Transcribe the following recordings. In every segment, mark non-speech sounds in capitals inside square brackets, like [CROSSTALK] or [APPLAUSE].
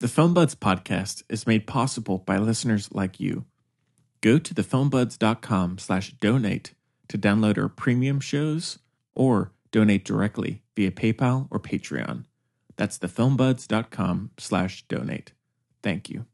The PhoneBuds podcast is made possible by listeners like you. Go to thephonebuds.com slash donate to download our premium shows or donate directly via PayPal or Patreon. That's thephonebuds.com slash donate. Thank you.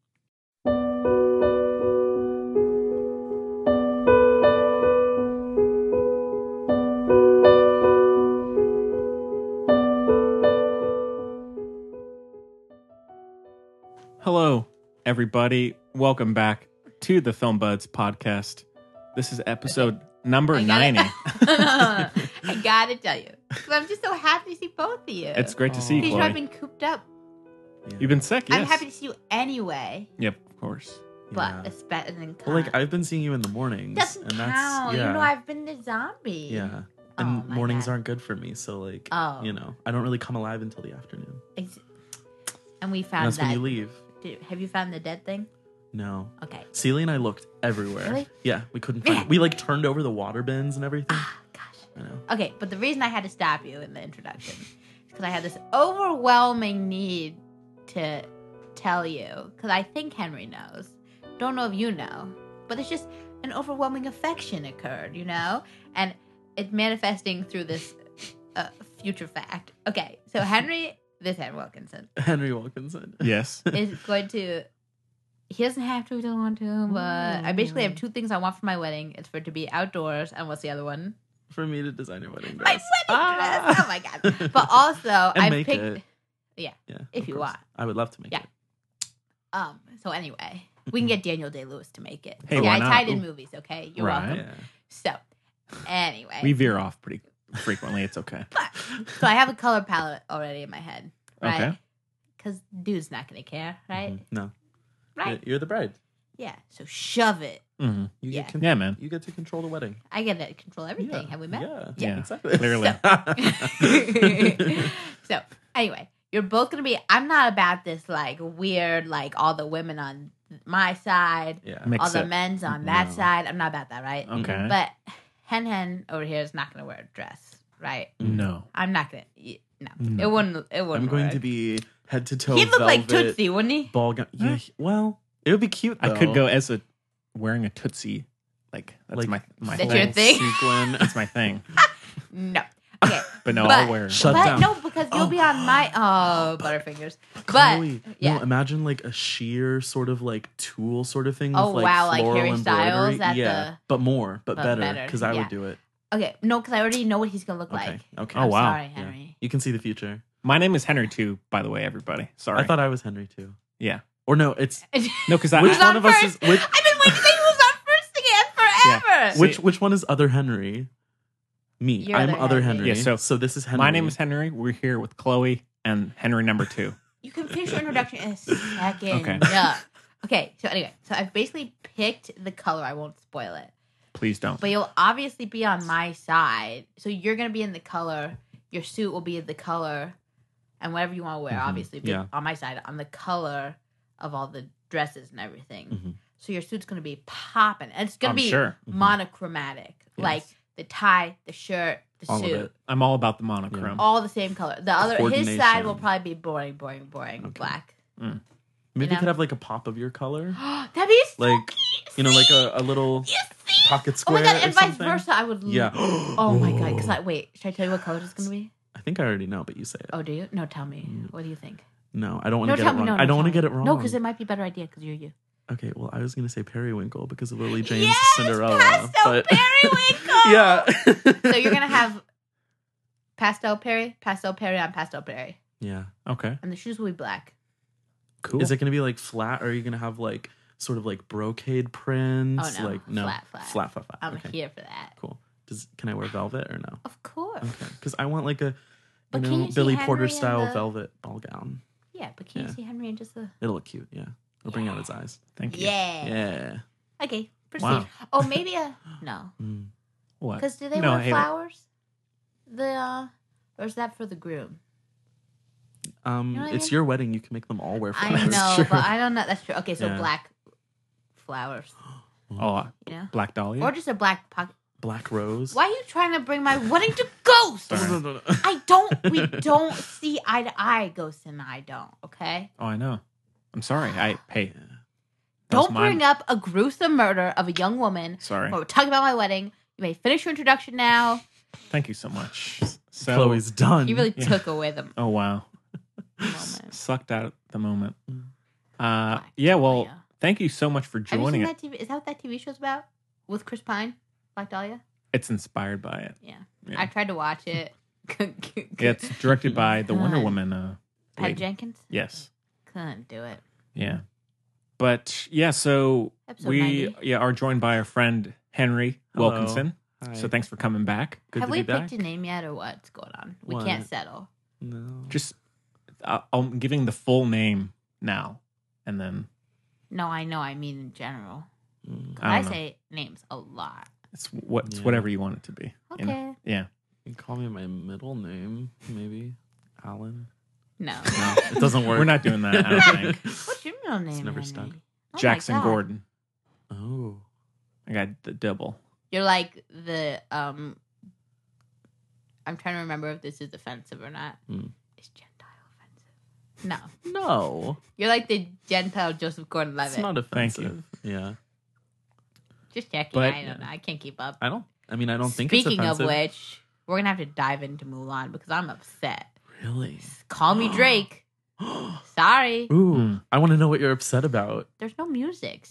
Hello, everybody. Welcome back to the Film Buds podcast. This is episode number I 90. gotta- [LAUGHS] I gotta tell you, 'cause I'm just so happy to see both of you. it's great to see you, Because you Chloe. have been cooped up. You've been sick, yes. I'm happy to see you anyway, Yep, of course. but Yeah. it's better than. Con. well, like I've been seeing you in the mornings, doesn't and that's count. yeah, You know, I've been the zombie. yeah. Oh, And my mornings God. aren't good for me, so like, Oh. you know, I don't really come alive until the afternoon. Ex- And we And found that's that. when you leave. Did- have you found the dead thing? No, Okay. Celie and I looked everywhere. Really? Yeah, we couldn't Man. find. We like turned over the water bins and everything. Ah, gosh. I know. [LAUGHS] Okay, but the reason I had to stop you in the introduction is because I had this overwhelming need to tell you, because I think Henry knows. Don't know if you know, but it's just an overwhelming affection occurred, you know? And it's manifesting through this uh, future fact. Okay, so Henry, this Henry Wilkinson, Henry Wilkinson. Yes. is going to. He doesn't have to, he doesn't want to, but I basically have two things I want for my wedding. It's for it to be outdoors, and what's the other one? [LAUGHS] For me to design your wedding my dress. wedding dress. Ah. Oh my god! But [LAUGHS] also, And I make picked. it. yeah, if of you course. want. I would love to make Yeah. it. Um. So anyway, we can get Daniel Day Lewis to make it. Hey, yeah, why I not? tied in movies. Okay, you're Right. welcome. Yeah. So, anyway, We veer off pretty frequently. It's [LAUGHS] okay. but, so I have a color palette already in my head, right? Okay. Mm-hmm. Because dude's not gonna care, right? Mhm. No, Right? you're the bride. Yeah. So shove it. hmm You Yeah. get con- Yeah, man. you get to control the wedding. I get to control everything. Yeah. Have we met? Yeah, Yeah. exactly. [LAUGHS] Clearly. [LAUGHS] [LAUGHS] so anyway, you're both gonna be. I'm not about this like weird, like all the women on my side, [LAUGHS] yeah. Mix all the it. men's on that No. side. I'm not about that, right? Okay. But Hen Hen over here is not gonna wear a dress, right? Mm. Mm-hmm. no. I'm not gonna. y- No, No. it wouldn't. It wouldn't. I'm going work. to be head to toe. He'd look like velvet. Tootsie, wouldn't he? ball gown. Yeah, he- well, it would be cute. I could though. go as a wearing a tootsie. Like that's Like, my my That's thing. your thing? Sequin. [LAUGHS] That's my thing. [LAUGHS] No. Okay. But no, [LAUGHS] But- I'll wear. Shut but down. no, because you'll Oh. be on [GASPS] my oh butterfingers. But Chloe, yeah. no, imagine like a sheer sort of like tulle sort of thing. Oh, with, like, wow, like floral Harry Styles embroidery. at yeah, the- but more, but, but better, better, because I yeah. would do it. okay, no, because I already know what he's gonna look Okay, like. okay. Oh, I'm wow. Sorry, Yeah. Henry. You can see the future. My name is Henry too, by the way, everybody. Sorry. I thought I was Henry too. Yeah. Or no, it's no, because I, Which Who's one on of us first? is- which- [LAUGHS] [LAUGHS] I've been [LAUGHS] waiting to say who's on first again forever. which which one is other Henry? Me. You're I'm other other Henry. Henry. Yeah, so this is Henry. my name is Henry. We're here with Chloe and Henry number two. You can finish your introduction in a second. Okay. Yeah. Okay. So anyway, so I've basically picked the color. I won't spoil it, Please don't. but you'll obviously be on my side. So you're gonna be in the color. Your suit will be the color, and whatever you want to wear, Mhm. obviously, be Yeah. on my side on the color of all the dresses and everything. Mhm. So your suit's gonna be popping, and it's gonna I'm be sure. Mhm. monochromatic, Yes. like the tie, the shirt, the All of suit, it. I'm all about the monochrome. all the same color. The other his side Coordination. will probably be boring, boring, boring, Okay. black. Maybe know? you could have like a pop of your color, [GASPS] That'd be so like you know, like a, a little You see? [GASPS] pocket Oh square. my god, or and vice something. versa. I would. l- Yeah. [GASPS] Oh my god. Because I wait. Should I tell you what color it's gonna be? [GASPS] I think I already know, but you say it. Oh, do you? No, tell me. What do you think? No, I don't want No, to Mm. tell get it me. wrong. No, I no, don't want to tell get it wrong. No, because it might be a better idea because you're you. okay, well, I was gonna say periwinkle because of Lily James Yes, Cinderella. pastel but- [LAUGHS] periwinkle. yeah. So you're gonna have pastel Perry, pastel Perry on pastel Perry, [LAUGHS] yeah. Okay. and the shoes will be black. Cool. Is it gonna be like flat, or are you gonna have like sort of like brocade prints? Oh, no. Like no, Flat, flat. flat, flat, flat. I'm okay, here for that. cool. Does can I wear velvet or [LAUGHS] no? Of course. Okay, because I want like a you But can know you see Billy Henry Porter in style the- velvet ball gown. Yeah, but can you Yeah. see Henry in just the? It'll look cute. Yeah, it'll bring out Yeah. his eyes. Thank you. Yeah. Yeah. Okay. Proceed. Wow. Oh, maybe [GASPS] a no. Mm. What? Because do they No, I wear hate it. flowers? The uh, or is that for the groom? Um, You know what I it's mean? your wedding. You can make them all [LAUGHS] wear flowers. [LAUGHS] I know, but I don't know. That's true. Okay, so Yeah. black flowers, Oh, you know, Black Dahlia. or just a black pocket. Black Rose. Why are you trying to bring my wedding to ghosts? Darn. No, no, [LAUGHS] no, no. [LAUGHS] I don't. We don't see eye to eye, ghosts, and I don't. Okay, oh, I know. I'm sorry. I hey. that was Don't my- bring up a gruesome murder of a young woman. Sorry. But we're talking about my wedding. You may finish your introduction now. Thank you so much. [LAUGHS] So Chloe's done. You really [LAUGHS] Yeah. took away the Oh wow. S- [LAUGHS] moment. Sucked out the moment. Mm. Uh Fuck, yeah, well, Dahlia. thank you so much for Oh, Have you joining seen it. that TV? Is that what that TV show's about? With Chris Pine, Black Dahlia. It's inspired by it. Yeah. Yeah. I tried to watch it. [LAUGHS] Yeah, it's directed by the Wonder God. Woman uh Patty lady. Jenkins. Yes. Couldn't do it. Yeah. But yeah, so Episode we 90. yeah are joined by our friend Henry Hello. Wilkinson. Hi. So thanks for coming back. Good Have to we be back. picked a name yet, or what's going on? We What? can't settle. Mm. No. Just uh, I'm giving the full name now, and then No, I know. I mean, in general, Mm, 'Cause I I, don't know. say names a lot. it's what it's Yeah. whatever you want it to be. Okay. you know? Yeah. You can call me my middle name, maybe Alan. [LAUGHS] No. [LAUGHS] No, it doesn't work. We're not doing that. I [LAUGHS] don't think. what's your middle name? never Henry? stuck. Oh my Jackson God. Gordon. [LAUGHS] Oh, I got the double. You're like the um. I'm trying to remember if this is offensive or not. Hmm. Is Gentile offensive? No. no, You're like the Gentile Joseph Gordon it's Levitt. not Thank you. offensive. Yeah, Just checking. But- I don't know. I can't keep up. I don't. I mean, I don't think Speaking it's offensive. of which, we're gonna have to dive into Mulan because I'm upset. really? [GASPS] Call me Drake. Ooh, Sorry. Mm. I want to know what you're upset about. There's no music.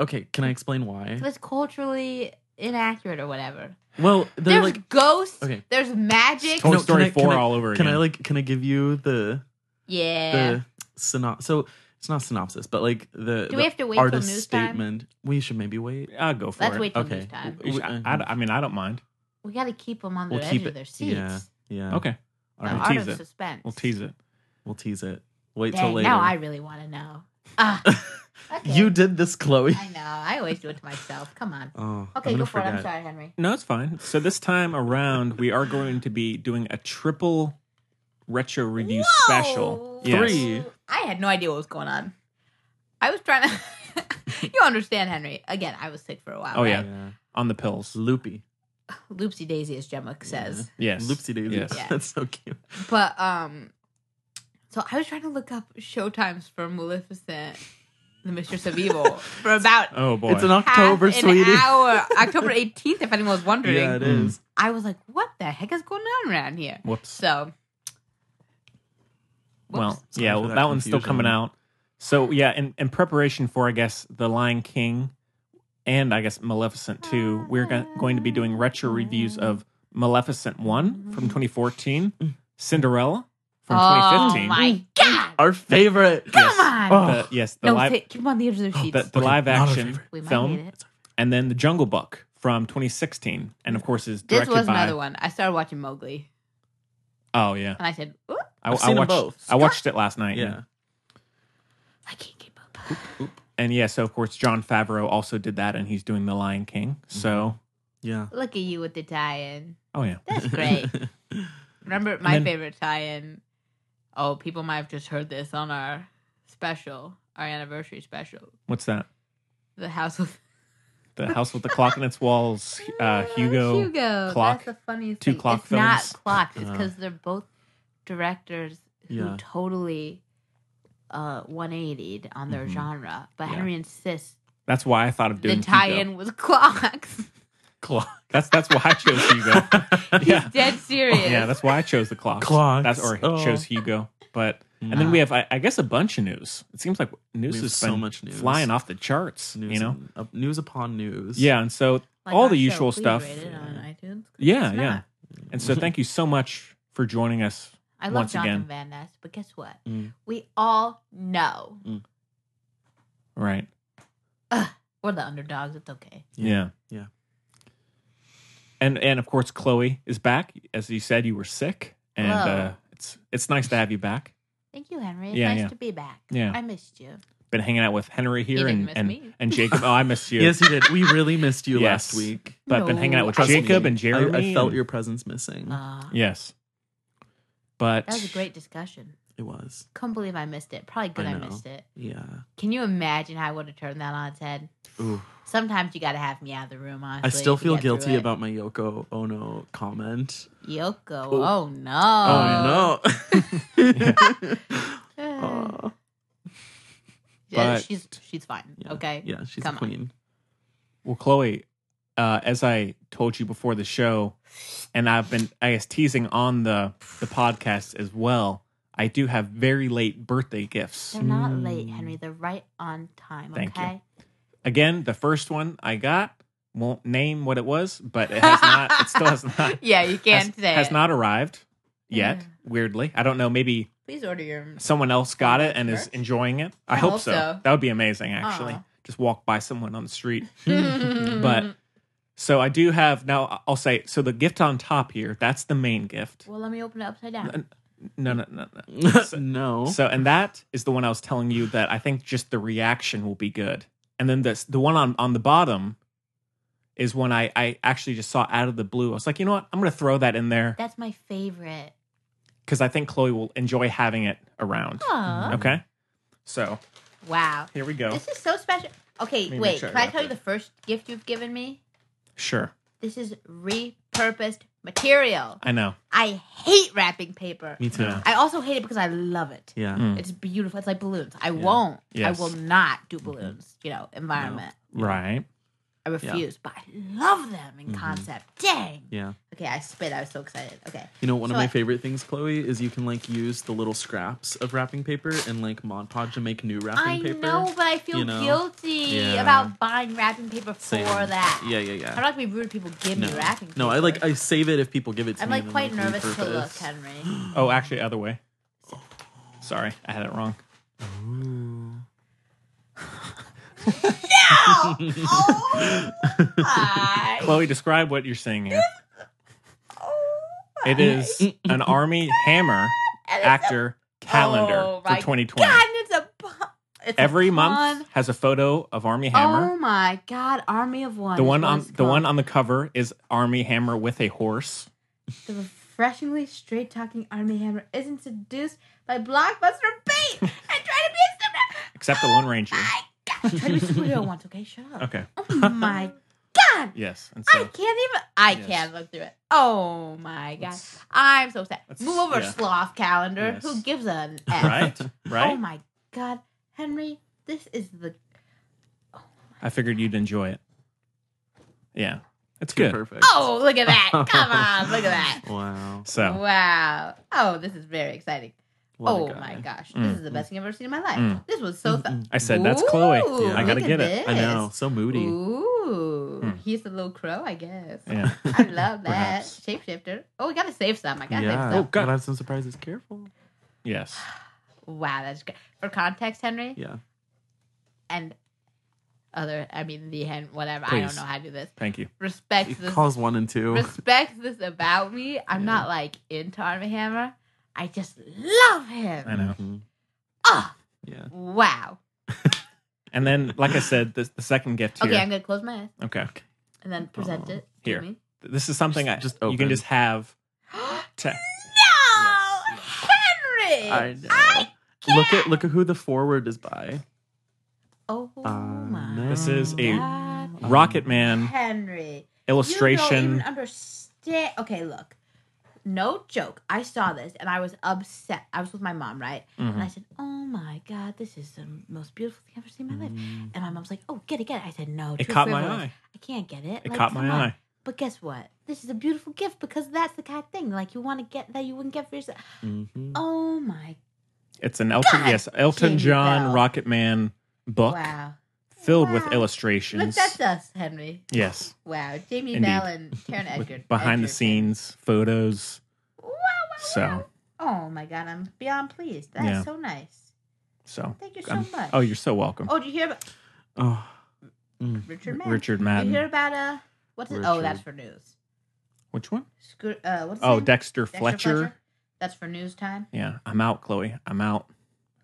Okay, can I explain why? It was culturally inaccurate or whatever. Well, they're There's like. ghosts. Okay. There's magic. Toy No, can Story I- can Four I- all over Can again. I like? Can I give you the yeah. the synop? So it's not synopsis, but like the, Do the we have to wait till artist news time? statement. We should maybe wait. I'll go for Let's it. wait till okay. news time. W- I, I- I mean, I don't mind. We got to keep them on the We'll edge keep of it- their seats. yeah. Yeah. Okay, All The We'll right. art tease of it. suspense. we'll tease it. We'll tease it. Wait till Dang, later. now I really want to know. [LAUGHS] Ah, okay. You did this, Chloe. I know. I always do it to myself. Come on. Oh, Okay, go I'm gonna for it. I'm forget. sorry, Henry. No, it's fine. So this time around, we are going to be doing a triple retro review special. Whoa! Yes. Three. I had no idea what was going on. I was trying to. [LAUGHS] you understand, Henry. Again, I was sick for a while. Oh, right? Yeah. on the pills. Loopy. Loopsy daisy, as Gemma says. Yes, Loopsy daisy. Yes. Yeah. That's so cute. But, um, so I was trying to look up showtimes for Maleficent, the Mistress [LAUGHS] of Evil, for about Oh boy. It's an October, half an sweetie. [LAUGHS] hour. October 18th, if anyone was wondering. Yeah, it Mm. is. I was like, what the heck is going on around here? Whoops. So, whoops. Well, Sorry yeah, for well, that, that one's still confusion. coming out. So yeah, in, in preparation for I guess The Lion King and I guess Maleficent 2, we're go- going to be doing retro reviews of Maleficent 1 from 2014, Cinderella from Mm-hmm. Mm. Oh 2015. my god! Our favorite. Come on! The, yes, the no, live sit- keep 'em on the edge of their seats. the, the Okay, live not our action favorite. we might need film it. and then The Jungle Book from 2016 and of course is This directed was by another one. I started watching Mowgli, Oh yeah. and I said, Ooh, I, I've I seen 'em watched both. I watched it last night. [LAUGHS] Yeah. I can't keep up. And yeah, so of course John Favreau also did that, and he's doing The Lion King. So Yeah. Look at you with the tie-in. Mm-hmm. oh yeah, [LAUGHS] That's great. Remember my then- favorite tie-in? Oh, people might have just heard this on our special, our anniversary special, what's that? the [LAUGHS] house with The House with the Clock in Its [LAUGHS] Walls, uh, Hugo. Hugo. Clock. That's the funniest Two thing. clock it's not films. clocks. It's Uh. because they're both directors who Yeah. totally uh 180'd on their Mhm. genre. But Mm-hmm. Yeah. Henry insists That's why I thought of the doing tie-in was clocks. Clock. That's that's why I chose [LAUGHS] Hugo. [LAUGHS] yeah, Dead serious. yeah, that's why I chose the clock. Clocks. That's or Oh. chose Hugo. But and then we have I, I guess a bunch of news. It seems like news We have has so been much news. flying off the charts. news you know, and- up- news upon news. yeah, and so Like all our the show, usual please stuff. rate it on iTunes, 'cause Yeah, it's yeah, not. and [LAUGHS] so thank you so much for joining us. I love Once Jonathan again. Van Ness, but guess what? Mm. We all know Right. we're the underdogs. It's okay. Yeah. Yeah. And and of course Chloe is back. As you said, you were sick. And Hello. uh it's it's nice to have you back. Thank you, Henry. It's Yeah, nice yeah. to be back. Yeah. I missed you. Been hanging out with Henry here didn't and miss and, me. and Jacob. Oh, I [LAUGHS] missed you. Yes, he did. We really missed you Yes. last week. but been hanging out No, with Trust Jacob me, and I- Jeremy. I, felt and- your presence missing. Uh, Yes. But That was a great discussion. it was. Couldn't believe I missed it. Probably good I I, know. missed it. Yeah. Can you imagine how I would have turned that on its head? Ooh. Sometimes you got to have me out of the room, honestly. I still to feel get through guilty it. about my Yoko Ono comment. Yoko. Oh, no. Oh. [SIGHS] [LAUGHS] [LAUGHS] no. Oh, no. Aw. Uh, But- she's she's fine. Yeah. Okay. Yeah, she's Come a on. queen. Well, Chloe, uh, as I told you before the show, and I've been, I guess, teasing on the the podcast as well. I do have very late birthday gifts. They're not Mm. late, Henry. They're right on time. Hmm. Thank you. okay. Again, the first one I got won't name what it was, but it has not. It still [LAUGHS] has not. yeah, you has, can't say. has it. not arrived yet. Yeah. Weirdly, I don't know. Maybe Please order your. someone else got it and is Oh, Sure. enjoying it. I, I hope, hope so. so. That would be amazing. Actually, Aw. just walk by someone on the street. [LAUGHS] But so I do have now. I'll say so. The gift on top here. That's the main gift. [LAUGHS] well, let me open it upside down. N- No, no, no, no. [LAUGHS] no. So, and that is the one I was telling you that I think just the reaction will be good. And then this, the one on, on the bottom is one I, I actually just saw out of the blue. I was like, you know what? I'm going to throw that in there That's my favorite. because I think Chloe will enjoy having it around. Aw. Okay. So Wow. here we go. This is so special. Okay, Let me make wait. sure I can I wrap tell you it. the first gift you've given me? Sure. This is repurposed material. I know. I hate wrapping paper. Me too. Yeah. I also hate it because I love it. Yeah. Mm. It's beautiful. It's like balloons. I won't. Yes. Mm-hmm. I will not do balloons. You know, environment. Right. I refuse. But I love them in Mhm. concept. Dang. Yeah. Okay, I spit. I was so excited. Okay. You know, one So of my I- favorite things, Chloe, is you can like use the little scraps of wrapping paper and like Mod Podge to make new wrapping I paper. know, but I feel you know? guilty Yeah. about buying wrapping paper for Same. that. Yeah, yeah, I don't yeah. like to be rude. People give No. me wrapping paper. No, I like I save it if people give it to I'm me. like and quite then, like, nervous to look, repurpose. [GASPS] Henry. Oh, actually, other way. Sorry. I had it wrong. Mm, Ow! Oh my! Chloe, describe what you're seeing here. Oh my. It [LAUGHS] is an army hammer And it's a- actor calendar Oh for my 2020. God, it's a. pu- It's a Every pun. month has a photo of Army Oh Hammer. my God! Army of one. the is one what on it's the one called. on the cover is Army Hammer with a horse. The refreshingly straight talking Army Hammer isn't seduced by blockbuster bait and trying to be a Except the Lone [GASPS] Ranger. superhero. Try to be a [LAUGHS] superhero once, okay? Shut up. Okay. Oh my God! Yes. And I so can't even. I Yes. can't look through it. Oh my God! Let's- I'm so sad. let's- Move over, yeah. sloth calendar. Yes. Who gives [LAUGHS] an F? right? Oh Right? my God, Henry, this is the I figured you'd enjoy it. Yeah. It's Too good. perfect. Oh, look [LAUGHS] at that. [LAUGHS] Come on, look at that. Wow. So Wow. Oh, this is very exciting. What a oh guy. my gosh. Mm. This is the best thing I've ever seen in my life. Mm. This was so fun. Mm-mm. I said that's Chloe. Ooh, I gotta look at get it. I know. this. So moody. Ooh. Mm. He's a little crow, I guess. Yeah. [LAUGHS] I love that. Perhaps. Shapeshifter. Oh, we gotta save some. I gotta Yeah. save some. Oh, God. But I have some surprises. Careful. Yes. Oh. Wow, that's good. For context, Henry, Yeah. and other I mean the hen whatever. I Please. don't know how to do this. Thank you. Respect It this calls one and two. respects this about me. I'm Yeah. not like into Army Hammer. I just love I him. know. Mhm. Oh, Yeah. wow. And then, like I said, this, the second gift here. Okay, I'm gonna close my eyes okay. and then present Oh, it to here. [GASPS] me. [GASPS] This is something I Just- just just you can open. just have. no, To, Henry. I know. Look at look at who the forward is by. oh I my. know. This is a God. Rocket Man Henry. You don't illustration. even understand. Okay, look. No joke. I saw this and I was upset. I was with my mom, right? Mm-hmm. And I said, "Oh my god, this is the most beautiful thing I've ever seen in my life." Mhm. And my mom's like, "Oh, get it, get it." I said, "No, Mm-hmm. It too caught my frivolous. eye. I can't get it. It Like, caught my come on." eye. But guess what? This is a beautiful gift because that's the kind of thing like you want to get that you wouldn't get for yourself. Mhm. Oh my It's an Elton, God, yes, Elton Jamie John Bell. Rocket Man book wow! filled with Wow. Look, illustrations. that's us, Henry. yes, Wow, Jamie Indeed. Bell and Karen with Edgar. behind the Edgerton. scenes photos. Wow, wow, wow. So, Oh my God, I'm beyond pleased. That's Yeah. so nice. so. Thank you so um, much. oh, you're so welcome, Oh, did you hear about Oh. Richard Madden? Richard Did you Madden. hear about uh what's it? Oh, Richard. that's for news. Which one? Screw, uh, what's his Oh, name? Dexter, Dexter Fletcher. That's for news time. Yeah, I'm out, Chloe. I'm out.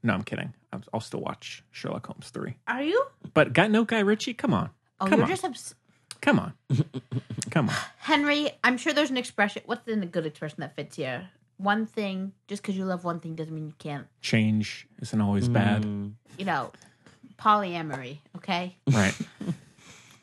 No, I'm kidding. I'm, I'll still watch Sherlock Holmes three. Are you? But got no Guy Ritchie. Come on, Oh, Come you're on. just obs- come on, come on. Henry, I'm sure there's an expression. What's in a good expression that fits here? One thing, just because you love one thing doesn't mean you can't, Change isn't always bad, Mm. you know, polyamory, okay? right?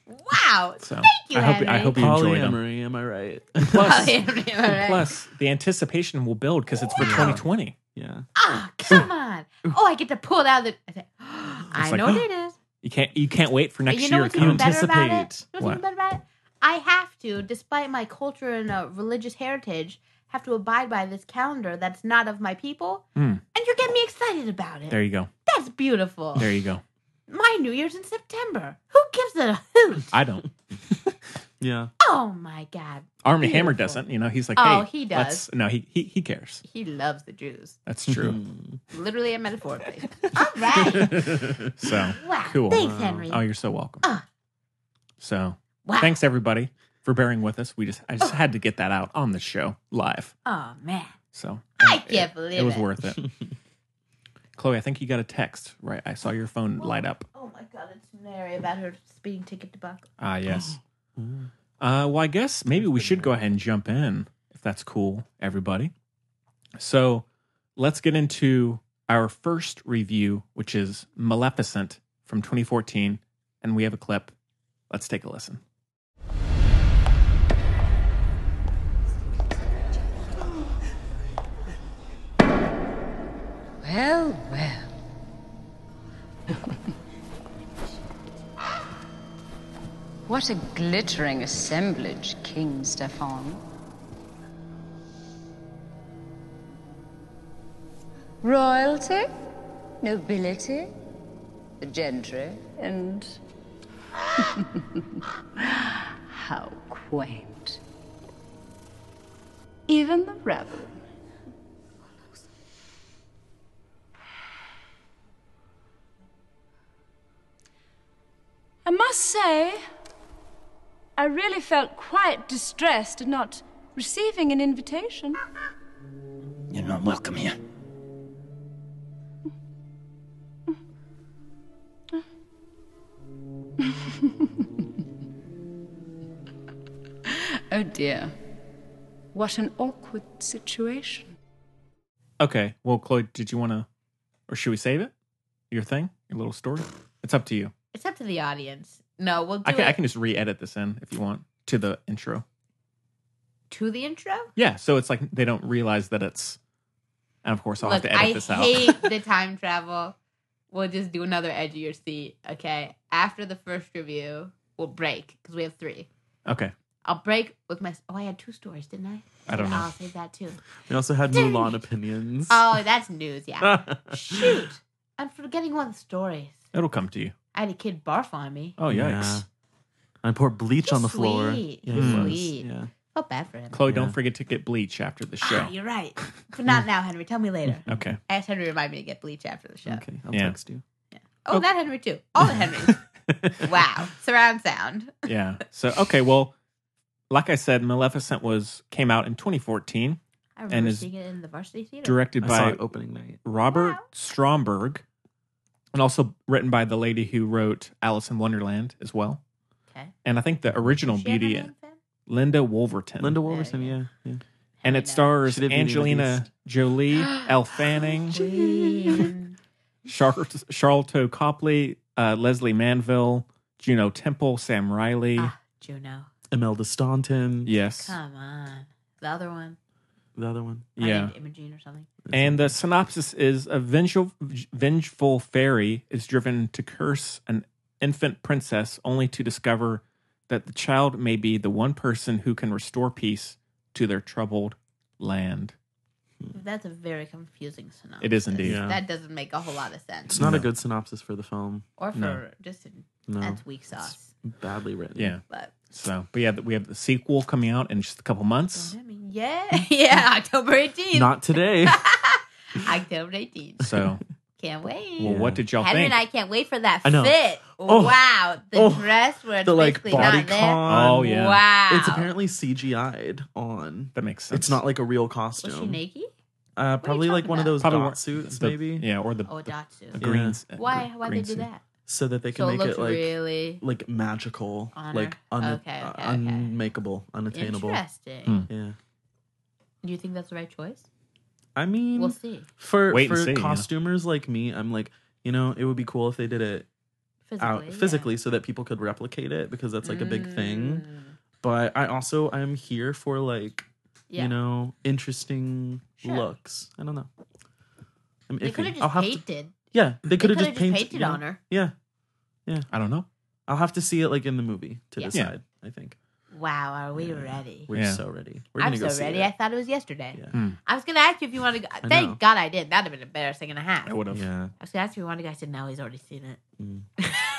Wow. So Thank you, I hope I Henry. hope you enjoy them. Polyamory, am I right? [LAUGHS] Plus, Polyamory, all right. plus the anticipation will build because it's for Wow. 2020. yeah. Ah, come on. Oh, I get to pull it out of the. I, say, [GASPS] I like, know [GASPS] what it is. You can't you can't wait for But next you know year. what's Come even on. better about it? anticipate. You know what's What? even better about it? I have to, despite my culture and uh, religious heritage, have to abide by this calendar that's not of my people. Hmm. And you're getting me excited about it. There you go. that's beautiful. There you go. my New Year's in September. Who gives it a [LAUGHS] hoot? I don't. Yeah. Oh my God. Army Hammer Beautiful. doesn't. You know, he's like, hey, Oh, he does. let's- No, he he he cares. He loves the Jews, That's true. Mm. literally and metaphorically. All [LAUGHS] right. Mm-hmm. so, Wow. Cool. Thanks, Wow. Henry. oh, you're so welcome. Ah. So, wow. thanks everybody for bearing with us. We just I just had to get that out on the show live. Oh, man. So, I and can't it, believe it was worth [LAUGHS] it. Chloe, I think you got a text, right? I saw your phone light up. Oh my God, it's Mary about her speeding ticket debacle. Ah, [LAUGHS] yes. Mm. Uh, well, I guess maybe we should go ahead and jump in if that's cool, everybody. So let's get into our first review, which is Maleficent from 2014. And we have a clip. Let's take a listen. Well, well. what a glittering assemblage, King Stefan. Royalty, nobility, the gentry, and. [LAUGHS] How quaint. Even the rabble. I must say, I really felt quite distressed at not receiving an invitation. You're not welcome here. Oh dear. What an awkward situation. Okay. Well, Chloe, did you want to, or should we save it? Your thing, your little story? It's up to you. It's up to the audience. No, we'll do I can, it I can just re edit this in if you want to the intro. to the intro. Yeah. So it's like they don't realize that it's, and of course, I'll Look, have to edit I this out. hate the time travel. We'll just do another edge of your seat, okay? After the first review, we'll break because we have three. [LAUGHS] okay. I'll break with my. Oh, I had two stories, didn't I? I don't know. I'll say that too. We also had Mulan opinions. [LAUGHS] Oh, that's news. [LAUGHS] Yeah. Shoot, I'm forgetting one of the stories. It'll come to you. I had a kid barf on me. Oh, yikes. Yeah. I poured bleach on the He's floor. sweet. Yeah, he was. Sweet. Yeah. Felt bad for him. Chloe, Yeah. don't forget to get bleach after the show. Ah, [LAUGHS] you're right, but not now, Henry. Tell me later. Okay. [LAUGHS] I asked Henry to remind me to get bleach after the show. Okay, I'll Yeah. text you. Oh, that Henry too. All [LAUGHS] the Henrys. wow, surround sound. Yeah. So okay, well, like I said, Maleficent was came out in 2014, I remember And is seeing it in the varsity theater. directed I saw by it opening night. Robert Wow. Stromberg, and also written by the lady who wrote Alice in Wonderland as well. Okay. And I think the original She had Beauty, her name then? Linda Wolverton. Linda you Wolverton, yeah. yeah. and it stars She did Beauty and the Angelina Beast. Jolie, [GASPS] Elle Fanning, Queen. Char- Charlotte Copley, uh, Leslie Manville, Juno Temple, Sam Riley. [LAUGHS] ah, [LAUGHS] Juno. Imelda Staunton. yes. Come on. The other one. The other one. Her Yeah. name's Imogene or something. And the synopsis is a vengeful, vengeful fairy is driven to curse an infant princess only to discover that the child may be the one person who can restore peace to their troubled land. That's a very confusing synopsis. It is indeed. Yeah. That doesn't make a whole lot of sense. It's not No. a good synopsis for the film. Or for No. just in, No. that's weak sauce. Badly written. Yeah. But So, but yeah, we have the sequel coming out in just a couple months. I mean, [LAUGHS] yeah, yeah, October 18th. [LAUGHS] Not today. October 18th. [LAUGHS] So, Can't wait. well, what did y'all Henry think? and I can't wait for that I know. fit. Oh. wow. The Oh. dress where it's the like basically body not there. con. Oh, yeah. Wow. It's apparently CGI'd on. that makes sense. It's not like a real Was she costume. naked? uh, probably like talking one of about? those Probably dot one- suits, the- maybe. Yeah, or the, Oh, the, Datsu. the greens. Why? Why green would they suit. do that? So that they can So it make looks it like really like magical, Honor. like un- Okay, uh, okay, okay. unmakeable, unattainable. interesting. Hmm. Yeah. Do you think that's the right choice? I mean, We'll see. for Wait and for see, yeah. costumers like me, I'm like, you know, it would be cool if they did it Physically, out yeah. Uh, physically so that people could replicate it because that's like a big thing. Mm, But I also I'm here for like Yeah. you know interesting Sure. looks. I don't know. I'm they could iffy. have I'll just have to. painted Yeah, they could have coulda just just, paint- painted yeah. on her. Yeah, I don't know. I'll have to see it like in the movie to Yeah. Yeah. decide. I think Wow, are we ready? we're Yeah. so ready. We're I'm gonna go so see ready. I It. thought it was yesterday. Yeah. Hmm. I was gonna ask you if you want to go. I Thank know. God I did. That'd have been embarrassing and a half. I would have. Yeah. I was gonna ask you if you want to go. I said no. He's already seen it.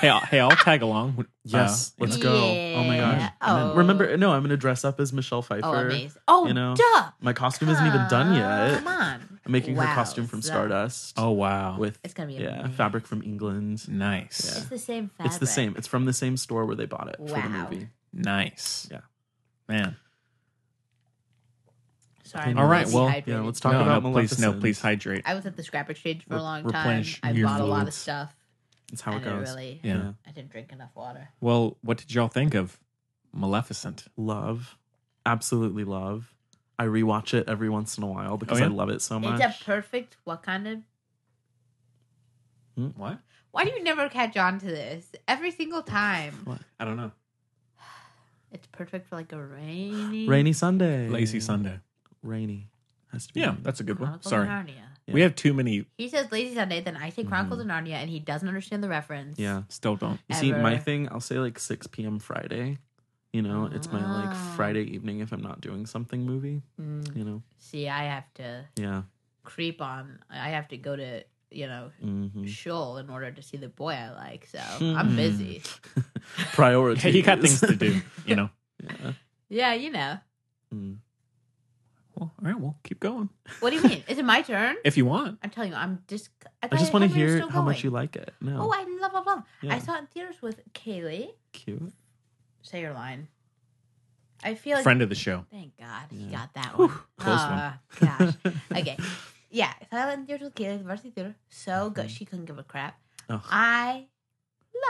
Hey, I'll, hey, I'll tag along. Uh, Yes. you let's know. go. Oh my Yeah. gosh. And Oh. then, remember? No, I'm gonna dress up as Michelle Pfeiffer. Oh, amazing. Oh, you know, duh. My costume isn't even done yet. Come on. I'm making Wow, her costume from so- Stardust. Oh wow. with It's gonna be yeah amazing. fabric from England. nice, It's the same fabric. It's the same. It's from the same store where they bought it for the Wow. movie. nice. Yeah. man. Sorry. I'm All right, really well, dehydrated. Yeah, let's talk No, about no, please, no, Maleficent. please hydrate. I was at the scrap exchange for a Re- long time. replenish I your bought a lot of fluids. stuff. It's how I it didn't goes. really. Yeah. I didn't drink enough water. Well, what did y'all think of Maleficent? Love, absolutely love. I rewatch it every once in a while because Oh, yeah? I love it so much. It's a perfect Wakanda. What? Why do you never catch on to this? Every single time, I don't know. it's perfect for like a rainy. Rainy Sunday. Lazy Sunday. Rainy. Has to be. Eh. Yeah, rainy. that's a good one. Chronicles Sorry, of Narnia. Yeah. we have too many. He says Lazy Sunday, then I say Chronicles of Narnia, and he doesn't understand the reference. Mm-hmm. Yeah. Still don't. [LAUGHS] You see, my Ever. thing, I'll say like 6 p.m. Friday. You know, it's my like Ah. Friday evening if I'm not doing something movie. Mm, You know, see, I have to yeah. [LAUGHS] creep on. I have to go to you know [LAUGHS] hmm Shoal in order to see the boy I like. So I'm busy. Priorities. Hey, you got things to do. [LAUGHS] You know. yeah. Yeah, you know. Mm. Well, all right. Well, keep going What do you mean? Is it my turn? if you want. I'm telling you, I'm just. I just thought want to we were hear still how much you going. like it. No. Oh, I love, love, love. Yeah. I saw it in theaters with Kaylee. Cute. Say your line. I feel like. Friend of the show. Thank God he Yeah. got that Whew, one. close oh, [LAUGHS] gosh. Okay. Yeah, Silent in Theater with Kaylee, the varsity theater. So good. She couldn't give a crap. Mm-hmm. Ugh. I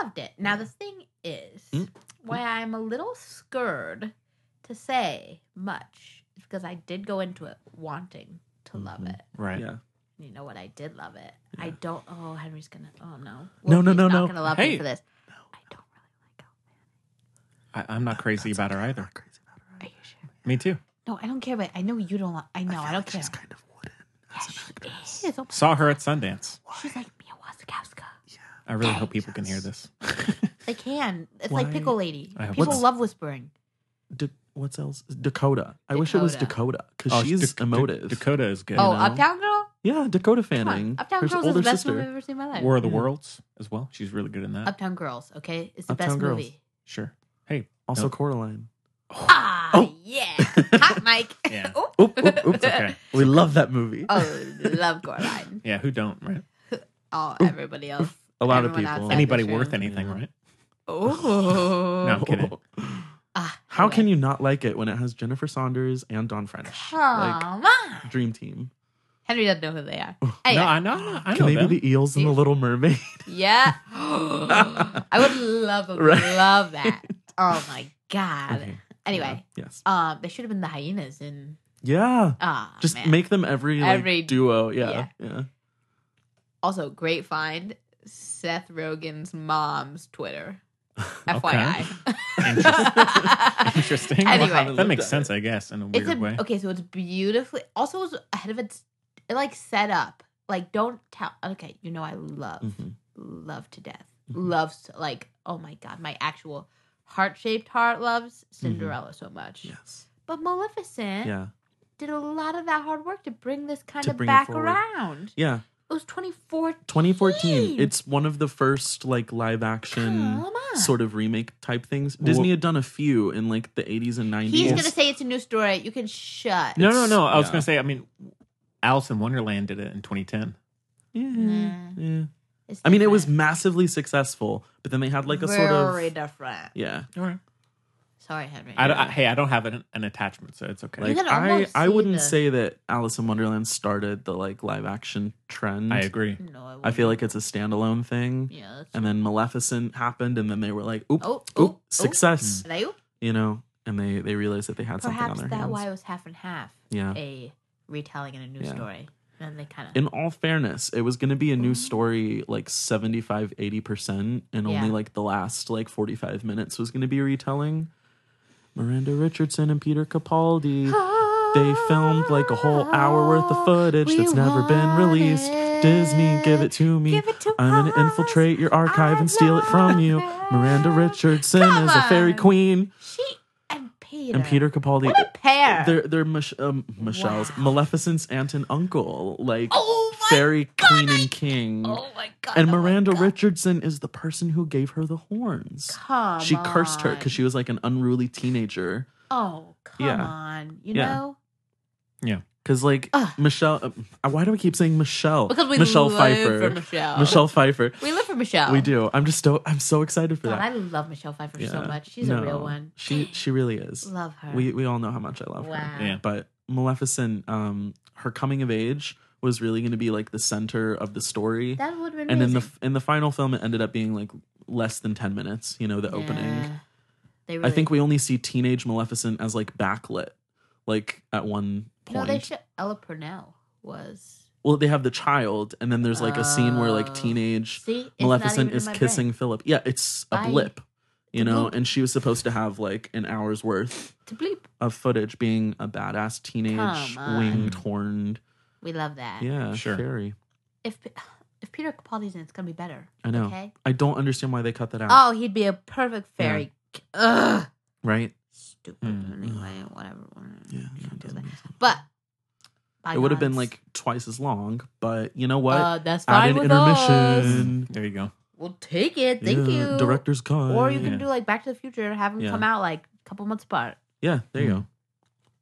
loved it. Now, the thing is, Mm. why I'm a little scared to say much is because I did go into it wanting to love Mm-hmm. it. Right. Yeah. You know what? I did love it. I don't. Oh, Henry's gonna. Oh no. No, no, Wolfie's no, not no. Gonna love me Hey. for this. I don't really I, I'm not crazy about her either. Crazy about her. like. Are you sure? Me too. No, I don't care. But I know you don't. Like, I know. I, don't care. She's kind of wooden. She is. Oh, Saw her at Sundance. she's like Mia Wasikowska. I really hope people can hear this. They can. It's Why- like Pickle Lady. I hope People so. love whispering. Da- what's else? Dakota. I wish it was Dakota. Dakota because she's Da- Da- emotive. Oh, Dakota is good. oh, know? Uptown Girl. yeah, Dakota Come on. Fanning. Uptown her Girls is older the best sister. movie I've ever seen in my life. War of the Worlds as well. She's really good in that. Uptown Girls. Okay, it's the Uptown best Girls. movie. Sure. Hey. Also, no. Coraline. Ah, yeah. Hot Mike. [LAUGHS] Yeah. Oop. [LAUGHS] Oh. Oop, oop, oop. Okay. We love that movie. [LAUGHS] [LAUGHS] Oh, love Coraline. Yeah. Who don't? Right. Oh, everybody else. A lot of everyone people. outside the Anybody room. worth anything? Right. Oh. No, I'm kidding. Ah, How anyway. can you not like it when it has Jennifer Saunders and Don French? Like, Come on. dream team. Henry doesn't know who they are. No, Anyway, I know. I know [LAUGHS] Maybe them. the eels and the Little Mermaid. [GASPS] yeah. I would love Right. love that. Oh my god. Okay. Anyway, Yeah. Yes. um, they should have been the hyenas in. Yeah. Ah, Just man. make them every, like, Every- duo. yeah. Yeah. Yeah. Also, great find. Seth Rogen's mom's [LAUGHS] Twitter. [LAUGHS] FYI. Interesting. Anyway. that makes sense, I guess, in a weird it's a, way. okay, so it's beautifully. Also, it's ahead of its it, like set up. Like, don't tell. Okay, you know I love Mhm. love to death. Mm-hmm. Loves like oh my god, my actual heart shaped heart loves Cinderella so much. Mm-hmm. Yes. But Maleficent Yeah. did a lot of that hard work to bring this kind To of bring it back forward. around. Yeah. It was 2014. 2014. It's one of the first like live action Come on. sort of remake type things. Disney had done a few in like the 80s and 90s. He's gonna say it's a new story. You can shut. No, no, no. I was yeah. going to say, I mean, Alice in Wonderland did it in 2010. Yeah, Nah. yeah. It's I mean, it was different. massively successful, but then they had like a very sort of different. yeah. All right. Sorry, Henry. I don't- I- hey, I don't have an, an attachment, so it's okay. Like can I, almost I see wouldn't the- say that Alice in Wonderland started the like live action trend. I agree. no, I feel like it's a standalandone thing. yeah. That's, And then Maleficent happened, and then they were like, "Oop, Oh, oop, oop, success!" Did I- oop? Hmm. You know, and they they realized that they had something on perhaps their that hands. why it was half and half. yeah, A retelling and a new Yeah. story. And then they kind of in all fairness it was going to be a Mm-hmm. new story like 75 80% and Yeah. only like the last like 45 minutes was going to be retelling miranda richardson and peter capaldi they filmed like a whole hour worth of footage that's never been released Disney, give it to me. Give it to I'm us. gonna infiltrate your archive I and steal it from you. love Miranda it. Richardson Come is a fairy on. queen. She and Peter. And Peter Capaldi. What a pair. They're they're Mich- um, Michelle's Wow. Maleficent's aunt and uncle, like Oh my fairy God, queen I- and king. oh my god. and oh my Miranda God. Richardson is the person who gave her the horns. Come she cursed her on. because she was like an unruly teenager. Oh come Yeah. on. You Yeah. know. Because like Ugh. Michelle, uh, why do we keep saying Michelle? Because we Michelle live Pfeiffer. for Michelle. Michelle Pfeiffer. We live for Michelle. We do. I'm just so I'm so excited for God, I that. love Michelle Pfeiffer so Yeah. much. She's a real No. one. She she really is. Love her. We we all know how much I love wow. her. But Maleficent, um, her coming of age was really going to be like the center of the story. That would have been and in the amazing. f- in the final film, it ended up being like less than ten minutes. You know, the opening. Yeah. They I think we only see teenage Maleficent as like backlit, like at one No, point. they should. Ella Purnell was. well, they have the child, and then there's like a scene where like Oh. teenage See, it's not Maleficent even in is my brain. kissing Philip. Yeah, it's a I- blip, you The know, blip. and she was supposed to have like an hour's worth To bleep. of footage being a badass teenage Come on. winged horned, We love that. yeah, Sure. fairy. If if Peter Capaldi's in, it's gonna be better. I know. Okay. I don't understand why they cut that out. Oh, he'd be a perfect fairy. Ugh. Right? Stupid. Anyway, whatever. Hmm. Yeah. Can't that do doesn't that. make sense. But It would have been bygones. like twice as long, but you know what? Uh, that's Add fine an with us. intermission. There you go. We'll take it. Thank Yeah, you. Director's cut. Or you can Yeah. do like Back to the Future and have them Yeah. come out like a couple months apart. Yeah, there you go.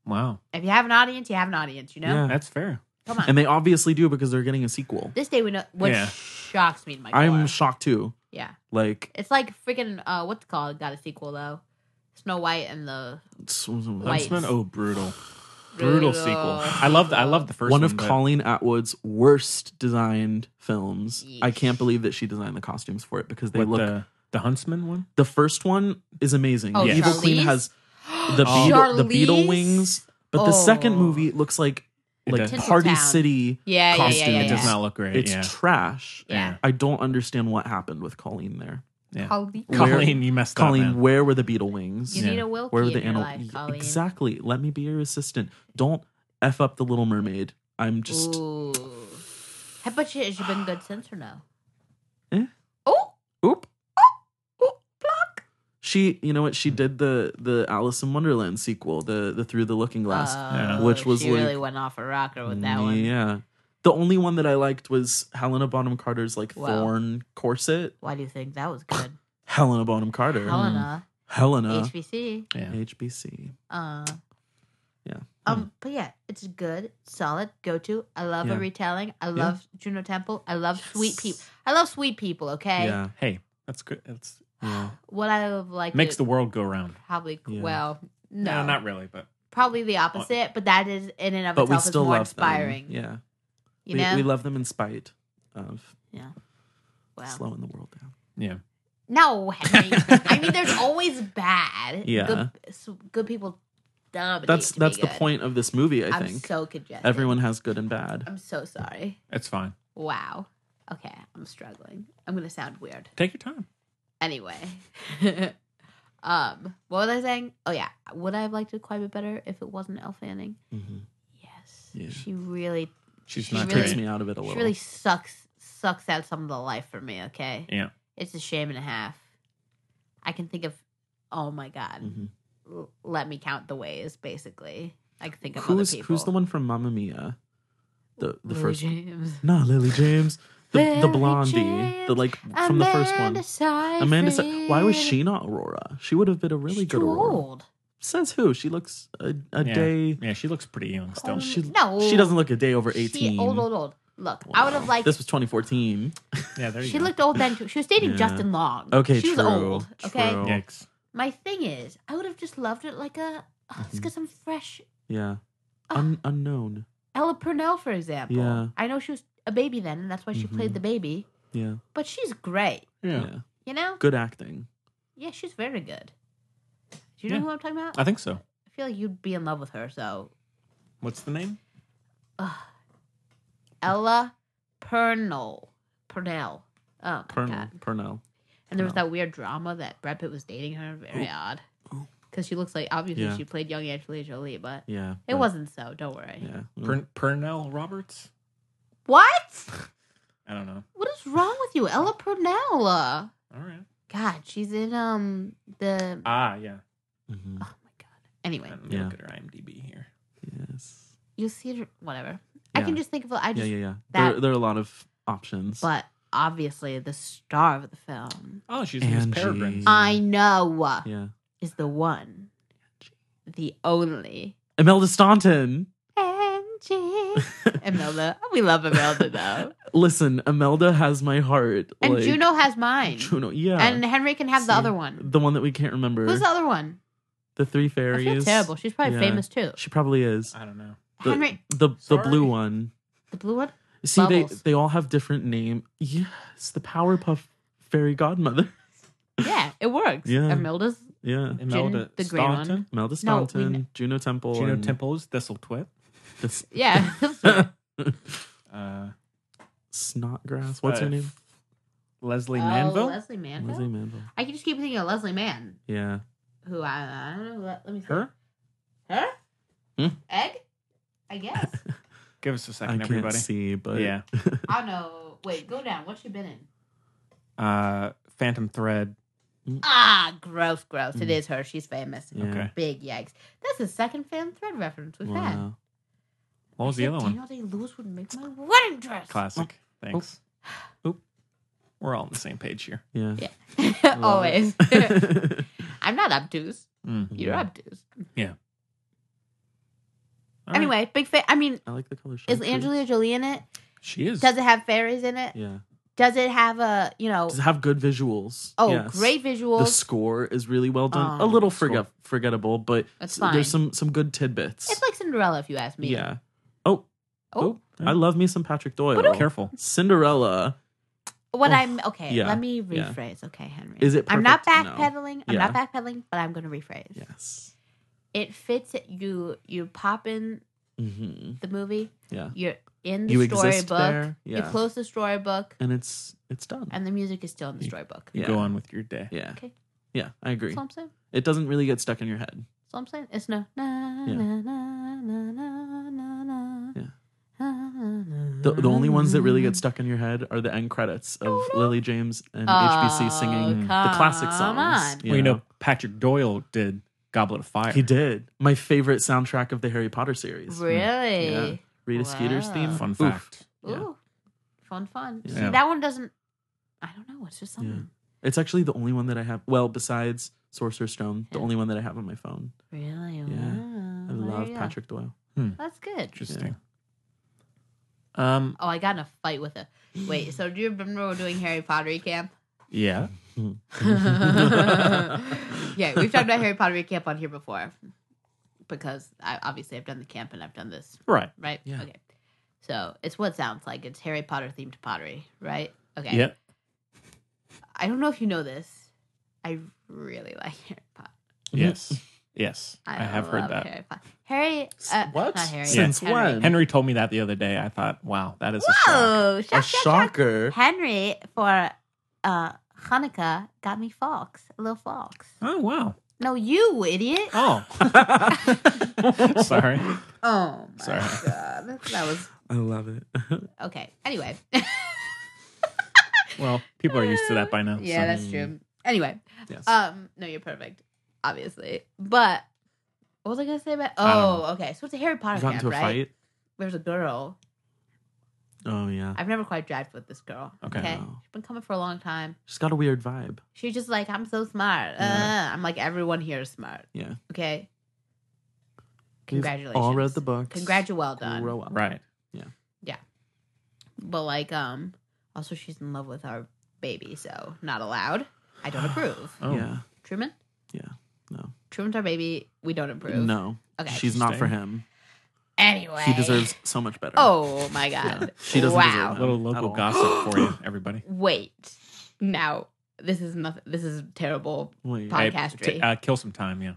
Wow. If you have an audience, you have an audience. You know. Yeah. That's fair. Come on. And they obviously do because they're getting a sequel. this day we know, which Yeah. shocks me to my core. I'm shocked too. yeah. Like, It's like freaking uh, what's it called got a sequel though. Snow White and the it's- White. Huntsman. Oh, brutal. brutal, sequel. [LAUGHS] I love the, I love the first one one of but- Colleen Atwood's worst designed films. I Yeesh. can't believe that she designed the costumes for it because they with look. The, the the Huntsman one. first one is amazing. Oh, the Evil Queen Charlize? has [GASPS] the Oh. beetle, the beetle Charlize? wings, but the second Oh. movie looks like It like does. Party Tinseltown. City. Yeah, yeah, yeah, costume. yeah, It does yeah. not look great. It's yeah. trash. Yeah. I don't understand what happened with Colleen there. yeah. Colleen. Colleen, you messed Colleen, up. Man. where were the beetle wings? You Yeah. need a Wilkie Where were in the your animal? life, Colleen. Exactly. Let me be your assistant. Don't f up the Little Mermaid. I'm just. Ooh. How about you? Has she been good since or no? Eh? Oh, Oop. oh, block. She, you know what? She did the the Alice in Wonderland sequel, the the Through the Looking Glass. Oh, Which was she really like- went off a rocker with that one. Yeah. The only one that I liked was Helena Bonham Carter's like Wow. thorn corset. Why do you think that was good? Helena Bonham Carter. Helena, Helena. HBC. Yeah. HBC. Uh, Yeah. Hmm. Um, but yeah, it's good, solid go to. I love Yeah. a retelling. I love Juno Temple. I love sweet people. I love sweet people. Okay, Yeah. Hey, that's good. That's Yeah. what I would like makes it the world go round. probably Yeah. well, no, No, Uh, not really, but probably the opposite. But that is in and of But we itself still is more love inspiring. them. Yeah. You we, know, we love them in spite of Well, slowing the world down. yeah. no, Henry. I mean, [LAUGHS] there's always bad. Yeah. good, s- good people. Dominate That's to be that's the good. point of this movie, I I'm think. so congested. Everyone has good and bad. I'm so sorry. It's fine. Wow. Okay, I'm struggling. I'm gonna sound weird. Take your time. Anyway, [LAUGHS] um, what was I saying? Oh yeah, would I have liked it quite a bit better if it wasn't Elle Fanning? Mhm. Yes, Yeah. she really, She's She not really- Takes great. me out of it a she little. really sucks sucks out some of the life for me. Okay, Yeah. it's a shame and a half. I can think of, oh my god, Mhm. L- let me count the ways. Basically, I can think of who's other people. who's the one from Mamma Mia? The the Lily first James. No, Lily James. The, the Lily blondie. The James, like from the first one. Seyfried. Amanda Sey- Why was she not Aurora? She would have been a really She's good too Aurora. old. Says who? She looks a, a Yeah. day. Yeah, she looks pretty young still. Oh, She, No. she doesn't look a day over 18. She old, old, old. Look, I would have liked. This was 2014. Yeah, there you she go. looked old then too. She was dating Yeah. Justin Long. Okay, she was true, old. Okay. true. Yikes. My thing is, I would have just loved it like a. oh, let's get some fresh Yeah. Un- unknown. Ella Purnell, for example. Yeah. I know she was a baby then, and that's why she played the baby. Yeah. But she's great. Yeah. You know? Good acting. Yeah, she's very good. Do you know Yeah. who I'm talking about? I think so. I feel like you'd be in love with her. So What's the name? Ella Purnell. Purnell. Oh my Pernell. god. Pernell. And there was that weird drama that Brad Pitt was dating her. Very odd. Because she looks like, obviously, Yeah. she played young Angelina Jolie, but Yeah. Mm. it wasn't so. Don't worry. Yeah. Pern- Pernell Roberts? [LAUGHS] What? I don't know. What is wrong with you, Ella Purnell? All right. God, she's in um the. Ah, yeah. Mm-hmm. oh my god. Anyway, Let me Yeah. Look at her IMDb here. Yes. you'll see her. Whatever. I Yeah. can just think of. I Yeah, just. yeah, yeah. that- There, there are a lot of options. But obviously, the star of the film. Oh, she's Miss Angie. Peregrine. I know yeah. is the one, the [LAUGHS] only Imelda Staunton. Angie. Imelda, we love Imelda though, Listen, Imelda has my heart. and like- Juno has mine, Juno, yeah. and Henry can have the See, other one. the one that we can't remember. Who's the other one? The three I fairies. feel terrible. She's probably Yeah. famous too. She probably is. I don't know. The, Henry, the the Sorry. blue one. the blue [LAUGHS] one. See, Bubbles. they they all have different name. Yes, the Powerpuff Fairy Godmother. [LAUGHS] Yeah, it works. Yeah. Imelda's yeah, Imelda the grey one. Staunton. Imelda No, we Staunton, kn- Juno Temple, Juno and Temple's Thistle Twit. this- [LAUGHS] yeah. [LAUGHS] Uh, Uh, Snotgrass. What's Uh, her name? Leslie Manville. Oh, Leslie Manville. Leslie Manville. I can just keep thinking of Leslie Mann, Yeah. who I, I don't know. Let, let me see. her? Her? Hmm? Egg? I [LAUGHS] guess. Give us a I second, can't everybody. see, but Yeah. I don't know. Oh, Wait, go down. What's she been in? Uh, Phantom Thread. Ah, gross, gross. It is her. She's famous. Hmm. Yeah. Okay. Big yikes. That's the second fan thread reference we've had. Wow. What was the other one? Daniel Day Lewis would make my wedding dress. Classic. Oh. Thanks. Oop. We're all on the same page here. [LAUGHS] Yeah. Yeah. Always. [LAUGHS] [LAUGHS] I'm not obtuse. Mm. You're obtuse. All right. Anyway, big fan. I mean, I like the color. is chartreuse. Angelina Jolie in it? she is. Does it have fairies in it? Yeah. Does it have a, you know, Does it have good visuals? oh, Yes. great The visuals? score is really well done. Oh, a little score. forget forgettable, but That's s- fine. there's some some good tidbits. It's like Cinderella, if you ask me. yeah. Oh. Oh. Oh. I love me some Patrick Doyle. Careful. Cinderella. What Oh, I'm okay. yeah, Let me yeah. rephrase. Okay, Henry. Is it I'm not perfect? No. backpedaling. I'm Yeah. not backpedaling, but I'm going to rephrase. Yes. It fits. it- You you pop in hmm the movie. Yeah. You're in the You exist storybook. there. You Yeah. close the storybook, And it's it's done. and the music is still in the storybook. yeah. Go on with your day. Yeah. Okay. Yeah. I agree. That's all I'm saying. It doesn't really get stuck in your head. That's all I'm saying. It's no. Na, Yeah. na, na, na, na, na, na. Yeah. Na, na, na, The, the only ones that really na. get stuck in your head are the end credits of Lily James and Oh, HBC singing the classic come songs. on. you Well, you know, Patrick Doyle did Goblet of Fire. He did. My favorite soundtrack of the Harry Potter series. Yeah. Really? Rita Skeeter's Wow. theme. Fun Oof. fact. Yeah. Ooh, fun, fun. See, Yeah. that one doesn't. I don't know. It's just something. It's actually the only one that I have. Well, besides Sorcerer's Stone, the only one that I have on my phone. Really? Yeah. Wow. I There love you go. Patrick Doyle. That's good. Interesting. Um. Oh, I got in a fight with a. Wait, so do you remember we're doing Harry Potter camp? Yeah. [LAUGHS] yeah, we've talked about Harry Potter camp on here before, because I obviously I've done the camp and I've done this, Right. right? Yeah. Okay. So it's what it sounds like. It's Harry Potter themed pottery, right? Okay. Yeah. I don't know if you know this. I really like Harry Potter. Yes. Yes. I, have heard love that. Harry, Potter. Harry uh, what? Not Harry. Since Henry. when? Henry told me that the other day. I thought, wow, that is a shock. Whoa! A Shock, shock, shock. [LAUGHS] shocker. Henry for uh, Hanukkah got me fox, a little fox. Oh wow. No, you idiot! Oh. [LAUGHS] Sorry. Oh my Sorry. god, that was I love it. [LAUGHS] okay. Anyway, Well, people are used to that by now. so- [LAUGHS] [LAUGHS] yeah, that's true. Anyway, yes. um, no, you're perfect, obviously. But what was I gonna say about? I don't Oh, okay. So it's a Harry Potter You got camp, into a right? fight. There's a girl. Oh, yeah. I've never quite jived with this girl. Okay. Wow. she's been coming for a long time. She's got a weird vibe. She's just like, I'm so smart. Yeah. Uh, I'm like, everyone here is smart. Yeah. Okay. We've Congratulations. All read the books. Congratulations. Well done. Grow up. Right. But like, um, also she's in love with our baby, so not allowed. I don't approve. [SIGHS] Oh. Yeah. Truman? Yeah. No. Truman's our baby. We don't approve. No. Okay. She's not for him. Anyway. He deserves so much [LAUGHS] better. Oh [LAUGHS] my god. She doesn't Wow. deserve A little At local all. gossip for [GASPS] you, everybody. Wait. Now this is nothing. This is terrible. Wait. Podcast Hey, tree. t- uh, kill some time, yeah.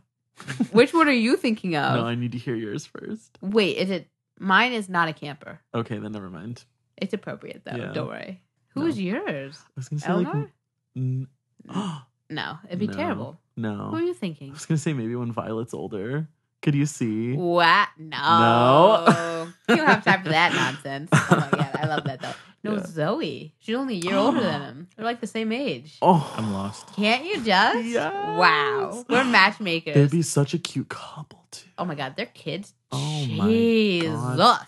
Which one are you thinking of? [LAUGHS] No, I need to hear yours first. Wait, is it? Mine is not a camper. Okay, then never mind. It's appropriate though. Yeah. Don't worry. Who No. is yours? I was gonna say Eleanor? like. n- [GASPS] no, it'd be No. terrible. Who are No. you I thinking? was gonna say maybe when Violet's older. Could you [LAUGHS] see? What? No. You don't have time for that nonsense. Oh my god, I love that though. No, Yeah. Zoe. She's only a year older [GASPS] than him. They're like the same age. Oh, I'm lost. Can't you just? Yes. Wow. We're [GASPS] matchmakers. they'd be such a cute couple too. Oh my god, their kids. Oh my Jesus. God.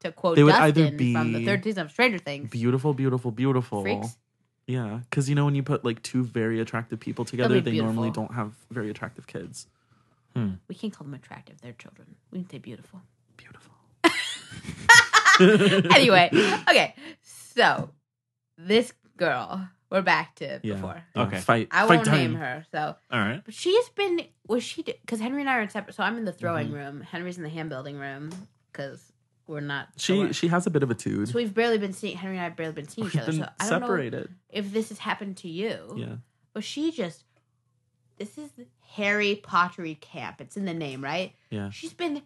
To quote They would either Dustin from the be- third season of Stranger Things. Beautiful, beautiful, beautiful. Freaks. Yeah, because you know when you put like two very attractive people together, be they normally beautiful. don't have very attractive kids. We can't call them attractive. They're children. We can say beautiful. [LAUGHS] Beautiful. anyway, okay. So this girl, we're back to Yeah. before. yeah, Okay. Fight. I fight won't time. name her. So, All right. but she has been. Was she? Because Henry and I are in separate. So I'm in the throwing Mm-hmm. room. Henry's in the hand building room because we're not. She sure. she has a bit of a tude. So we've barely been seeing Henry and I have barely been seeing each We've [LAUGHS] other. been So I don't know separated. if this has happened to you. Yeah. But she just. This is Harry Pottery camp. It's in the name, right? Yeah. She's been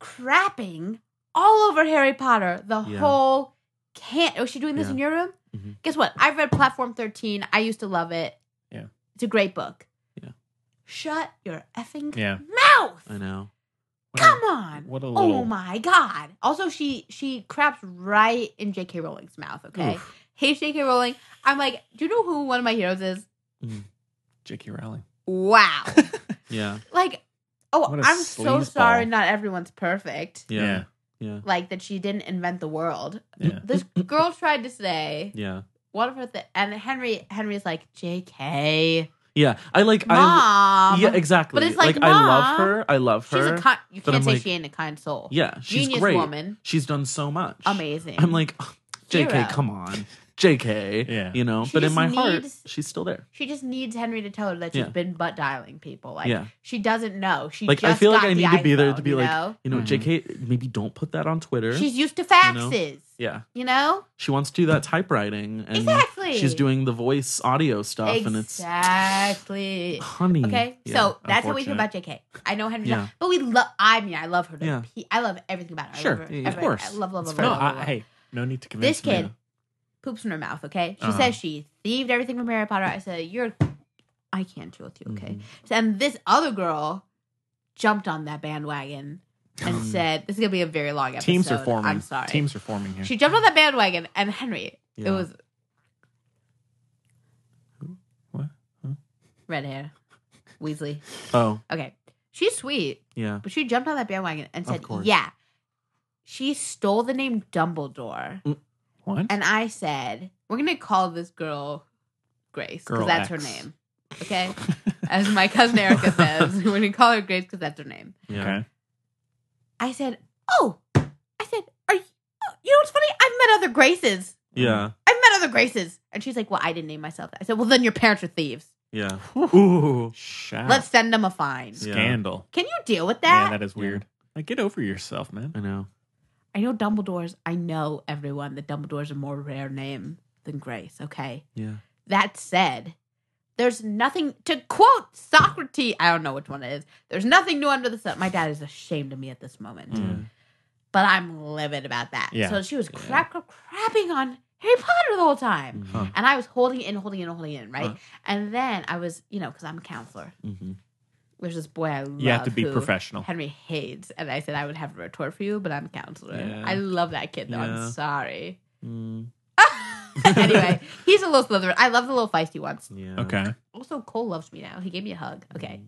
crapping all over Harry Potter the Yeah. whole can't. Was she doing this Yeah. in your room? Mhm. Guess what? I've read Platform 13. I used to love it. Yeah. It's a great book. Yeah. Shut your effing Yeah. mouth. I know. What a- Come on. what a Oh little- my god. Also she she craps right in JK Rowling's mouth, okay? Hey JK Rowling. I'm like, do you know who one of my heroes is? J.K. Rowling. [LAUGHS] Wow. Yeah. like, oh, What a I'm so sleazeball. sorry not everyone's perfect. Yeah. Yeah. Yeah. Yeah. Like that she didn't invent the world. Yeah. This girl tried to say one of her th- and Henry Henry's like, JK. Yeah. I like Mom. I Yeah, exactly. But it's like, I love Mom, her. I love She's her. a con- you but can't I'm say like- she ain't a kind soul. yeah, she's genius great. woman. She's done so much. Amazing. I'm like, JK, Hero. come on. JK. Yeah. You know, She but in just my heart, needs- she's still there. She just needs Henry to tell her that she's Yeah. been butt dialing people. Like Yeah. she doesn't know. She Like just I feel like got I the need to be there iPhone, to be you like, know? you know, Mm-hmm. JK, maybe don't put that on Twitter. she's used to know? faxes. yeah. You know, She wants to do that typewriting and Exactly. she's doing the voice audio stuff and it's exactly. honey. Okay, Yeah. so that's what we feel about JK. I know Henry, Yeah. but we love. I mean, I love her. To Yeah. pe- I love everything about her. I Sure, love her, yeah, yeah, of every- course. I love, love, That's love, fair. love, No, love, I, love. hey, no need to convince This kid me. poops in her mouth. Okay, she Uh-huh. says she thieved everything from Harry Potter. I said, "You're, I can't deal with you." Okay, Mm-hmm. so, and this other girl jumped on that bandwagon and Hmm. said, "This is gonna be a very long episode." Teams are forming. I'm sorry. Teams are forming here. She jumped on that bandwagon, and Henry, Yeah. it was What? red hair, Weasley. Oh, Okay, she's sweet. yeah. But she jumped on that bandwagon and said, course. Yeah. She stole the name Dumbledore. What? And I said, We're going to call this girl Grace because Girl that's her X. name. Okay? As my cousin [LAUGHS] Erica says, [LAUGHS] we're going to call her Grace because that's her name. Yeah. Okay. I said, Oh, I said, Are you, oh, you know what's funny? I've met other Graces. Yeah. I've met other Graces. And she's like, Well, I didn't name myself that. I said, Well, then your parents are thieves. Mm-hmm. Yeah. Ooh. Shout. Let's send them a fine. Yeah. Scandal. Can you deal with Ah. Yeah, that? that is weird. Like, get over yourself, man. I know. I know Dumbledore's. I know everyone that Dumbledore's a more rare name than Grace. Okay. Yeah. That said, there's nothing to quote Socrates. I don't know which one it is. There's nothing new under the sun. My dad is ashamed of me at this moment, but I'm livid about that. Hmm. Yeah. Hmm. So she was crap, crap, crapping on Harry Potter the whole time, Huh. and I was holding in, holding in, holding in, right? Huh. And then I was, you know, because I'm a counselor. Mhm. There's this boy I love. You have to be who- professional. Henry hates, and I said I would have a retort for you, but I'm a counselor. Yeah. I love that kid, though. Yeah. [LAUGHS] I'm sorry. Mm, anyway, he's a little Slytherin. I love the little feisty ones. yeah. Okay. Also, Cole loves me now. He gave me a hug. Okay,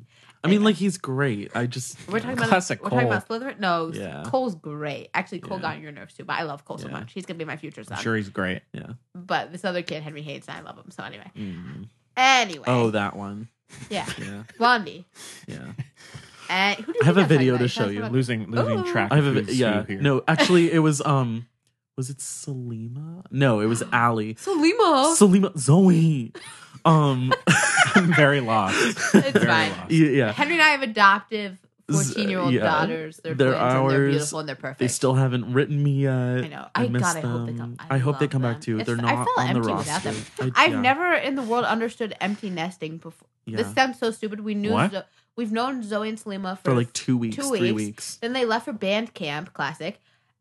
I mean, like he's great. I just we're talking about Classic we're talking about Slytherin. No, Yeah. Cole's great. Actually, Cole Yeah. got on your nerves too, but I love Cole so Yeah. much. He's gonna be my future son. I'm sure he's great. yeah. But this other kid, Henry hates, and I love him. So anyway, Mm. anyway. Oh, that one. yeah, Yeah. Blondie. Yeah. And who do you I have think a I'm talking video to about? show Talking you. about- Losing losing Ooh. track. I have a of vi- who's yeah. who here. No, actually, it was um, was it Salima? [GASPS] No, it was Ali. Salima. Salima [LAUGHS] Zoe. Um. [LAUGHS] I'm [LAUGHS] very lost. it's Very fine. lost. yeah. Henry and I have adoptive Z- 14 year old yeah. daughters. They're, They're twins and they're ours. beautiful and they're perfect. They still haven't written me yet. I know. I, miss God, I hope they come. I, hope they love come back them. too. It's- They're not I felt on empty the roster. without them. I, I've yeah. never in the world understood empty nesting before. This Yeah. sounds so stupid. We knew What? Zo- we've known Zoe and Salima for, for like two weeks, two three weeks. weeks. Then they left for band camp, classic,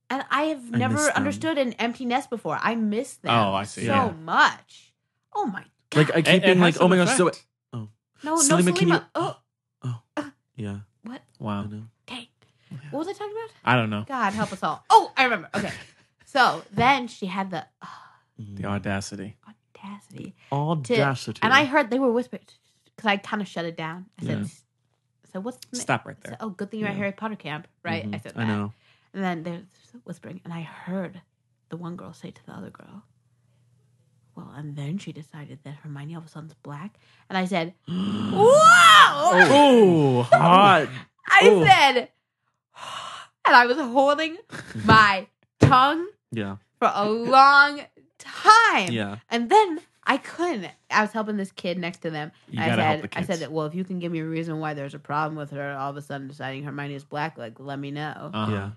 and I have I never miss them. understood an empty nest before. I miss them. Oh, I see. So Yeah. much. Oh my. Like It- I it keep being has like, oh some my gosh, so effect. No, no, Salima, Salima. can you- Oh, yeah, what? I Wow. know. Dang. What was I talking about? I don't know. [LAUGHS] God help us all. Oh, I remember. Okay. So then she had the uh, Mm-hmm. The audacity. audacity to, Audacity. and I heard they were whispered because I kind of shut it down. I said, Yeah. "So what's the na- Stop right I said, there. oh, good thing you're at Harry Potter camp, right?" I said, Mm-hmm. I that. know. And then they're whispering, and I heard the one girl say to the other girl, "Well," and then she decided that Hermione all of a sudden's black, and [GASPS] I said, "Whoa!" [GASPS] Oh, hot. I Oh. said, [GASPS] and I was holding my tongue Yeah. for [LAUGHS] a long time. Yeah. And then I couldn't. I was helping this kid next to them. You I gotta said, help the I kids. said that, well, if you can give me a reason why there's a problem with her all of a sudden deciding Hermione is black, like, let me know. Uh-huh. Yeah.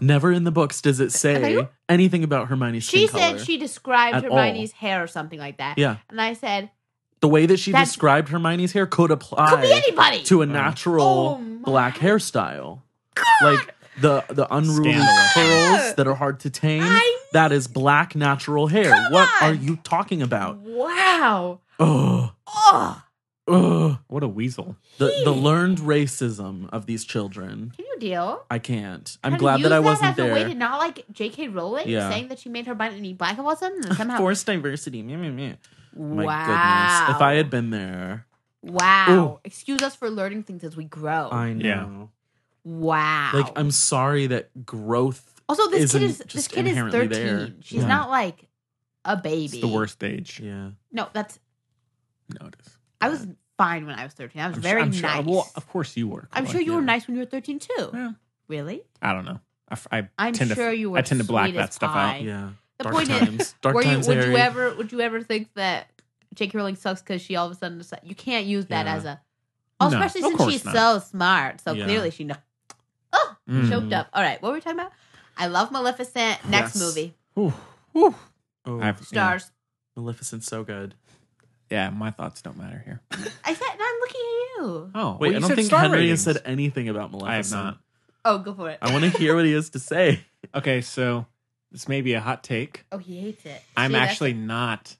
Never in the books does it say Hello? anything about Hermione's she skin said color. she described At all. Hermione's hair or something like that. Yeah. And I said, The way that she That's- described Hermione's hair could apply could be anybody. to a natural Oh my- black hairstyle. Like the the unruly Scandalous. curls that are hard to tame. I- That is black natural hair. Come what on. are you talking about? wow. Oh, Oh, oh. What a weasel. The the learned racism of these children. can you deal? I can't. I'm Kinda glad use that I wasn't as a way to there. not like J.K. Rowling Yeah. saying that she made Hermione black all of a sudden [LAUGHS] and somehow. Forced diversity. Meh, meh, meh. My wow. goodness. If I had been there, Wow. Excuse us for learning things as we grow. I know. Yeah. wow. Like I'm sorry that growth. also this kid isn't is this just kid is inherently thirteen. there. She's Yeah. not like a baby. It's the worst age. Yeah. No, that's No, it is. I was fine when I was thirteen. I was I'm su- very I'm sure- nice. well, of course you were. I'm Cora. sure you were Yeah. nice when you were thirteen too. Yeah. Really? I don't know. I, f- I I'm tend sure to, you were. I tend to black sweet that as stuff pie. out. Yeah. The Dark point [LAUGHS] times. is, Dark were you, times, would you Harry. ever would you ever think that J.K. Rowling sucks because she all of a sudden decided, you can't use that Yeah. as a, oh, No, especially of since course she's not. so smart. So Yeah. clearly she knows. Oh, Mm. choked up. All right, what were we talking about? I love Maleficent. Next Yes. movie, Oh, I've- stars. Maleficent's so good. Yeah, yeah, my thoughts don't matter here. I said, and I'm looking at you. Oh, Wait, well, you I don't said think star Henry ratings. has said anything about Maleficent. not. Oh, go for it. I want to hear what he has [LAUGHS] to say. Okay, so this may be a hot take. oh, he hates it. I'm See, that's- actually not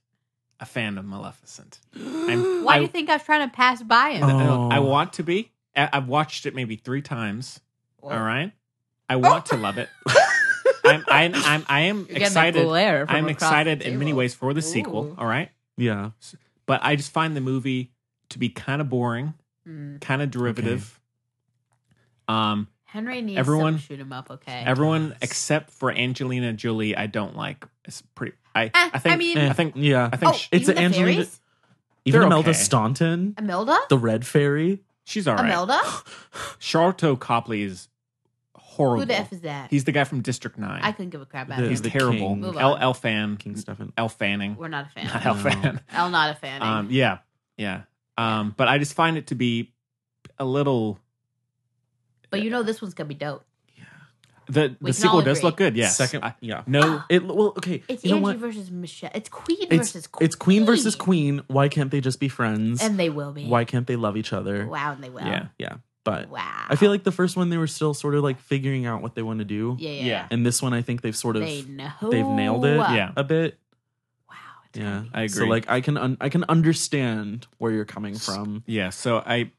a fan of [GASPS] Maleficent. I'm, Why I, do you think I was trying to pass by him? Oh. I, I want to be. I, I've watched it maybe three times. Well, Oh. All right, I want to [LAUGHS] love it. I'm, I'm, I'm, I am You're getting a excited. glare from I'm across excited the in many table. ways for the Ooh. sequel. All right, Yeah. but I just find the movie to be kind of boring, Mm. kind of derivative. Um, Henry needs everyone Everyone- shoot him up. Okay. everyone except for Angelina Jolie, I don't like. It's pretty. I, I think. eh, I, Eh, mean- think. Yeah. I think oh, sh- it's even the Angelina- fairies? Even They're Imelda okay. Staunton, Imelda. the Red Fairy. she's all right. [GASPS] Imelda. Sharlto Copley is horrible. Who the f is that? He's the guy from District Nine. I couldn't give a crap about The- him. He's terrible. King. Move L. on. L. Fan. King Stefan. L. Fanning. We're not a [LAUGHS] fan. Not [LAUGHS] L. No. Fan. El not a fan. Um, yeah, yeah. Um, but I just find it to be a little. but you know this one's gonna be dope. The We the can all sequel does agree. look good. Yes. Second. I- yeah. [GASPS] no. It well okay. It's you know Angie what? versus Michelle. It's Queen It's, versus Queen. it's Queen versus Queen. Why can't they just be friends? And they will be. Why can't they love each other? Wow, and they will. Yeah. Yeah. But Wow. I feel like the first one they were still sort of like figuring out what they want to do. Yeah, yeah. Yeah. And this one I think they've sort of They know. they've nailed it Wow. Yeah. a bit. It's gonna Yeah. be- I agree. So like I can un- I can understand where you're coming from. Yeah. So I.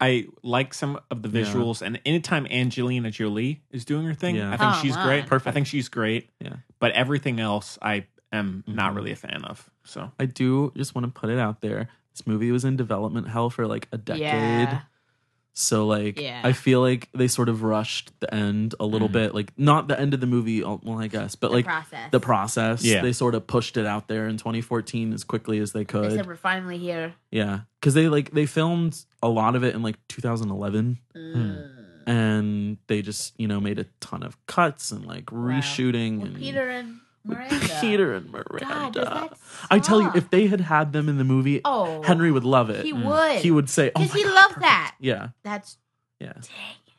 I like some of the Yeah. visuals, and anytime Angelina Jolie is doing her thing, Yeah. I think Come she's on. great. Perfect. I think she's great. Yeah. But everything else, I am not Mhm. really a fan of. So I do just want to put it out there. This movie was in development hell for like a decade. Yeah. So like Yeah. I feel like they sort of rushed the end a Mm-hmm. little bit. Like not the end of the movie, oh, well I guess, but The like process. the process. Yeah. They sort of pushed it out there in 2014 as quickly as they They could. said we're finally here. yeah. Cuz they like they filmed a lot of it in like 2011 Mm. and they just, you know, made a ton of cuts and like reshooting With and Peter and Miranda. Mm. [LAUGHS] Peter and God, Miranda. does that I tell you, suck? if they had had them in the movie, Oh. Henry would love it. He would. He would say, "Oh Because my he God, loved perfect." that. Yeah, That's yeah. dang.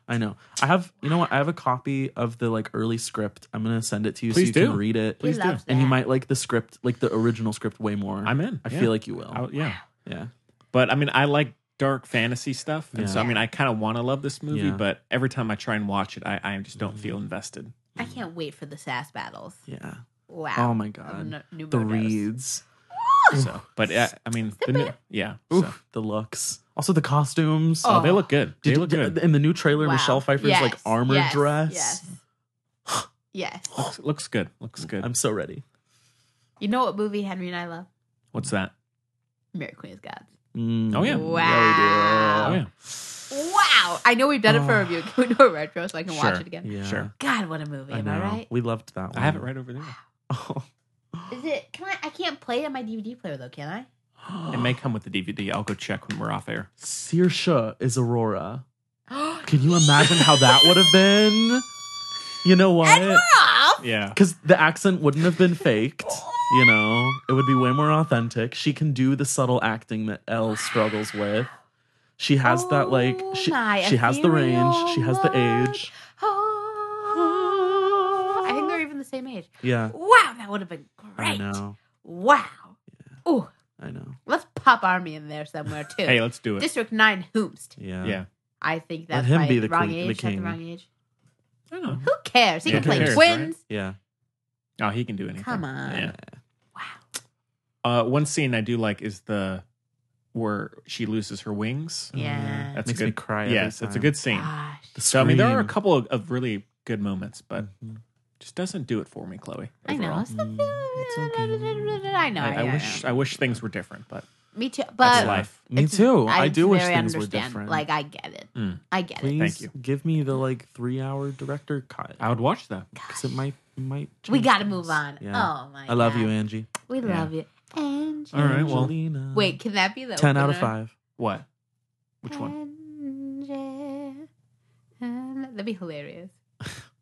I know. I have. You know what? I have a copy of the like early script. I'm gonna send it to you Please so you do. can read it. Please do. loves And you that. might like the script, like the original script, way more. I'm in. I Yeah. feel like you will. I, yeah. yeah. But I mean, I like dark fantasy stuff, and so I Yeah. mean, I kind of want to love this movie, Yeah. Mm-hmm. but every time I try and watch it, I, I just don't feel invested. I can't wait for the sass battles. Yeah. Wow. Oh my Of god. nu- the Numerodos. reeds. So, but uh, I mean, the new, yeah, Oof. so. The looks. Also the costumes. Uh, Oh. oh, they look good. They Did- uh, look good. In the new trailer, Wow. Michelle Pfeiffer's like Yes, armor yes, [SIGHS] dress. Yes. Yes. Looks, looks good. Looks good. I'm so ready. You know what movie Henry and I love? What's that? Mary Queen of Scots. Mm. Oh yeah. Wow. Oh yeah. Wow. I know we've done it for a review. [LAUGHS] Can we do a retro so I can watch Sure. it again? Yeah. Sure. God, what a movie. I am know. I right? We loved that one. I have it [LAUGHS] right over there. Is it? Can I? I can't play it on my DVD player though, can I? It [GASPS] may come with the DVD. I'll go check when we're off air. Searsha is [GASPS] Aurora. Can you imagine how that would have been? You [GASPS] know what? Off. Yeah. Because the accent wouldn't have been faked. You know, it would be way more authentic. She can do the subtle acting that Elle struggles with. She has that like Oh she, my she has the range. She has the ethereal age. Oh. I think they're even the same age. Yeah, Wow, that would have been Uh, I great. know. Wow. Ooh, I know. let's pop Army in there somewhere too. Hey, let's do it. District Nine Hoomst. Yeah, yeah. I think that's him right. be the wrong queen- the age. That's king. the wrong age. I don't know. Who cares? He Yeah, can who play cares, right? twins. yeah. Oh, he can do anything. Come on. Yeah. Wow. Uh, one scene I do like is the where she loses her wings. Yeah. That's Oh, Makes a good me cry every Yes, it's a time. good scene. Gosh. The So I mean, there are a scream. couple of, of really good moments, but just doesn't do it for me, Chloe. I know. overall. Something- Mm, I know. I, I know, wish know. I wish things were different, but Me too. that's But life. Me It's- too. I, it's do wish very things were understand- different. Like I get it. Mm. I get please it. Thank you. give me the like three hour director cut I would watch that. because it might might. We change got to things. move on. Yeah. Oh my! I love God. you, Angie. We Yeah. love you, Angie. All right. Well, Angelina. Wait, can that be the ten out of opener? five. what? Which one? Angie. That'd be [LAUGHS] hilarious.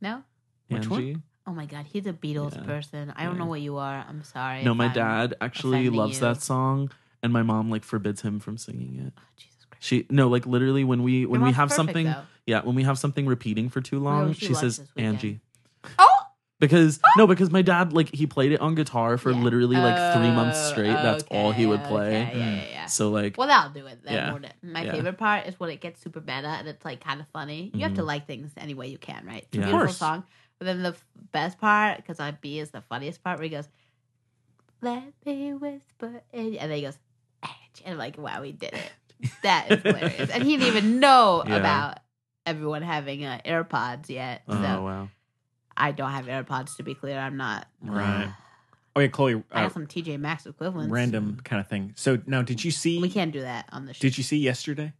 No. Which one? Angie? Oh my God, he's a Beatles Yeah. person. I don't know what you are. I'm sorry. No, if my I'm- dad actually offending loves you. that song, and my mom like forbids him from singing it. Oh, Jesus Christ. She no, like literally when we when we mom's have perfect, something, though. yeah, when we have something repeating for too long, hope she she, watches says this weekend. Angie Oh, because no, because my dad like he played it on guitar for Yeah. literally like three months Oh, straight. That's all he would okay, play. okay, yeah, yeah, yeah. So like, Well, that'll do it. That Yeah. won't it? My Yeah. favorite part is when it gets super meta and it's like kind of funny. You have to like things any way you can, right? It's Mm-hmm. Yeah. a Of beautiful course. song. But then the f- best part, because on B is the funniest part, where he goes, "Let me whisper," in, and then he goes, "Edge," and I'm like, "Wow, we did it! That is hilarious!" and he didn't even know [LAUGHS] Yeah. about everyone having uh, AirPods yet. oh so uh, wow, I don't have AirPods to be clear. I'm not. Right. Oh yeah, Chloe. Uh, I have some TJ Maxx equivalents. random kind of thing. So now, did you see? We can't do that on the show. Did you see yesterday?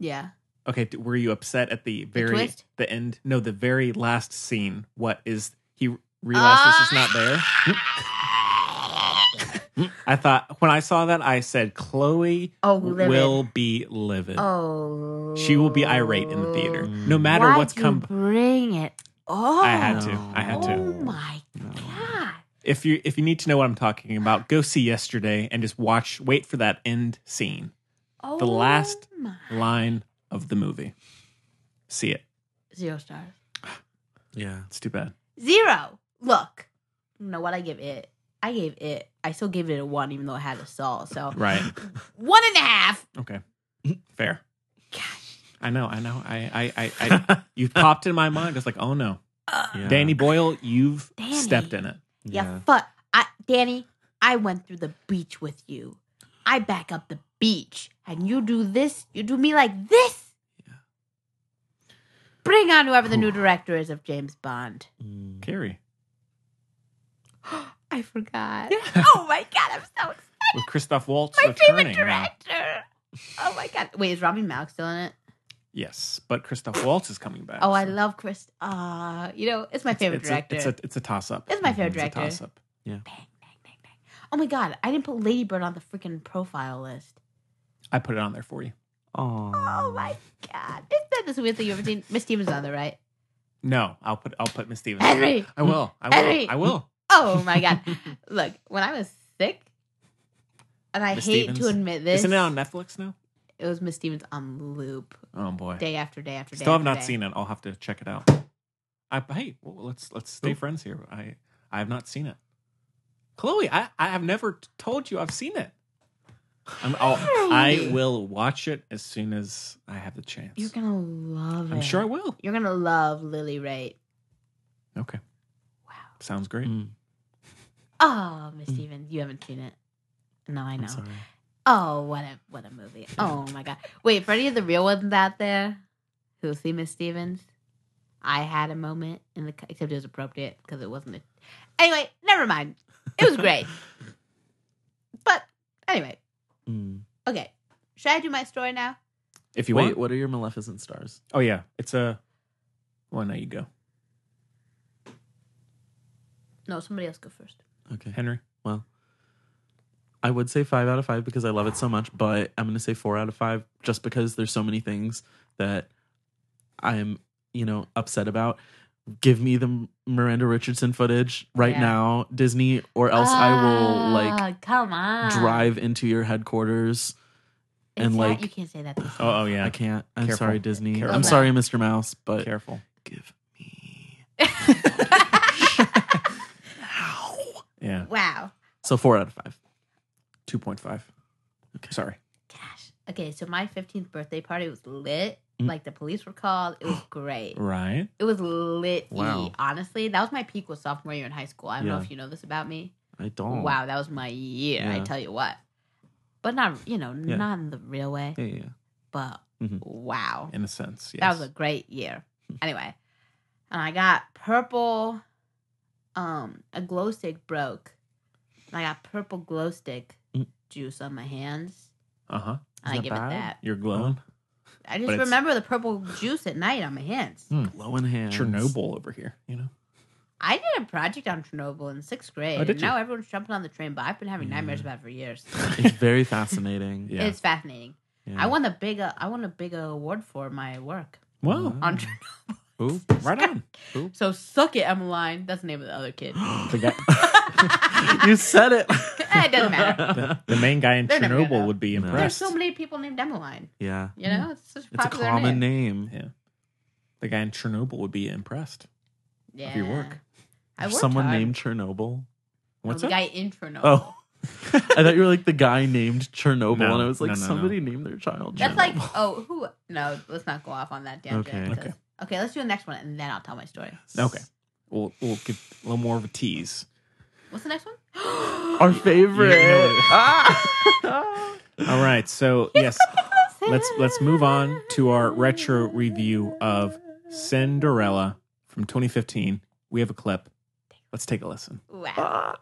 Yeah. Okay, d- were you upset at the very twist? the end? No, the very last scene. What is he realized this is Ah. not there? I thought when I saw that, I said Chloe Oh, livid. will be livid. [LAUGHS] Oh. She will be irate in the theater, no matter Why'd what's you come. Bring it. Oh. I had to. I had Oh to. my god. If you if you need to know what I'm talking about, go see yesterday and just watch. Wait for that end scene, Oh. the last my. line of the movie. See it. Zero stars. yeah, It's too bad. Zero. Look. You know what I give it? I gave it. I still gave it a one, even though it had a stall. So Right. one and a half. [LAUGHS] Okay. Fair. I know, I know. I, I, I, [LAUGHS] I you popped in my mind. It's like, oh no, yeah. Danny Boyle, you've Danny. stepped in it. uh, Yeah. Yeah. fuck. I, Danny, I went through the beach with you. I back up the beach, and you do this. You do me like this. Bring on whoever the new director is of James Bond. Mm. Carrie I forgot. [LAUGHS] oh my god, I'm so excited. with Christoph Waltz My returning. favorite now. director. Oh my god. Wait, is Rami Malek still in it? Yes, but Christoph Waltz is coming back. Oh, I so love Chris. Ah, you know, it's my favorite it's director. A, it's a it's a toss up. It's my favorite It's a director. toss up. Bang, bang, bang, bang. Oh my god, I didn't put Lady Bird on the freaking profile list. I put it on there for you. Aw. Oh my god. Isn't that the weirdest thing you've ever seen? Miss Stevens on there, right? No, I'll put I'll put Miss Stevens. Henry! I will. I will. Henry! I will. Oh my god. Look, when I was sick, and I Miss hate to Stevens. admit this, Isn't it on Netflix now? it was Miss Stevens on loop Oh boy. day after day after day. Still have after not day. seen it. I'll have to check it out. I hey, well, let's let's stay friends here. I I have not seen it. Chloe, I I have never t- told you I've seen it. I'm, I'll, I will watch it as soon as I have the chance. You're gonna love it. I'm sure I will. You're gonna love Lily Raitt. Okay. Wow. Sounds great. Mm. Oh, Miss Mm. Stevens, you haven't seen it. No, I know. I'm sorry. Oh, what a what a movie. Oh my god. Wait, for any of the real ones out there who see Miss Stevens, I had a moment in the co- except it was appropriate because it wasn't. A, anyway, never mind. It was great. but anyway, Mm. okay. Should I do my story now? If you Wait, want. what are your Maleficent stars? Oh yeah, it's a. Well, now you go, No, somebody else go first. Okay. Henry. Well, I would say five out of five because I love it so much, but I'm going to say four out of five just because there's so many things that I'm, you know, upset about. Give me the Miranda Richardson footage right Yeah. now, Disney, or else I will like Ah, come on drive into your your headquarters. It's and, not- like- uh, you can't say that. Oh, oh yeah. I can't. I'm Careful. sorry, Disney. Careful. I'm sorry, Mr. Mouse, but Careful. give me. [LAUGHS] Yeah. [LAUGHS] wow. So four out of five. Two point five. Okay. Sorry. Gosh. Okay, so my 15th birthday party was lit. Mhm. Like the police were called. It was great. Right. It was lit. Wow. Honestly, that was my peak was sophomore year in high school. I don't know Yeah. if you know this about me. I don't. Wow, that was my year. I Yeah. tell you what. But not, you know, Yeah. not in the real way. Yeah, yeah. yeah. But Mhm. wow. In a sense. Yes. That was a great year. Hmm. Anyway, and I got purple, um, a glow stick broke. And I got purple glow stick Mm. juice on my hands. Uh huh. And I that give it bad? that. You're glowing. Oh, But I just it's- remember the purple juice at night on my hands. Low in hand. Chernobyl over here. You know. I did a project on Chernobyl in sixth grade. Oh, did and now you? Mm-hmm. everyone's jumping on the train, but I've been having nightmares about it for years. It's very fascinating. [LAUGHS] Yeah. It's fascinating. Yeah. [LAUGHS] I won a big uh, I won a big award for my work Wow. on [LAUGHS] Ooh. Right on. So suck it, Emmeline. That's the name of the other [GASPS] kid. The guy, you said it. [LAUGHS] it doesn't matter. [LAUGHS] the, the main guy in They're never gonna know. Chernobyl would be No. There's impressed. so many people named Emmeline. Yeah. You Mm. know, it's such a It's a popular common name. Yeah. The guy in Chernobyl would be impressed. Yeah. of your work. I worked Someone hard. named Chernobyl. No, What's the up? guy in Chernobyl. Oh. [LAUGHS] I thought you were like the guy named Chernobyl, No, and I was like, no, no, no. somebody named their child. That's [LAUGHS] Chernobyl. [LAUGHS] like oh who? No, let's not go off on that tangent. Okay. because- Okay. okay, let's do the next one and then I'll tell my story. Okay. We'll we'll give a little more of a tease. What's the next one? [LAUGHS] our favorite. You know it. Ah! [LAUGHS] All right. So yes, let's let's move on to our retro review of Cinderella from 2015. We have a clip. Let's take a listen. Wow.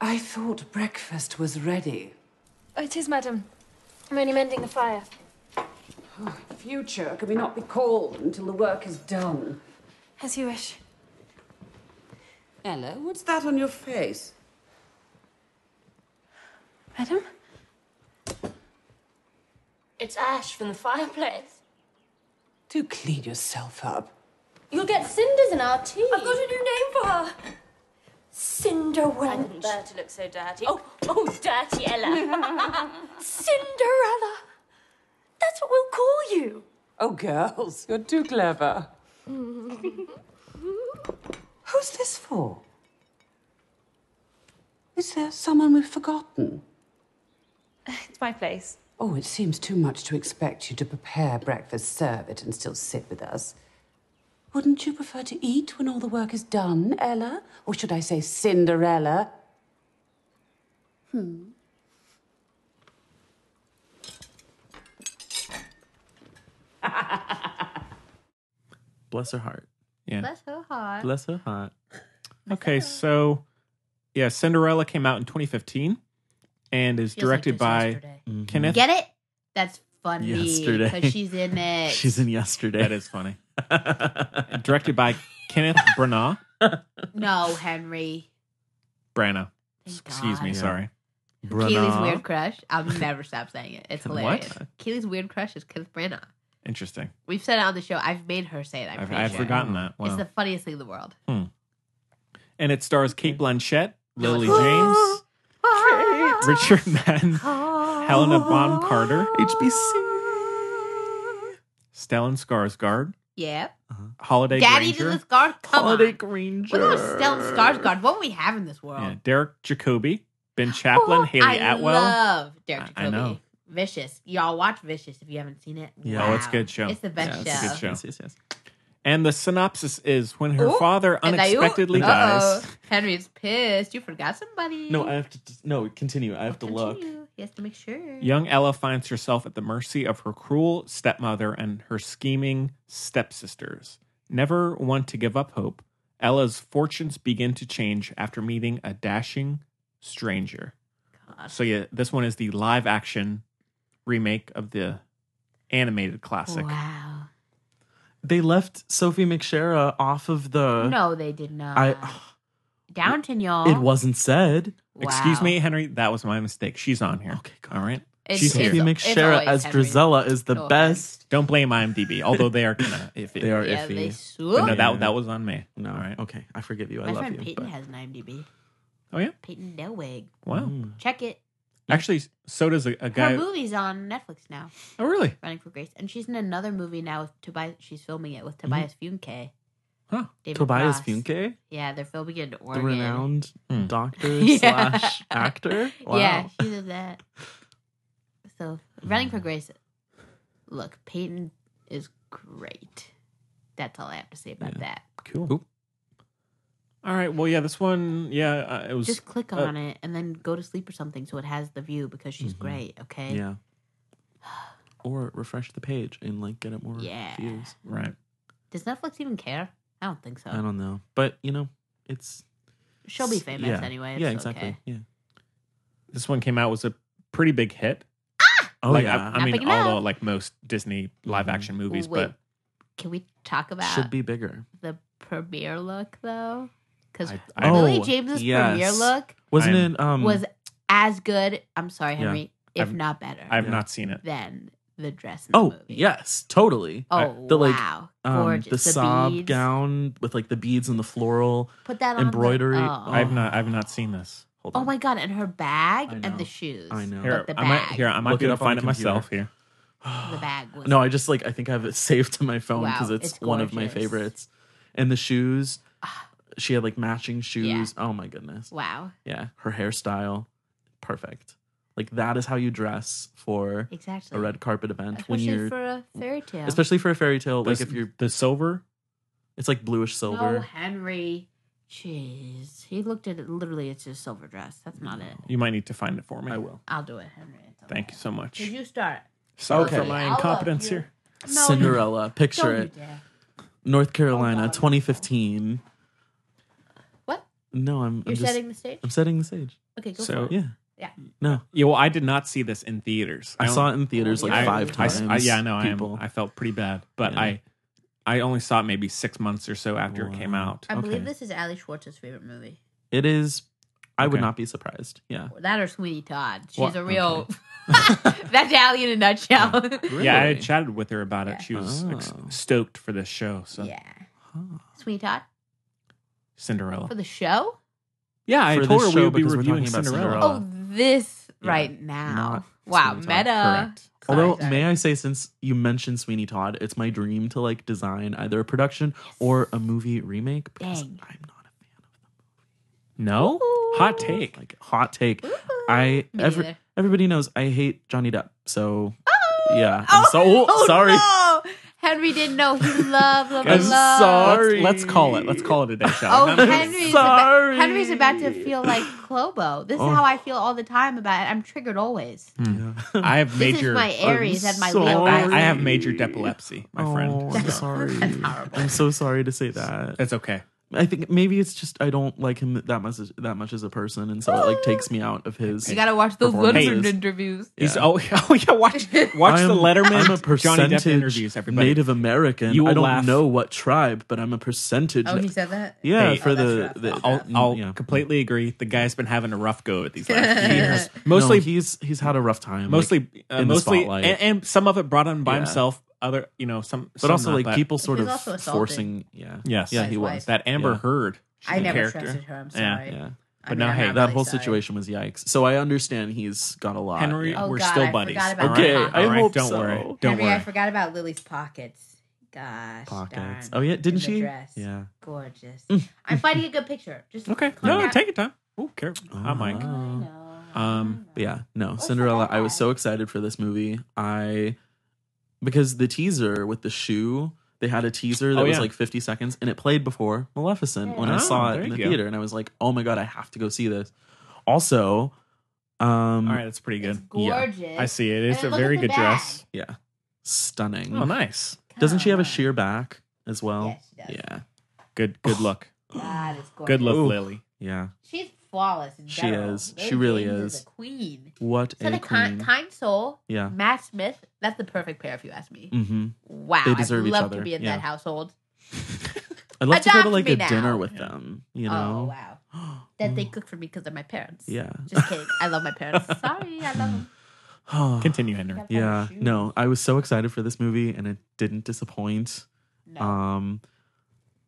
I thought breakfast was ready. Oh, it is, madam. I'm only mending the fire. Future, can we not be called until the work is done? As you wish. Ella, Uh, what's that on your face? Madam? It's ash from the fireplace. Do clean yourself up. You'll get cinders in our tea. I've got a new name for her! I Cinderwench. dare to look so dirty. Oh, oh, dirty Ella. [LAUGHS] Cinderella! That's what we'll call you! Oh, girls, you're too [LAUGHS] clever. Who's this for? Is there someone we've forgotten? It's my place. Oh, it seems too much to expect you to prepare breakfast, serve it, and still sit with us. Wouldn't you prefer to eat when all the work is done, Ella? Or should I say Cinderella? Bless her heart. Yeah. That's so hard. Bless her heart. Okay. So yeah, Cinderella came out in 2015 and is Feels like directed just by yesterday. Mm-hmm. Kenneth. [LAUGHS] Get it? That's funny. Yesterday. Because she's [LAUGHS] in it. She's in yesterday. That is funny. directed by Kenneth Branagh. No, Henry. Branagh. Thank Excuse me. God. Sorry. Keely's Branagh. weird crush. I'll never stop saying it. It's [LAUGHS] What? hilarious. Keely's weird crush is Kenneth Branagh. Interesting. We've said it on the show. I've made her say it. I'm I've, pretty I've sure. forgotten that. Wow. It's the funniest thing in the world. and it stars Kate Blanchett, [GASPS] Lily it's- James, Richard Madden, Helena Bonham Carter, HBC. Stellan Skarsgård, Yeah. Holiday Daddy Granger, to the scar. Come Holiday on. Granger. We're going to Stellan Skarsgård. What do we have in this world? yeah, Derek Jacobi, [GASPS] Ben Chaplin, Haley Oh, I Atwell. love Derek I- I Jacobi. know. Vicious. Y'all watch Vicious if you haven't seen it. Yeah. Wow. Oh, it's a good show. It's the best it's a show. good show. Yes, yes, yes. And the synopsis is when her Ooh, father And they- ooh, unexpectedly uh-oh. dies. Henry's pissed. You forgot somebody. No, I have to. No, continue. I have to look. Continue. He has to make sure. Young Ella finds herself at the mercy of her cruel stepmother and her scheming stepsisters. Never one to give up hope, Ella's fortunes begin to change after meeting a dashing stranger. So yeah, this one is the live action remake of the animated classic. Wow. They left Sophie McShera off of the. no, they did not. I. Downton, y'all. It wasn't said. Excuse Wow. me, Henry, that was my mistake. She's on here. Okay, God. All right. It's- She's it's- here. Sophie it's McShera always as Henry. Drizella is the No offense. best. Don't blame IMDb, although they are kind [LAUGHS] of iffy. They are Yeah, iffy. they But swoop. no, Yeah. that, that was on me. No, All right. okay. I forgive you. I My love friend you. Peyton but- has an IMDb. Oh, yeah. Peyton Delwig. Wow. Mm. Check it. Actually, so does a, a Her guy. movie's on Netflix now, Oh, really? Running for Grace, and she's in another movie now with Tobias. She's filming it with Tobias Funke. Huh. David Tobias Cross. Funke, Yeah, they're filming it in the Oregon. renowned Hmm. [LAUGHS] doctor Yeah. slash actor. [LAUGHS] Wow. Yeah, she did [LAUGHS] that. So, Running for Grace. Look, Peyton is great. That's all I have to say about that. Cool. All right. Well, yeah, this one, yeah, uh, it was. Just click uh, on it and then go to sleep or something so it has the view because she's great, okay? Mm-hmm. Yeah. Or refresh the page and like get it more Yeah. views. Right. Does Netflix even care? I don't think so. I don't know, but you know, it's Oh. She'll be it's- famous yeah. anyway. yeah, it's exactly. Okay. Yeah. This one came out was a pretty big hit. Oh like, yeah. I, I Not mean, big although enough. Mm-hmm. like most Disney live action movies, Wait. but Can we talk about Should be bigger. the premiere look though? Because I- I- Lily Oh, James's yes. premiere look Wasn't I'm- it? Um. was as good. I'm sorry, Yeah. Henry, if I've- not better I've Yeah. not seen it. than the dress. In Oh the movie. yes, totally. Oh the, like, wow, Um, gorgeous. the sob beads. gown with like the beads and the floral. Put that on the- embroidery. oh. I've not. I've not seen this. Hold Oh on. my god, and her I bag and know. the shoes. I know. Here, Like the I might. bag. Here, I might Look be it able up to on find the it myself here. [GASPS] The bag was No, I just like I think I have it [LAUGHS] saved to my phone because Wow, it's, it's one of my gorgeous. Ah. favorites. And the shoes, she had like matching shoes. Oh my goodness. wow. Yeah, her hairstyle, perfect. Like that is how you dress for Exactly. a red carpet event when especially you're for a fairy tale. especially for a fairy tale This- like if you're the silver, it's like bluish No, silver. Oh, Henry. Jeez, he looked at it. Literally, it's just silver dress. That's not it. you might need to find it for me. I will. I'll do it, Henry. It's okay. Thank you so much. Did you start? Sorry Okay. for my I'll love incompetence you. here. No, Cinderella, picture Don't you Oh, it. dare. North Carolina, 2015. What? No, I'm, You're I'm just setting the stage? I'm setting the stage. Okay, go So- for it. Yeah. Yeah. No. Yeah, well, I did not see this in theaters. I, don't- saw it in theaters like I- five I- times. I- yeah, I know. I, am, people. I felt pretty bad, but Yeah. I, I only saw it maybe six months or so after it came Wow. out. I Okay. believe this is Ali Schwartz's favorite movie. It is. I would Okay. not be surprised. Yeah. That or Sweeney Todd. She's What? a real. [LAUGHS] That's Ali in a nutshell. [LAUGHS] Yeah, I Oh, Really? had chatted with her about it. She was ex- Oh. stoked for this show. So yeah. Sweeney Todd Cinderella. for the show? yeah, I For told this her we show, would be because we're reviewing talking about Cinderella. Cinderella. Oh, this Uh, yeah, right now. not Wow, Sweeney Todd, meta. correct. Sorry, Although, sorry. may I say, since you mentioned Sweeney Todd, it's my dream to like design either a production or a movie remake because Dang. I'm not a fan of No, hot take. them. Like hot take, I Me every, neither. everybody knows I hate Johnny Depp. So yeah, I'm so oh, sorry. No! Henry didn't know. [LAUGHS] He loved, loved, I'm loved. sorry. Let's call it. Let's call it a day, shall [LAUGHS] Oh, we? Not- Henry's, sorry. Oh. About, Henry's about to feel like Clobo. This is how I feel all the time about it. I'm triggered always. I have This major. is my Aries and my Hmm. sorry. Leo. I, I rising. have major epilepsy, my Oh, friend. I'm So sorry. horrible. I'm so sorry to say that. it's okay. I think maybe it's just I don't like him that much as, that much as a person, and so it like takes me out of his. You gotta watch those Letterman Hey. interviews. He's oh, [LAUGHS] oh yeah. Watch watch I'm- the Letterman I'm a Johnny percentage Depp interviews. Everybody. Native American. You will I don't laugh. know what tribe, but I'm a percentage. Oh, he said that. yeah, Hey, for oh, the, the I'll, I'll yeah. [LAUGHS] completely agree. The guy's been having a rough go at these last [LAUGHS] few years. Mostly, No, he's he's had a rough time. mostly, like, uh, in the mostly, spotlight. and, and some of it brought on by Yeah. himself. Other, you know, some, but also like people sort He of was also assaulted. forcing. Yeah, Yes, yeah, By he his was. wife. that Amber Yeah. Heard. she's I a never character. trusted her. I'm Yeah. sorry. Yeah, I But mean, now, I'm hey, not that really whole sorry. situation was yikes. So I understand he's got a lot. Henry, yeah. Oh, we're God, I still forgot buddies. about all right? Okay, All I right, hope Don't so. worry. Don't Henry, I worry. forgot about Lily's pockets. Gosh, darn. pockets. Oh yeah, In didn't the she? dress. Yeah. Mm. gorgeous. I'm finding a good picture. Just Okay. calm No, no, down. take your time. Ooh, careful. Oh Ah. i Mike. I know. Um, But yeah, no, Cinderella. I was so excited for this movie. I because the teaser with the shoe, they had a teaser that Oh, was yeah. like 50 seconds, and it played before Maleficent when Oh, I saw it there in the you go. theater, and I was like, oh my god, I have to go see this. Also, um, all right, that's pretty It's good. gorgeous. I see it. It's And a look at very the good bag. dress. yeah, stunning. Oh, nice. Doesn't she have a Come on. sheer back? as well. Yes, she does. Yeah. Good good luck. That is gorgeous. Good luck, Lily. Yeah. She's flawless. In She general. is. Lily She really James is. a queen. What So a the queen. kind, kind soul, yeah. Matt Smith. That's the perfect pair, if you ask me. Mm-hmm. Wow, They deserve I'd each love other, to be in yeah. that household. I'd love to go to Adopt like me a now. dinner with them. You Oh know. wow, that they cook for me because they're my parents. Yeah. Just kidding. I love my [LAUGHS] parents. Sorry, I love them. [SIGHS] Continue, Henry. Oh, yeah. No, I was so excited for this movie and it didn't disappoint. No. Um.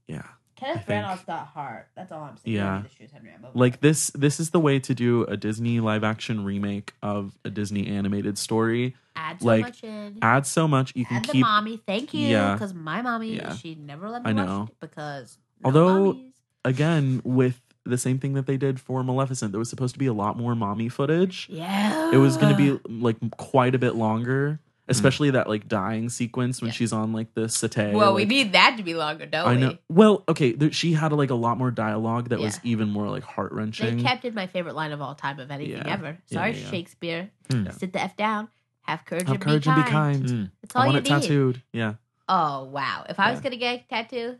Yeah. Kenneth think- Branagh's got heart. That's all I'm saying. Yeah. Maybe the shoes, Henry. I'm over like it. this this is the way to do a disney live action remake of a disney animated story add so like, much in. add so much you can Add the keep mommy. Thank you. Yeah. Because my mommy, Yeah. she never let me I know. watch it because no Although- mommies. again with the same thing that they did for maleficent there was supposed to be a lot more mommy footage yeah, it was going to be like quite a bit longer especially that like dying sequence when Hmm. Yeah. she's on like the satay [LAUGHS] Well, we like, need that to be longer, don't i we? know well okay there, she had like a lot more dialogue that was even more like They heart-wrenching kept in my favorite line of all time of anything Yeah. ever. Yeah, Sorry, yeah, yeah. Shakespeare. Yeah. Sit the f down. Have courage, have and, courage be and be kind. kind Mm. That's all i want you it need. tattooed yeah Oh wow! If I was Yeah. Mm-hmm. gonna get a tattoo,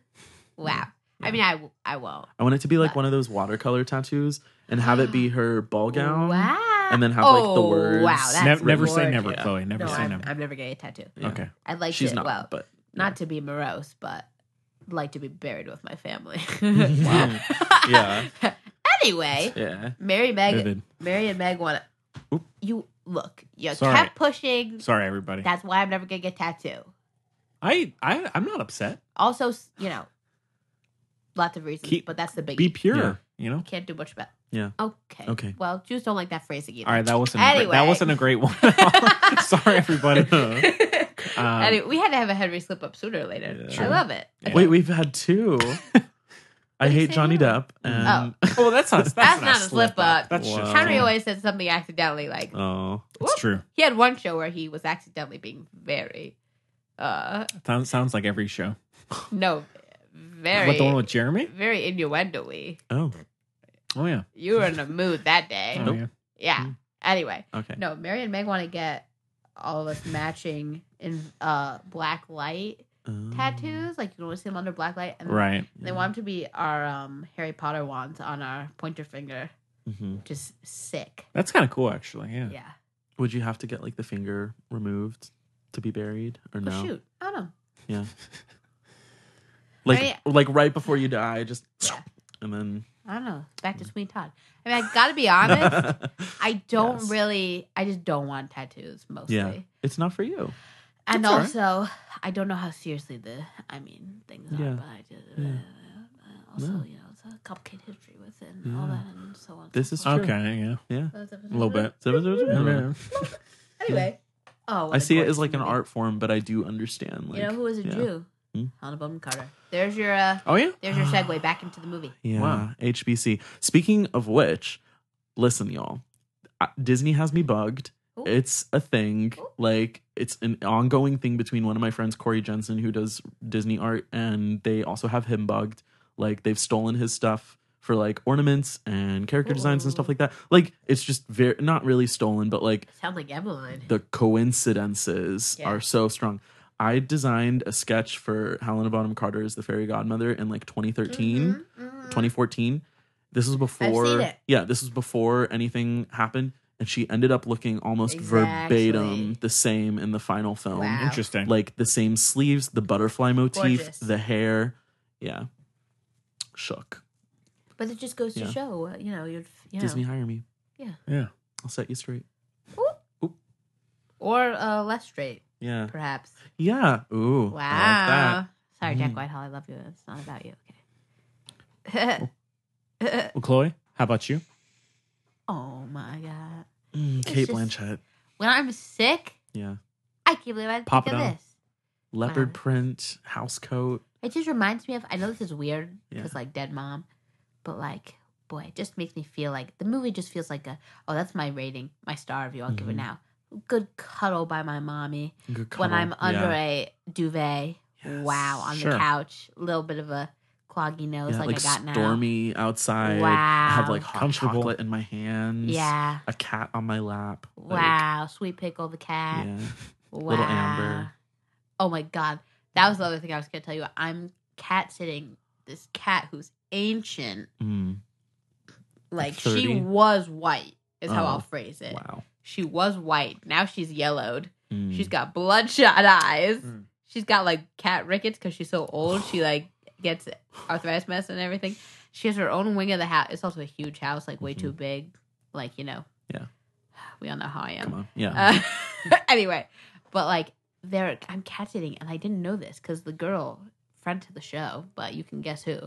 wow. I mean, I w- I won't. I want it to be like But- one of those watercolor tattoos and have it [GASPS] be her ball gown. Wow. Um, and then have, like, the Oh, words. Wow, that's Nev- never say gorgeous. never, Yeah. Chloe. Never No, say I'm, never. I'm never getting a tattoo. Yeah. Okay. I'd like She's to. not, well, [LAUGHS] but not to be morose, but I'd like to be buried with my family. [LAUGHS] Wow. Yeah. anyway, yeah. Mary Meg, Vivid. Mary and Meg want to. Oop. You look. You Sorry. kept pushing. Sorry, everybody. That's why I'm never gonna get a tattoo. I, I I'm not upset. Also, s- you know, lots of reasons, Keep- but that's the big. Be pure. Yeah. You know. Can't do much about. Yeah. Okay. Okay. Well, Jews don't like that phrasing either. All right, that wasn't a great, that Anyway. wasn't a great one. [LAUGHS] Sorry, [LAUGHS] everybody. Um, anyway, we had to have a Henry slip up sooner or later. Yeah. I Sure. love it. Yeah. Wait, we've [LAUGHS] had two. I What did you hate say Johnny now? Depp and oh, well, that's not that's, That's, not not a slip up. That's just Wow. Henry always said something accidentally. Like Uh. oh, it's true. he had one show where he was accidentally being very, uh, Sounds sounds like every show. no, What the one very, with Jeremy? very innuendo-y. oh, Oh yeah. You were in a mood [LAUGHS] that day. Oh, yeah. Yeah. Anyway, okay. no, Mary and Meg want to get all of us matching in uh black light Mm. Um, tattoos. Like you can always see them under black light, and Right. They want them to be our um, Harry Potter wands on our pointer finger, mhm. which is sick. That's kind of cool, actually. Yeah. Yeah. Would you have to get like the finger removed to be buried or Oh no? shoot, I don't know. [LAUGHS] Yeah. Like Right. like right before you die, just Yeah. and then I don't know. Back to Sweeney Todd. I mean, I gotta [LAUGHS] be honest. I don't Yes. really. I just don't want tattoos mostly. yeah, it's not for you. And That's all also, I don't know how seriously the. I mean, things are, Yeah. but I just. uh, Also, No. you know, it's a complicated history with it and all Yeah. that and so on. and This so is forth. Okay. Yeah. Yeah. A little [LAUGHS] bit. So- Anyway. Oh, what I a see it gorgeous as like an movie. art form, but I do understand. Like, you know who was a yeah. Jew? Hmm? Helena Bonham Carter. There's your. uh Oh yeah. There's your [SIGHS] segue back into the movie. Yeah, Wow. HBC. Speaking of which, listen, y'all. I- Disney has me bugged. Ooh. It's a thing. Ooh. Like it's an ongoing thing between one of my friends, Corey Jensen, who does Disney art, and they also have him bugged. Like they've stolen his stuff for like ornaments and character designs and stuff Ooh. like that. Like it's just very not really stolen, but like Sounds like Evelyn. the coincidences Yeah. are so strong. I designed a sketch for Helena Bonham Carter as the fairy godmother in like 2013, Mhm, mhm. 2014. This was before it. Yeah, this was before anything happened and she ended up looking almost Exactly. verbatim the same in the final film. Wow. Interesting. Like the same sleeves, the butterfly motif, Gorgeous. the hair. Yeah. Shook. But it just goes to Yeah. show, uh, you know, you'd you know. Disney hire me. yeah. I'll set you straight. or uh, less straight, Yeah. perhaps. Yeah. Ooh. I like Wow. that. Sorry, Jack Mm. Whitehall, I love you. It's not about you. Okay. [LAUGHS] Well, Chloe, how about you? oh my god! Mm, It's Kate just- Blanchett. When I'm sick, Yeah. I can't believe I Pop think it of on. this. Leopard Wow. print, house coat. It just reminds me of. I know this is weird Yeah. because like dead mom, but like boy, it just makes me feel like the movie just feels like a. Oh, that's my rating, my star review. I'll give it Mhm. now. Good cuddle by my mommy. Good when I'm cuddle. under Yeah. a duvet. Yes. Wow, on Sure. the couch, a little bit of a cloggy nose Yeah, like, I got stormy outside. I have like Wow. hot Comfortable. chocolate in my now. hands. Yeah. A cat on my lap. like, Wow, sweet pickle the cat. Yeah. Wow. Little Amber. Oh my god. That was the other thing I was going to tell you. I'm cat sitting this cat who's ancient. Mm, Like 30? she was white, is how Oh, I'll phrase it. wow. She was white. Now she's yellowed. Mm. She's got bloodshot eyes. Mm. She's got like cat rickets because she's so old. She like gets arthritis mess and everything. She has her own wing of the house. It's also a huge house, like way too big. Like you know. Mm-hmm. Yeah. We all know how I am. Come on. Yeah. [LAUGHS] Uh, [LAUGHS] anyway, but like there, I'm cat sitting, and I didn't know this because the girl, friend to the show, but you can guess who.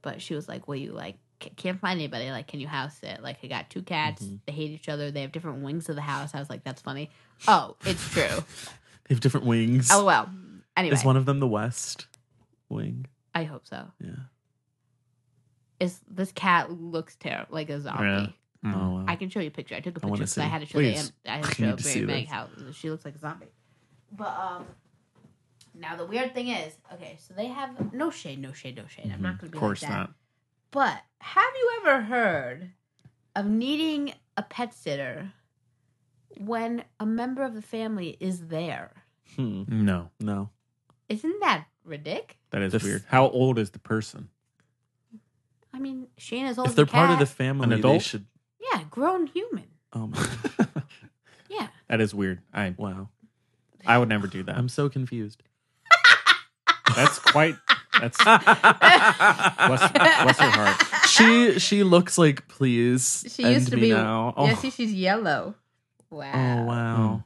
But she was like, "Well, you like c- can't find anybody. Like, can you house it? Like, I got two cats. Mm-hmm. They hate each other. They have different wings of the house." I was like, "That's funny." Oh, it's [LAUGHS] true. they have different wings. LOL. Oh, Anyway, Is one of them the West Wing? I hope so. Yeah. Is this cat looks terrible, like a zombie? Yeah. Oh, wow. Mm. I can show you a picture. I took a I wanna picture because I, see. had to show Please. the, I had to [LAUGHS] I show need to see Mary Meg this. how she looks like a zombie. But um, now the weird thing is, okay, so they have no shade, no shade, no shade. I'm Mm-hmm. not going to be Of course like that. not. But have you ever heard of needing a pet sitter when a member of the family is there? Hmm. No, No. Isn't that ridiculous? that is The f- weird. How old is the person? I mean, Shane is old. if they're part of the cat. family, An they adult? should. yeah, grown human. Um, [LAUGHS] Yeah. That is weird. I wow. I would never do that. I'm [LAUGHS] so confused. That's quite. [LAUGHS] That's bless, bless her heart. she she looks like please. She end used to me be. now. Oh, Yeah, see, she's yellow. Wow. oh wow.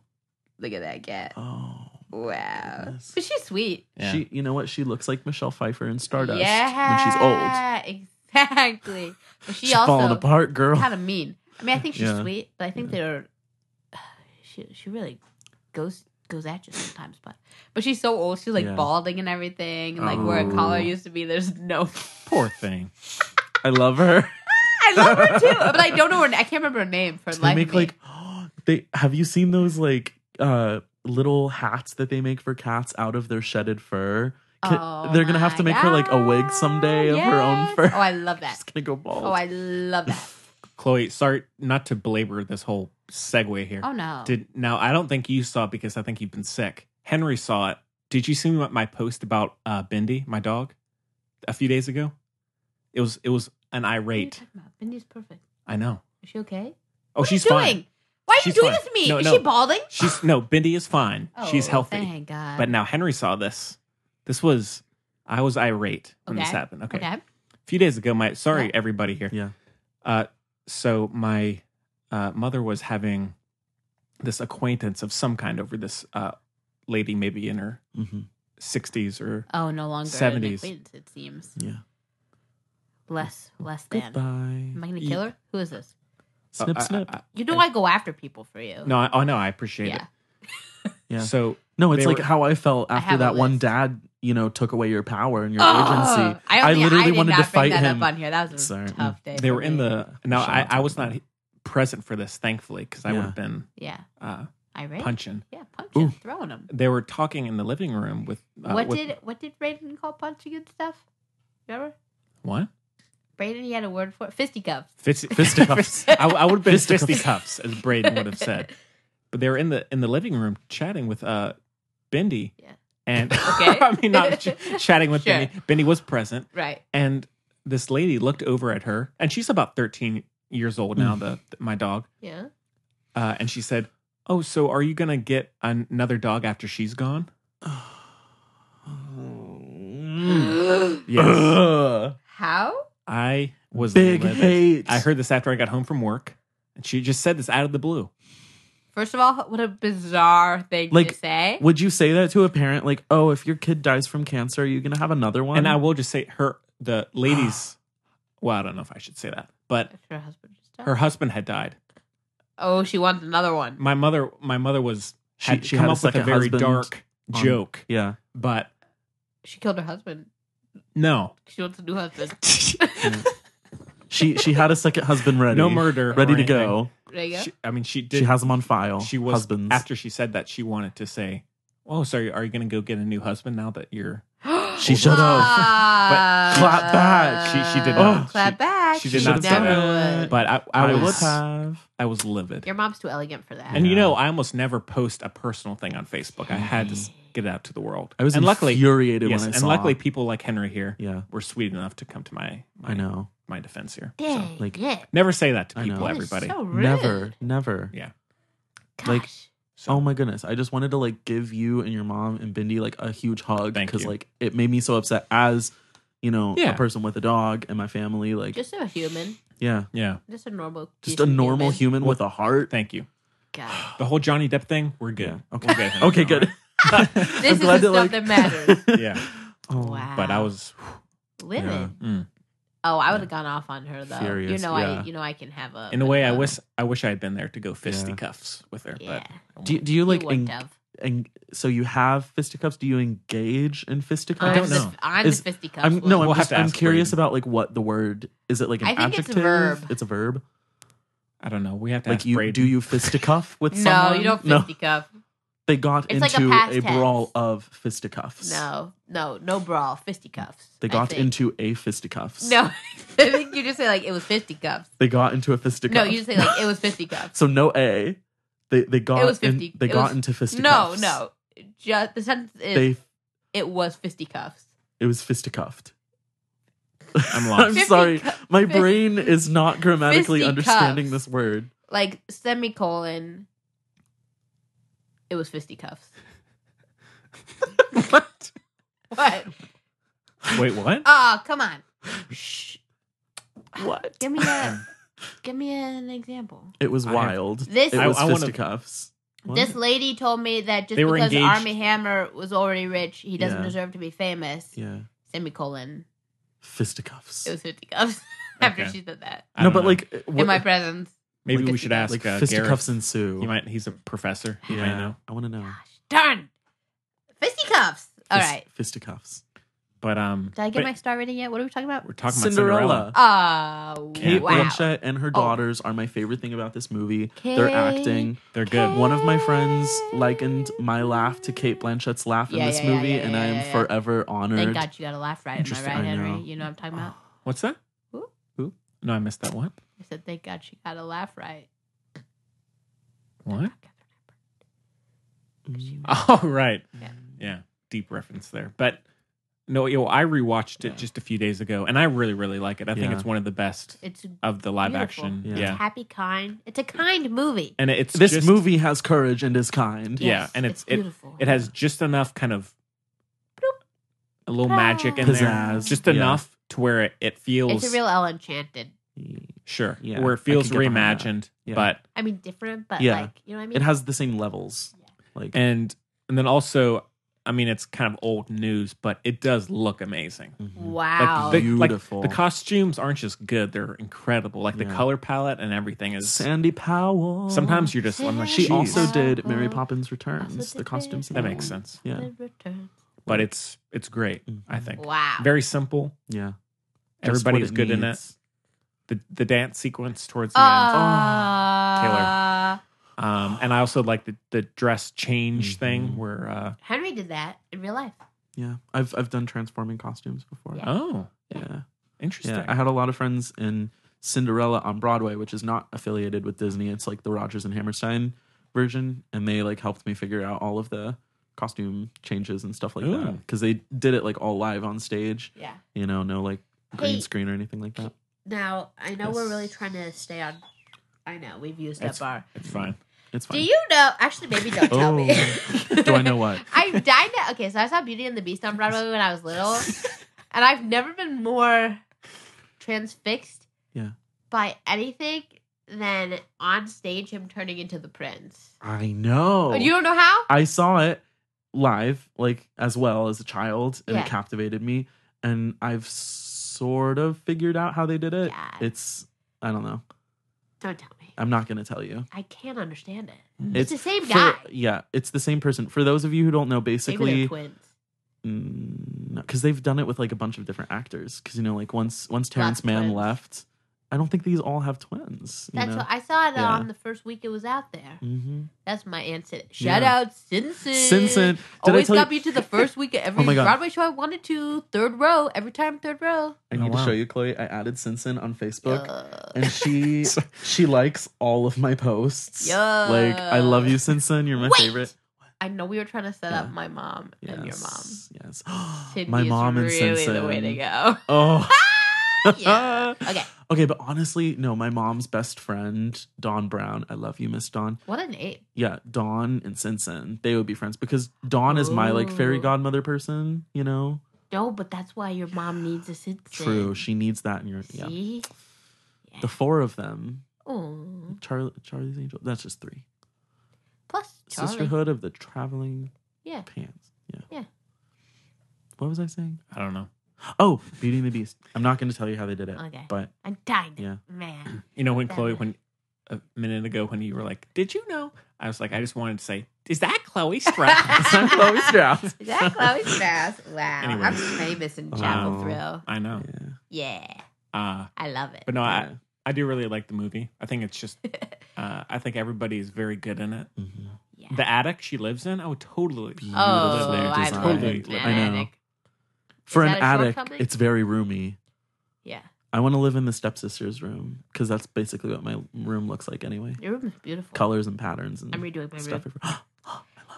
Look at that cat. Oh. Wow. goodness. But she's sweet. Mm. Yeah. She, you know what? She looks like Michelle Pfeiffer in Stardust when she's old. yeah, Exactly. But she She's falling also apart, girl. kind of mean. I mean, I think she's Yeah. sweet, but I think they're. [SIGHS] She she really goes goes at you sometimes, but but she's so old. She's like Yeah. Oh. balding and everything, and like where a collar used to be, there's no. [LAUGHS] Poor thing. I love her. I love her too, but I don't know her. I can't remember her name for the they life make of me. like [GASPS] they have you seen those like uh little hats that they make for cats out of their shedded fur Ca- Oh they're gonna have to my make her like a wig God, someday of her own yes. fur Oh, I love that. [LAUGHS] she's gonna go bald Oh, I love that. Chloe, sorry not to belabor this whole segue here. Oh no. Did now? I don't think you saw it because I think you've been sick. Henry saw it. Did you see my, my post about uh, Bendy, my dog, a few days ago? It was it was an What are you irate. talking about? Bindi's perfect. I know. Is she okay? Oh, What she's are you fine. doing? Why are you She's doing fine. this to me? No, Is no. she balding? She's no Bendy is fine. she's Oh, healthy. Thank God. But now Henry saw this. This was I was irate when this Okay. happened. Okay. okay. A few days ago, my sorry Yeah. everybody here. yeah Uh, so my uh, mother was having this acquaintance of some kind over this uh, lady, maybe in her hmm 60s or Oh, no longer an 70s. acquaintance. It seems yeah less less than. goodbye Am I gonna kill her? Who is this? snip Uh, I- snip I- I- You know I go after people for you. no, I, oh no, I appreciate Yeah. it. Yeah. So no it's they like were- how i felt I after have a that one list. dad you know took away your power and your Oh, agency I, don't think- literally I did wanted not to bring fight that him up on here. That was a Sorry. tough day. they for were in me. the now. Shall I, not I talk was about not present for this, thankfully, because I Yeah. would have been yeah. uh, I raped. punching. Yeah, punching, Ooh. throwing them. They were talking in the living room with uh, what with- did what did Brayden call punching and stuff? Remember? what Brayden, he had a word for [LAUGHS] it. Fisticuffs. [LAUGHS] Fist, Fisticuffs. I, I would have been Fisticuffs. fisticuffs, as Braden would have said. But they were in the in the living room chatting with uh Bendy. Yeah. [LAUGHS] And Okay. [LAUGHS] I mean, [LAUGHS] not [LAUGHS] ch- chatting with Sure. Bendy. Bendy was present, Right. and this lady looked over at her, and she's about thirteen years old now. Mm. The, my dog, Yeah. uh, and she said, "Oh, so are you gonna get an- another dog after she's [GASPS] gone?" Oh. yes, Ugh. How? I was big livid. hate I heard this after I got home from work, and she just said this out of the blue. First of all, what a bizarre thing Like, to say. Would you say that to a parent? Like, oh, if your kid dies from cancer, are you going to have another one? And I will just say her the [GASPS] lady's well, I don't know if I should say that, but If her husband just died. her husband had died. oh, she wants another one. My mother my mother was She- had she come had a up with a second very husband dark on- joke, yeah. but She killed her husband. no. She wants a new husband. She she had a second husband ready. No murder. Ready or to anything. go. [LAUGHS] There you go. She, I mean she did She has them on file. she was husbands. after she said that she wanted to say, Oh, sorry, are you gonna go get a new husband now that you're [GASPS] she should have. Ah. Clap back. She- she did Oh. not. Clap She- back. she did not say never that. would. but I I, I would was have. I was livid. Your mom's too elegant for that. And you Yeah. know, I almost never post a personal thing on Facebook. I had to s- get it out to the world. I was and luckily infuriated when yes, I and saw- luckily people like Henry here Yeah. were sweet enough to come to my my, I know. my defense here. Dang like, it. Never say that to I people, know. everybody. So rude. Never, never. yeah. Gosh. like- So- Oh my goodness. I just wanted to like give you and your mom and Bindi like a huge hug Thank because you. like it made me so upset as, you know, a Yeah. person with a dog and my family. Like, just a human. yeah. Yeah. Just a normal. Just a decent normal human with a heart. Thank you. God. The whole Johnny Depp thing, we're good. Yeah. Okay. We're good. [LAUGHS] [LAUGHS] Okay, good. This is the stuff that matters. [LAUGHS] yeah. Oh, Wow. [SIGHS] But I was livid. Yeah. mm. Oh, I would have gone off on her though. Furious, you know, yeah. I you know I can have a in a way I uh, wish I wish I had been there to go fisticuffs with her. Yeah, But Do, do you like you would en- have. en- so you have fisticuffs? Do you engage in fisticuffs? I don't I'm know. The, I'm Is- the fisticuffs. I'm, no, one. I'm, We'll have just, to I'm ask curious Braden. about like what the word is. It like an I think it's a adjective? verb. It's a verb. I don't know. We have to like ask you Braden. do you fisticuff with no, someone? you don't No, fisticuff. they got It's like a into past tense. brawl of fisticuffs. No, no, no brawl, fisticuffs. they I got think. into a fisticuffs. [LAUGHS] No, I think you just say like it was fisticuffs. they got into a fisticuff. No, you just say like it was fisticuffs. [LAUGHS] so no a. They they got It was in- 50 they it got was- into no, fisticuffs. no. Just the sentence is They it was fisticuffs. it [LAUGHS] was fisticuffed. [LAUGHS] I'm I'm lost. Fistic- sorry, my fis- brain is not grammatically Fisticuffs. understanding this word. Like semicolon. It was fisticuffs. what? [LAUGHS] [LAUGHS] What? Wait, what? Oh, come on. Shh. What? Give me a give me an example. It was I am- wild. This- it I- was I wanna- fisticuffs. What? This lady told me that just They were because engaged. Army Hammer was already rich, he doesn't Yeah. deserve to be famous. yeah, Semicolon. fisticuffs. It was fisticuffs. [LAUGHS] After Okay. she said that I no, don't but know. like what, in my presence. maybe Like we a- should ask like uh, fisticuffs Gareth. ensue. He might he's a professor. He yeah, might know. I want to know. Gosh, darn. Fisticuffs. All Fis- right. fisticuffs. But um Did I get but my star rating yet? What are we talking about? we're talking Cinderella. about Oh, Kate wow. Oh. Blanchett and her daughters are my favorite thing about this movie. They're Kate- acting. Cinderella. They're good. One of my friends likened my laugh to Kate Blanchett's laugh in Yeah, this yeah, yeah, movie, yeah, and yeah, I am yeah, yeah. forever honored. Thank God you got a laugh right. Am I Interesting. right, I Henry? know. You know what I'm talking [SIGHS] about? What's that? Who? Who? No, I missed that one. I said, thank God she got a laugh right. [LAUGHS] What? [LAUGHS] Mm. Oh right. Yeah. Yeah. Deep reference there. But no, yo, I rewatched it just a few days ago and I really, really like it. I think Yeah. it's one of the best It's of the live Beautiful. action. Yeah. Yeah. It's happy, kind. It's a kind movie. And it's This just- movie has courage and is kind. Yeah, Yes, and it's, it's beautiful. it it has just enough kind of a little Ah. magic in there, Pizzazz, just yeah. enough to where it, it feels It's a real El Enchanted. sure, Yeah, where I it feels can get behind that. reimagined, Yeah. but I mean, different, but Yeah. like, you know what I mean? It has the same levels. Like and and then also, I mean, it's kind of old news, but it does look amazing. wow. Like, the, like, Mm-hmm. Beautiful. the costumes aren't just good; they're incredible. Like the Yeah. color palette and everything is. Sandy Powell. Sometimes you're just I'm like, she "Jeez." also Jeez. did Mary Also Poppins Returns. did The costumes. in that Mary makes sense, Yeah. The return. but it's it's great. I think Wow. very simple. Yeah. Everybody what was good in needs. The the dance sequence towards the end. Oh, Oh, Uh, Um, and I also like the, the dress change thing where, uh, Henry did that in real life. Yeah. I've I've done transforming costumes before. Yeah. oh, yeah. interesting. Yeah, I had a lot of friends in Cinderella on Broadway, which is not affiliated with Disney. It's like the Rogers and Hammerstein version, and they like helped me figure out all of the costume changes and stuff like Ooh. that because they did it like all live on stage. Yeah. You know, no like green Hey. screen or anything like that. Now, I know we're really Yes. trying to stay on. I know, we've used It's- that bar. it's fine. It's fine. Do you know? Actually, maybe don't tell me. Oh. Do I know what? [LAUGHS] I died. At, okay, so I saw Beauty and the Beast on Broadway when I was [LAUGHS] little, and I've never been more transfixed Yeah. by anything than on stage him turning into the prince. I know. Oh, You don't know how? I saw it live, like as well as a child, and Yeah. it captivated me. And I've sort of figured out how they did it. Yeah. It's I don't know. Don't tell me. I'm not gonna tell you. I can't understand it. Mm. It's, the same for- guy. Yeah, it's the same person. For those of you who don't know, Maybe they're basically, twins. because they've done it with like a bunch of different actors. Because you know, like once once Terrence of Mann twins. left, I don't think these all have twins. You That's know? what I saw it Yeah. on the first week it was out there. Mhm. That's my answer. Shout Yeah. out, Sinsin. Sinsin. Did I Always tell you- Oh got me to the first week [LAUGHS] of every my God. Broadway show I wanted to. Third row. Every time, third row. Oh, I need to wow. show you, Chloe. I added Sinsin on Facebook, Ugh. and [LAUGHS] she she likes all of my posts. Yo. Like, I love you, Sinsin. You're my Wait. favorite. What? I know we were trying to set up my mom Yes. and your mom. [GASPS] Yes. [GASPS] Sydney my mom is really and Sensei. the way to [LAUGHS] go. [LAUGHS] Oh. yeah. Okay. Okay, but honestly, no, my mom's best friend, Dawn Brown. I love you, Miss Dawn. What a name. Yeah, Dawn and Sinsen. They would be friends because Dawn is my like fairy Ooh. godmother person, you know? No, but that's why your mom needs a sit. True. She needs that in your yeah. See? The four of them. Ooh. Charlie Charlie's Angel. That's just three. Plus Charlie. Sisterhood of the Traveling Yeah. Pants. Yeah. Yeah. What was I saying? I don't know. Oh, Beauty and the Beast. I'm not going to tell you how they did it. Okay. But I'm dying. Yeah. [LAUGHS] Man. You know when Chloe, Batman. when a minute ago when you were like, "Did you know?" I was like, I just wanted to say, "Is that Chloe Sprout?" [LAUGHS] it's not Chloe Strauss. Is [LAUGHS] that Chloe Strauss? Wow. I'm Anyways. famous in Chapel Wow. Thrill. I know. Yeah. Yeah. Uh, I love it. but no, I Yeah. I do really like the movie. I think it's just, [LAUGHS] uh, I think everybody is very good in it. Mhm. Yeah. The attic she lives in, I would totally. oh, Beautifully I love designed. it. Totally. Man, I know. Attic. For Is an that a attic, shortcoming? it's very roomy. Yeah. I want to live in the stepsister's room because that's basically what my room looks like anyway. Your room is beautiful. Colors and patterns and I'm redoing my stuff. [LAUGHS] room.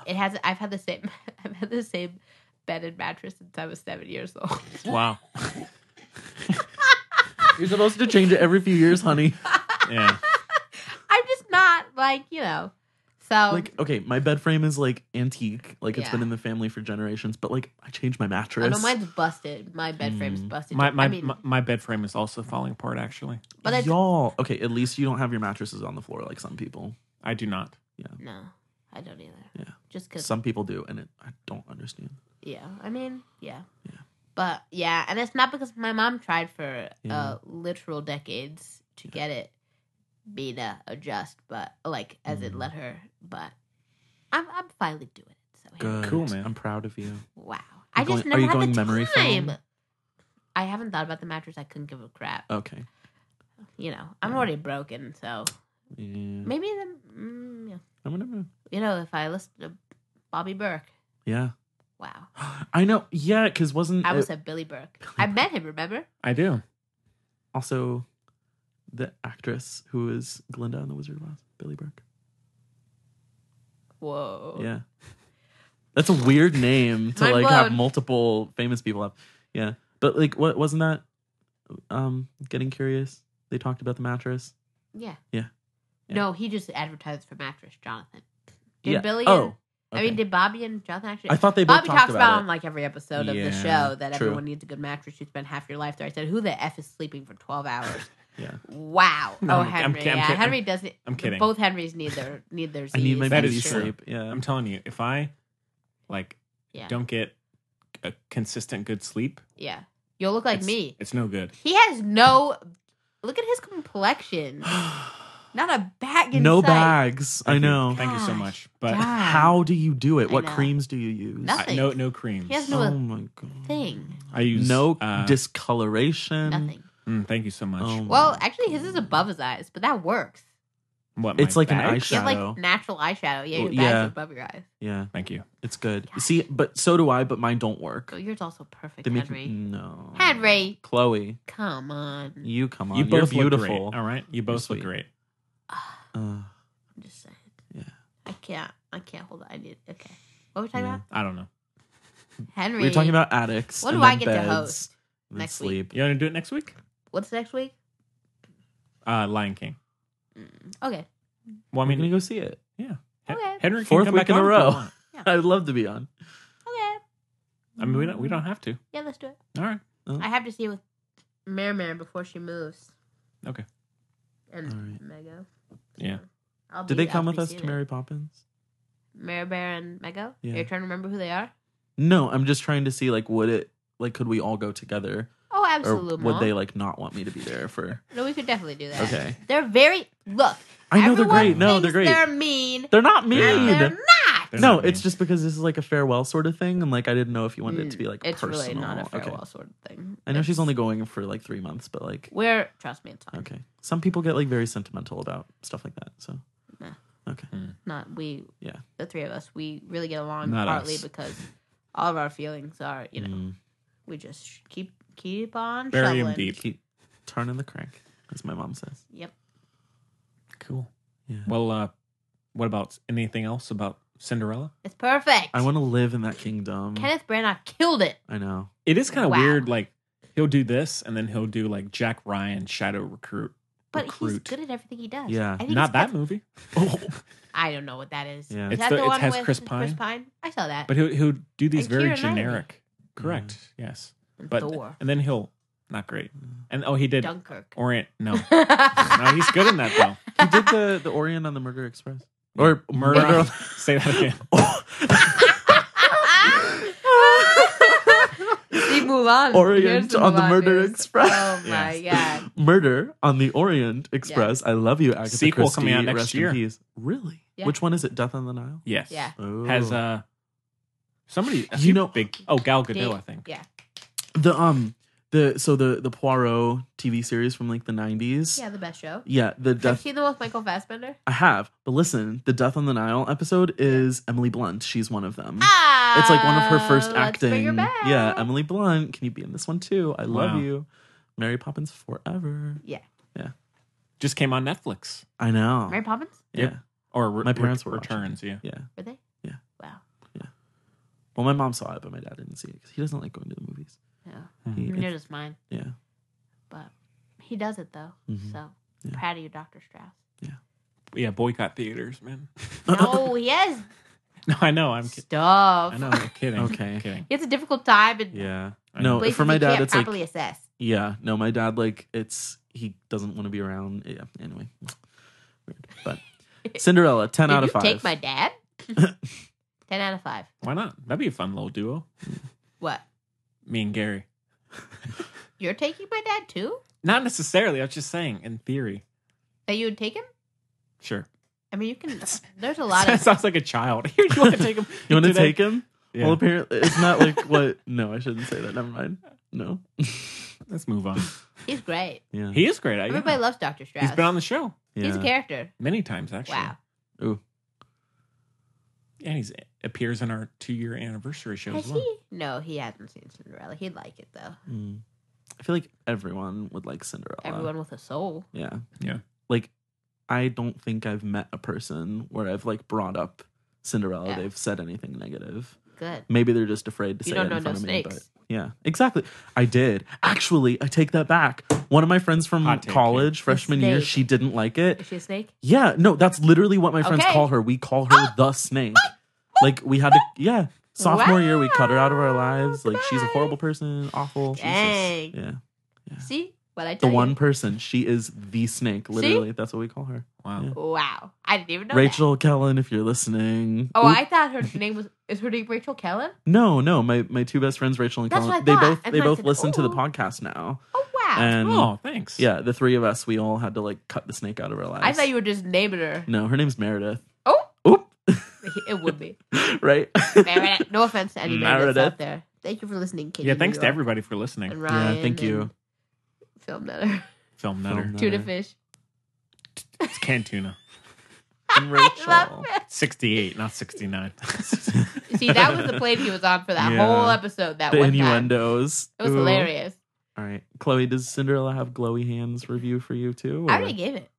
It has. I've had the same. [LAUGHS] I've had the same bed and mattress since I was seven years old. [LAUGHS] Wow. You're supposed to change it every few years, [LAUGHS] honey. Yeah. I'm just not like you know. So Like, okay, my bed frame is like antique, like it's Um, Yeah. been in the family for generations. But like, I changed my I mattress. know mine's busted. My bed frame's Hmm. busted. My my, I mean, my my bed frame is also falling apart. Actually, but it's, Y'all, okay, at least you don't have your mattresses on the floor like some people. I do not. no, I don't either. Yeah, Just because. some people do, and it, I don't understand. yeah, I mean, yeah. Yeah. But yeah, and it's not because my mom tried for Yeah. uh, literal decades to get it, me to adjust, but like as Mm-hmm. it let her. But I'm I'm finally doing it. So here we Good, Cool, man. I'm proud of you. Wow. You're I just going- never are you had going the memory time. foam? I haven't thought about the mattress. I couldn't give a crap. Okay. You know, I'm already broken, so Yeah. maybe the mm, yeah. I'm gonna. you know if I listen to Bobby Burke. Yeah. Wow, I know. Yeah, because [LAUGHS] wasn't I it- was at Billy Burke. I met him. Remember? I do. also the actress who is Glinda in The Wizard of Oz, Billy Burke. Whoa. Yeah. That's a weird name to Mind like have blown. multiple famous people up. Yeah. But like what wasn't that um getting curious? They talked about the mattress. Yeah. Yeah. Yeah. No, he just advertised for mattress, Jonathan. Did yeah. Billy? Oh. and- I mean, okay. did Bobby and Jonathan actually? I thought they both Bobby talked talks about, about it. on like every episode of Yeah, the show that true. everyone needs a good mattress. You spend half your life there. I said, "Who the f is sleeping for twelve hours?" [LAUGHS] Yeah. Wow. No, oh, I'm- I'm Henry. ki- I'm yeah, ki- Henry doesn't. I'm kidding. Both Henrys need their need their. [LAUGHS] I need my Z's. That beauty is true. sleep. Yeah. I'm telling you, if I like Yeah. don't get a consistent good sleep, Yeah. You'll look like it's- me. it's no good. He has no. Look at his [GASPS] complexion. Not a bag in no sight. bags. I Thank you. know. Thank you so Gosh, much. But darn. How do you do it? I What know. creams do you use? Nothing. I, no, no creams. He has no Oh my god. thing. I use No uh, discoloration. Nothing. mm, thank you so much. Oh my Well, actually, his is above his eyes, but that works. what? It's my like an bags? You have Shadow. like natural eyeshadow. Yeah, your Well, bags yeah. are above your eyes. Yeah, Thank you. it's good. See, but so do I, but mine don't work. But yours also perfect, They make Henry. no Henry, Chloe, come on. you come on. You both You're look beautiful. great. All right, you both sweet. look great. Uh, I'm just saying. Yeah. I can't. I can't hold. It. I need. Okay. What were we talking about? I don't know. Henry. we were talking about addicts. When and do I then get to beds, host and then next week? sleep. You want to do it next week? What's next week? Uh, Lion King. Okay. Well, I I'm gonna mean, go see it. [LAUGHS] yeah. Hen- Okay. Henry can Fourth come week back in a on if you row. want. I'd love to be on. Oh, Okay. I mean, we don't. We don't have to. Yeah, let's do it. All right. I have to see it with Mare Mare before she moves. Okay. And All right. Mego. Yeah. I'll Did be- they come I'll with be us seeing to it. Mary Poppins? Mare Bear and Mego? Yeah. You're trying to remember who they are? No, I'm just trying to see like would it like could we all go together Oh, or absolutely. would they like not want me to be there for? [LAUGHS] No, we could definitely do that. Okay. They're very look. I know they're everyone great. No, thinks they're great. They're mean. They're not mean. and They're not. They're no, not mean. it's just because this is like a farewell sort of thing, and like I didn't know if you wanted it to be like Mm. it's personal. really not a Okay. farewell sort of thing. I know she's only going for like three months, but like, We're trust me, it's fine. okay. Some people get like very sentimental about stuff like that. So, Nah. okay. Hmm. Not we. Yeah. The three of us, we really get along Not partly us. because all of our feelings are, you know, Mm. we just sh- keep keep on Bury him shoveling. deep. Keep turning the crank, as my mom says. Yep. Cool. Yeah. Well, uh, what about anything else about Cinderella. It's perfect. I want to live in that kingdom. Kenneth Branagh killed it. I know. It is kind of Wow. weird. Like he'll do this, and then he'll do like Jack Ryan Shadow Recruit. But he's Recruit. good at everything he does. Yeah, I think it's Oh. Not that Pet- [LAUGHS] movie, I don't know what that is. Yeah. Is It's that the- the, it one has with Chris Pine. I saw [LAUGHS] that. but he'll he'll do these And very Keira Knightley. generic. Correct. Mm-hmm. Yes. And But Thor. and then he'll not great. And oh, he did Dunkirk. Orient. [LAUGHS] No, no, he's good in that though. He did the the Orient on the Murder Express [LAUGHS] or Murder. Murder. on- say that [LAUGHS] again. [LAUGHS] See, move on. Orient Here's the on the Mulan Murder news. Express. Oh my [LAUGHS] god. Murder on the Orient Express. I love you, Agatha Sequel Christie. coming out next Rest in year. peace. Really? Yeah. Which one is it? Death on the Nile. Yes. Yeah. Oh. Has uh somebody a You few know- big oh Gal Gadot Dave- I think Yeah. the um the so the the Poirot TV series from like the nineties. Yeah, the best show. Yeah, the Have you death seen the one with Michael Fassbender? I have, but listen, the Death on the Nile episode is Emily Blunt. She's one of them. Ah, It's like one of her first let's acting. bring her back. Yeah, Emily Blunt. Can you be in this one too? I love Wow. you. Mary Poppins forever. Yeah. just came on Netflix I know. Mary Poppins? yeah. Yep. or re- My parents re- were watching. returns yeah Yeah. Were they? Yeah. Wow. Well, my mom saw it, but my dad didn't see it because he doesn't like going to the movies. Yeah. Mm-hmm. He- Neither does mine. yeah. Mm-hmm. But he does it though. So Yeah. proud of you, Dr. [LAUGHS] Strauss. yeah boycott theaters man [LAUGHS] No, he has no I know I'm kidding Oh, stuff. I know I'm kidding Okay. I'm kidding It's a difficult time and Yeah. I No, places for my you dad, can't it's like properly assess. Yeah, no, my dad like it's he doesn't want to be around. Yeah, anyway, weird. [LAUGHS] But Cinderella, ten Did out of you five. Take my [LAUGHS] dad. Ten out of five. why not that'd be a fun little duo What? me and Gary You're taking my dad too? not necessarily I was just saying in theory That you would take him? sure I mean, you can. There's a [LAUGHS] lot that [LAUGHS] of. sounds like a child here you want to take him you want to today? take him? Yeah. Well, apparently it's not like what. [LAUGHS] No, I shouldn't say that. Never mind. No. let's move [LAUGHS] on He's great. Yeah. he is great I, Everybody yeah. loves Doctor Strauss. he's been on the show yeah. He's a character. many times actually Wow. Ooh. and he's appears in our two year anniversary show Has as well he? No, he hasn't seen Cinderella. He'd like it though. Mm. I feel like everyone would like Cinderella. Everyone with a soul. Yeah. Yeah. Like, I don't think I've met a person where I've like brought up Cinderella. Yeah. They've said anything negative. Good. Maybe they're just afraid to You say don't it in know front no of me. But snakes. yeah, exactly. I did. Actually, I take that back. One of my friends from Hot take, college, freshman year, snake. she didn't like it. Is she a snake? Yeah, no, that's literally what my friends Okay. call her. We call [GASPS] her the snake. Like we had to, yeah. Sophomore year, we cut her out of our lives. Like she's a Goodbye. horrible person, awful. Dang. Yeah, See what I the tell you? one person. She is the snake. Literally, that's what we call her. wow Yeah. Wow. I didn't even know. that. Rachel Kellen, if you're listening. Oh, Oop. I thought her name was. Is her name Rachel Kellen? no, no. My my two best friends, Rachel and That's what I Kellen, they thought. both And they I both said, listen to the "Ooh." podcast now. Oh wow. [LAUGHS] And oh thanks yeah, the three of us, we all had to like cut the snake out of our lives. I thought you were just naming [LAUGHS] her. No, her name's Meredith. Oh, Oop. it would be. right. Meredith. No offense to anybody that's Meredith. out there. Thank you for listening, Katie. yeah thanks to York everybody for listening And Ryan. thank you. and Film Nutter. film nutter Film [LAUGHS] Tuna Nutter. Fish. it's canned [LAUGHS] tuna And Rachel. 68, not [LAUGHS] 69. See, that was the plane he was on for that Yeah. whole episode. That the one time. It innuendos. was Ooh. hilarious. All right. Chloe, does Cinderella have glowy hands review for you too? I or- already gave it.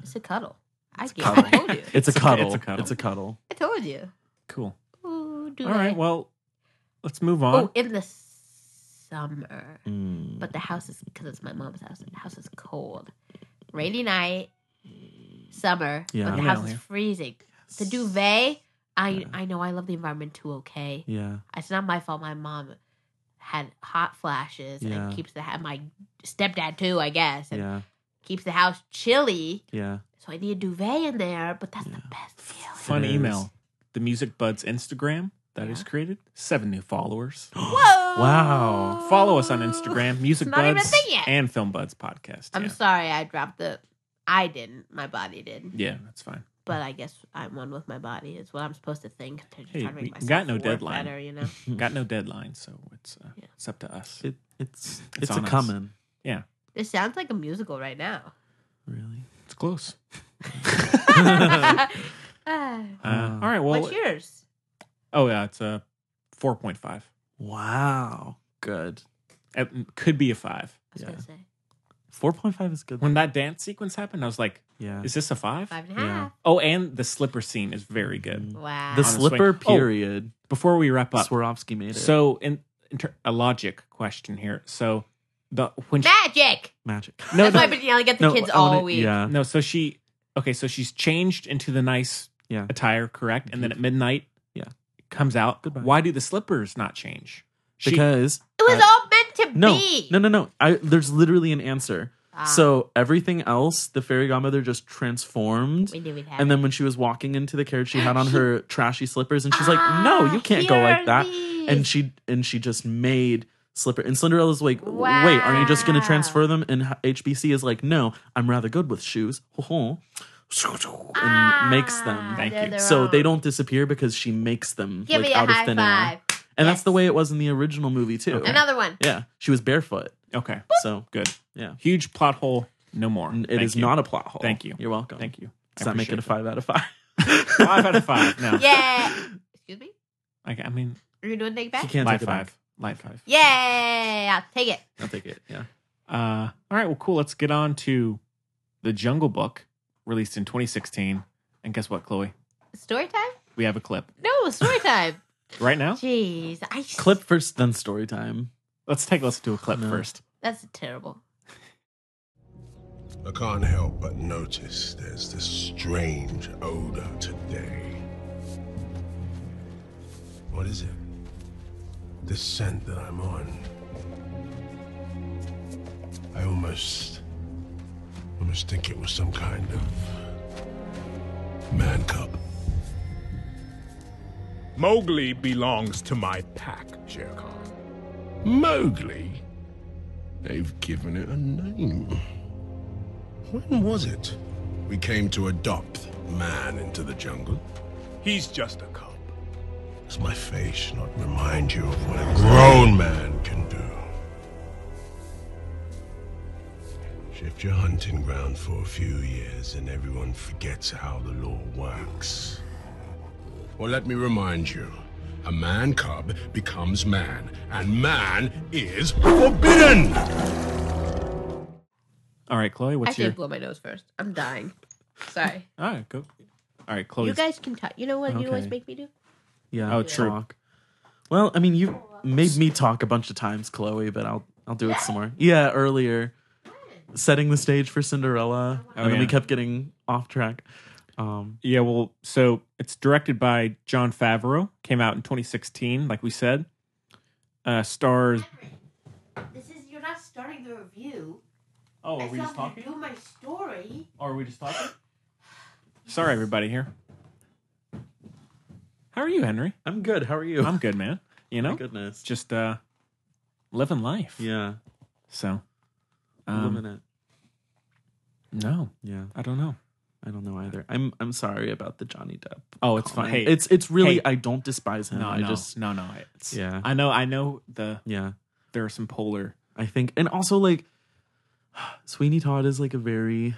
It's a cuddle. I gave. cuddle. I told you. it's, a It's a- cuddle. it's a cuddle. It's a cuddle. I told you. cool. Ooh, do All right. Well, let's move on. Oh, in the summer. Mm. But the house is because it's my mom's house. The house is cold, rainy night, summer. Yeah. but the I'm house out is here. freezing. The duvet. I I know I love the environment too. Okay, Yeah. it's not my fault. My mom had hot flashes Yeah. and keeps the ha- my stepdad too. I guess and Yeah. keeps the house chilly. Yeah. So I need a duvet in there. But that's the [LAUGHS] best feeling. Fun It is. email. The Music Buds Instagram that is created. Seven new [GASPS] followers. Whoa! Wow. Follow us on Instagram, Music not even a Buds thing yet. and Film Buds Podcast. I'm yeah. sorry, I dropped the. I didn't. My body did. yeah, that's fine. but I guess I'm one with my body is what I'm supposed to think. To just Hey, try to make we myself got no work deadline. [LAUGHS] Better, you know. Got no deadline, so it's uh, Hmm. Yeah. it's up to us. It, it's It's it's, a on us. coming. Yeah, this sounds like a musical right now. Really. it's close. Ah, Uh, all right. [LAUGHS] Well, [LAUGHS] What's yours? oh yeah, it's a four point five. Wow. Good. It could be a five. I was Yeah. gonna say. Four point five is good. When that dance sequence happened, I was like, Yeah. is this a five? Five Mm. and a half. Oh, and the slipper scene is very good. Wow. The On a slipper swing. Oh, period. Before we wrap up, Swarovski made it. so in, in ter- a logic question here. So the when she, Magic. magic. no That's why no, I've been yelling at the No, kids I all wanna- week. Yeah. no so she okay so she's changed into the nice Yeah. Mm-hmm. attire correct and then at midnight Yeah. comes out Goodbye. why do the slippers not change She- [LAUGHS] Because It was uh, all meant to no, be. no, no, no. I there's literally an answer. Ah. So everything else, the fairy godmother just transformed. We knew we'd have it. And then when she was walking into the carriage, she had on her trashy slippers, and she's Ah, like, "No, you can't go here like are that." these. And she and she just made slipper. And Cinderella's like, "Wait, are you just going to Wow. transfer them?" And H- HBC is like, "No, I'm rather good with shoes." [LAUGHS] and makes them. Thank Ah, they're you. their So they own. don't disappear because she makes them Give like me a out high of thin five. air. And Yes. that's the way it was in the original movie too. Another [LAUGHS] one. Yeah, she was barefoot. okay So good yeah, huge plot hole no more it is Thank you. not a plot hole. Thank you. You're welcome. thank you Does that make it a appreciate five out of five? that. [LAUGHS] five out of five no Yeah. Excuse me. I, I mean Are you doing take it You back? can't light take it back. five light five Yay! I'll take it. I'll take it. Yeah. uh all right well cool let's get on to the jungle book released in 2016 and guess what chloe Story time? we have a clip No, story time. [LAUGHS] right now Jeez, I s- Clip first, then story time. let's take let's do a clip No. first That's terrible. I can't help but notice there's this strange odor today. What is it? The scent that I'm on. I almost. almost think it was some kind of. man cup. Mowgli belongs to my pack, Shere Khan. Mowgli? They've given it a name. When was it we came to adopt man into the jungle? He's just a cub. Does my face not remind you of what a grown man can do? Shift your hunting ground for a few years and everyone forgets how the law works. Well, let me remind you a man cub becomes man, and man is forbidden! all right chloe I what's should your blow my nose first. I'm dying. [LAUGHS] Sorry. all right go all right chloe you guys can talk. You know what you always Okay. make me do? Yeah. Oh, true. Talk. Well, I mean, you made me talk a bunch of times, Chloe, but I'll I'll do it some more. Yeah, earlier, setting the stage for Cinderella, and then yeah. we kept getting off track. Um, Yeah, well, so it's directed by John Favreau. Came out in 2016, like we said. Uh, stars. This is you're not starting the review. Oh, are Do my story. Or are we just talking? Sorry, everybody here. How are you, Henry? I'm good. How are you? I'm good, man. You know, My goodness. just uh, living life. Yeah. So, I'm um, living it. no, Yeah. I don't know. I don't know either. I'm I'm sorry about the Johnny Depp. Oh, it's fine. comment. Hey, it's it's really hey. I don't despise him. no, I no, just no, no. It's, Yeah. I know. I know the yeah. there are some polar. I think, and also like [SIGHS] Sweeney Todd is like a very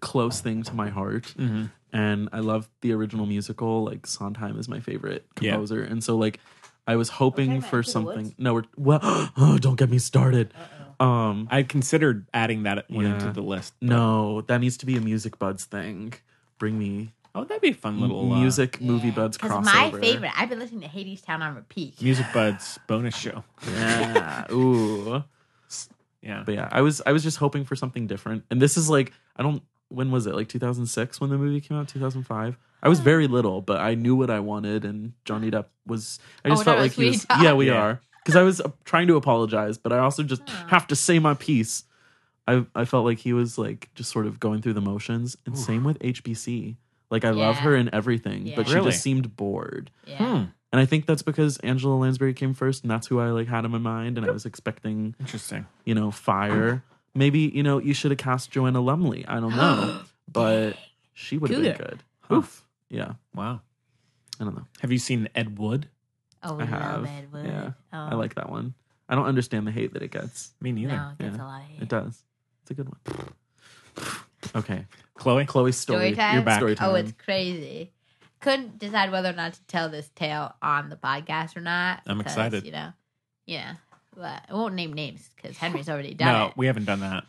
close thing to my heart, Mm-hmm. and I love the original musical. Like Sondheim is my favorite Yeah. composer, and so like I was hoping about for Into the something. Woods? Uh-uh. No, we're well. [GASPS] Oh, don't get me started. Um, I considered adding that one Yeah. into the list. no, that needs to be a music buds thing. Bring me Oh, that'd be a fun little uh, music movie buds crossover. Because my favorite, I've been listening to Hades Town on repeat. Music Buds bonus show. [LAUGHS] Yeah. Ooh. Yeah. But yeah, I was I was just hoping for something different. And this is like I don't when was it? Like 2006 when the movie came out, 2005. I was very little, but I knew what I wanted and Johnny Depp was I just we're felt not like he was sweet talk. Yeah, we Yeah. are. Cuz I was uh, trying to apologize, but I also just have to say my piece. I I felt like he was like just sort of going through the motions and same with HBC. Like I love Yeah. her and everything, Yeah. but she Really? just seemed bored. Yeah. Oh, Hmm. And I think that's because Angela Lansbury came first and that's who I like had in my mind and I was expecting Interesting. you know, fire. Maybe, you know, you should have cast Joanna Lumley. I don't [GASPS] know. but she would have been Cougar. good. Huh. Oof. Yeah. Wow. I don't know. Have you seen Ed Wood? Oh, I have. love Edward. Yeah. Oh, I like that one. I don't understand the hate that it gets. Me neither. No, it gets Yeah. a lot of hate. It does. It's a good one. Okay. Chloe? Chloe's story. Story time? You're back. Story Oh, time. it's crazy. Couldn't decide whether or not to tell this tale on the podcast or not. I'm because, excited. You know, yeah. But I won't name names because Henry's already done No, it. we haven't done that.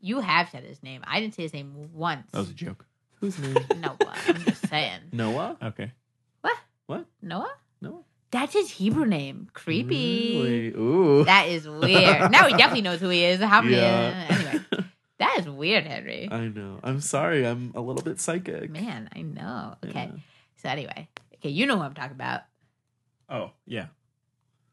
You have said his name. I didn't say his name once. That was a joke. Who's name? [LAUGHS] Noah. I'm just saying. Noah? Okay. What? What? Noah? Noah. That's his Hebrew name. Creepy. Really? Ooh. That is [LAUGHS] weird. now he definitely knows who he is. How many? Yeah. [LAUGHS] Uh, Anyway, that is weird, Henry. [LAUGHS] I know. I'm sorry. I'm a little bit psychic. Man, I know. Okay. Yeah. So anyway, okay, you know who I'm talking about. Oh, yeah.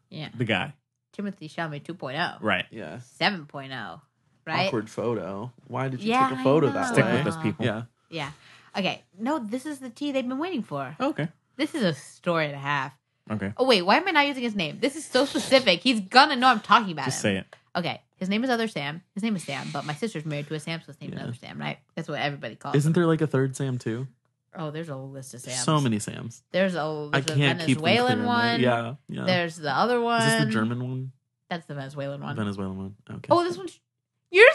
Yeah. The guy. Timothy Chalamet oh. 2.0. Right. Yeah. 7.0, oh, right? Awkward photo. Why did you Yeah, take a I photo that Stick way? with us, people. Yeah. Yeah. Okay. No, this is the tea they've been waiting for. Okay. This is a story and a half. Okay. Oh wait, why am I not using his name? This is so specific. He's gonna know I'm talking about Just him. say it. Okay. His name is other Sam. His name is Sam, but my sister's married to a Sam, so his name is Yeah. other Sam, right? That's what everybody calls. Isn't him. there like a third Sam too? Oh, there's a whole list of There's Sams. So many Sams. There's a, I there's a can't keep them clear in Venezuelan my- one. Yeah. Yeah. There's the other one. Is this the German one? That's the Venezuelan one. Venezuelan one. Okay. Oh, this one's. You're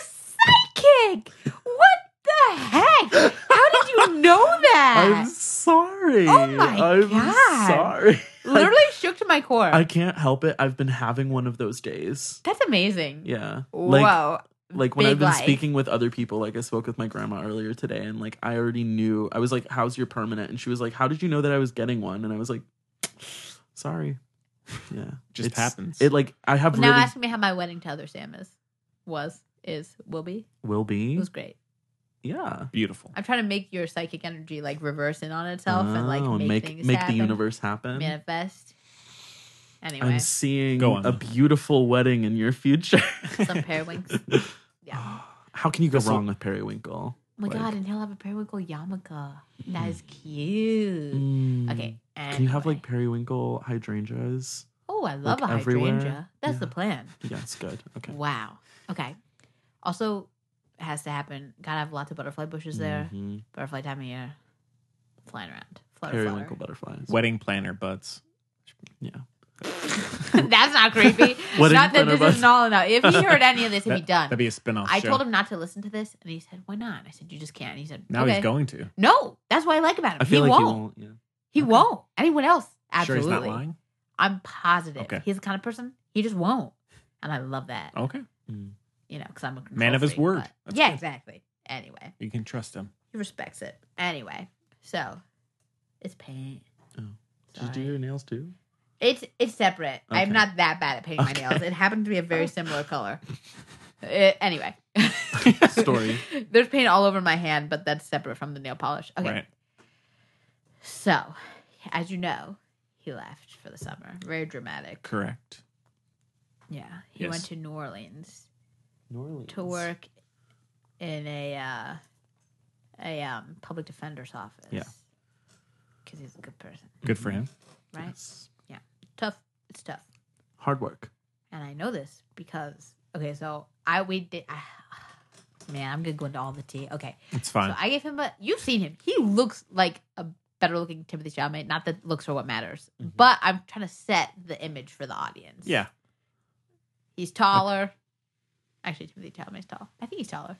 psychic. What the heck? How did you know [LAUGHS] I'm that? sorry. Oh my I'm God. sorry. Literally shook to my core. I can't help it. I've been having one of those days. That's amazing. Yeah. Like, Whoa. like when Big I've been life. speaking with other people, like I spoke with my grandma earlier today, and like I already knew. I was like, "How's your permanent?" And she was like, "How did you know that I was getting one?" And I was like, [SNIFFS] "Sorry, [LAUGHS] yeah, Just It's- happens. It like I have Now really ask me how my wedding to other Sam is, was, is, will be. will be It was great. yeah, Beautiful. I'm trying to make your psychic energy like reverse in on itself and like Oh, make, make things make happen, the universe happen. manifest. Anyway, I'm seeing Go on, though. a beautiful wedding in your future. some periwinkle. [GASPS] Yeah. [LAUGHS] How can you go This'll- wrong with periwinkle? Oh my Like, god, and he'll have a periwinkle yarmulke. That is cute. mm, Okay. Can you have like anyway. periwinkle hydrangeas? Oh, I love like, a hydrangea. everywhere? That's Yeah. the plan. Yeah, it's good. Okay. Wow. Okay. Also, it has to happen. Gotta have lots of butterfly bushes there. Mm-hmm. Mhm. Butterfly time of year. Flying around. Flutter, Periwinkle flutter. butterflies. Wedding planner buds. Yeah. [LAUGHS] That's [LAUGHS] not creepy. Wedding not that planner this bus. isn't all enough. If he heard any of this, he'd That, be done. That'd be a spin-off I show. told him not to listen to this, and he said, "Why not?" I said, "You just can't." And he said, Now okay. he's going to. No, that's what I like about him. I feel he like won't. he won't. He won't. Anyone else? Absolutely. Sure, he's not lying. I'm positive. Okay. He's the kind of person he just won't, and I love that. Okay, You know, because I'm a control Man of his freak, word. but- That's Yeah, good. exactly. Anyway, you can trust him. he respects it. Anyway, so it's paint. Oh. Did you do Sorry. your [LAUGHS] nails too? It's it's separate. I'm Okay. not that bad at painting Okay. my nails. It happened to be [LAUGHS] a very similar color. Uh, anyway, [LAUGHS] Story. There's paint all over my hand, but that's separate from the nail polish. Okay. Right. So, as you know, he left for the summer. Very dramatic. Correct. Yeah. He Yes. went to New Orleans New Orleans. to work in a uh, a um, public defender's office. Yeah. Because he's a good person, Good for him. right? Yeah. Tough. It's tough. Hard work. and I know this because okay, so I we did. I, man, I'm gonna go into all the tea. Okay, It's fine. so I gave him a. You've seen him. He looks like a better looking Timothy Chalamet. Not that looks are what matters, but I'm trying to set the image for the audience. Mm-hmm. yeah. he's taller. Actually, Timothy Chalamet's tall. I think he's taller.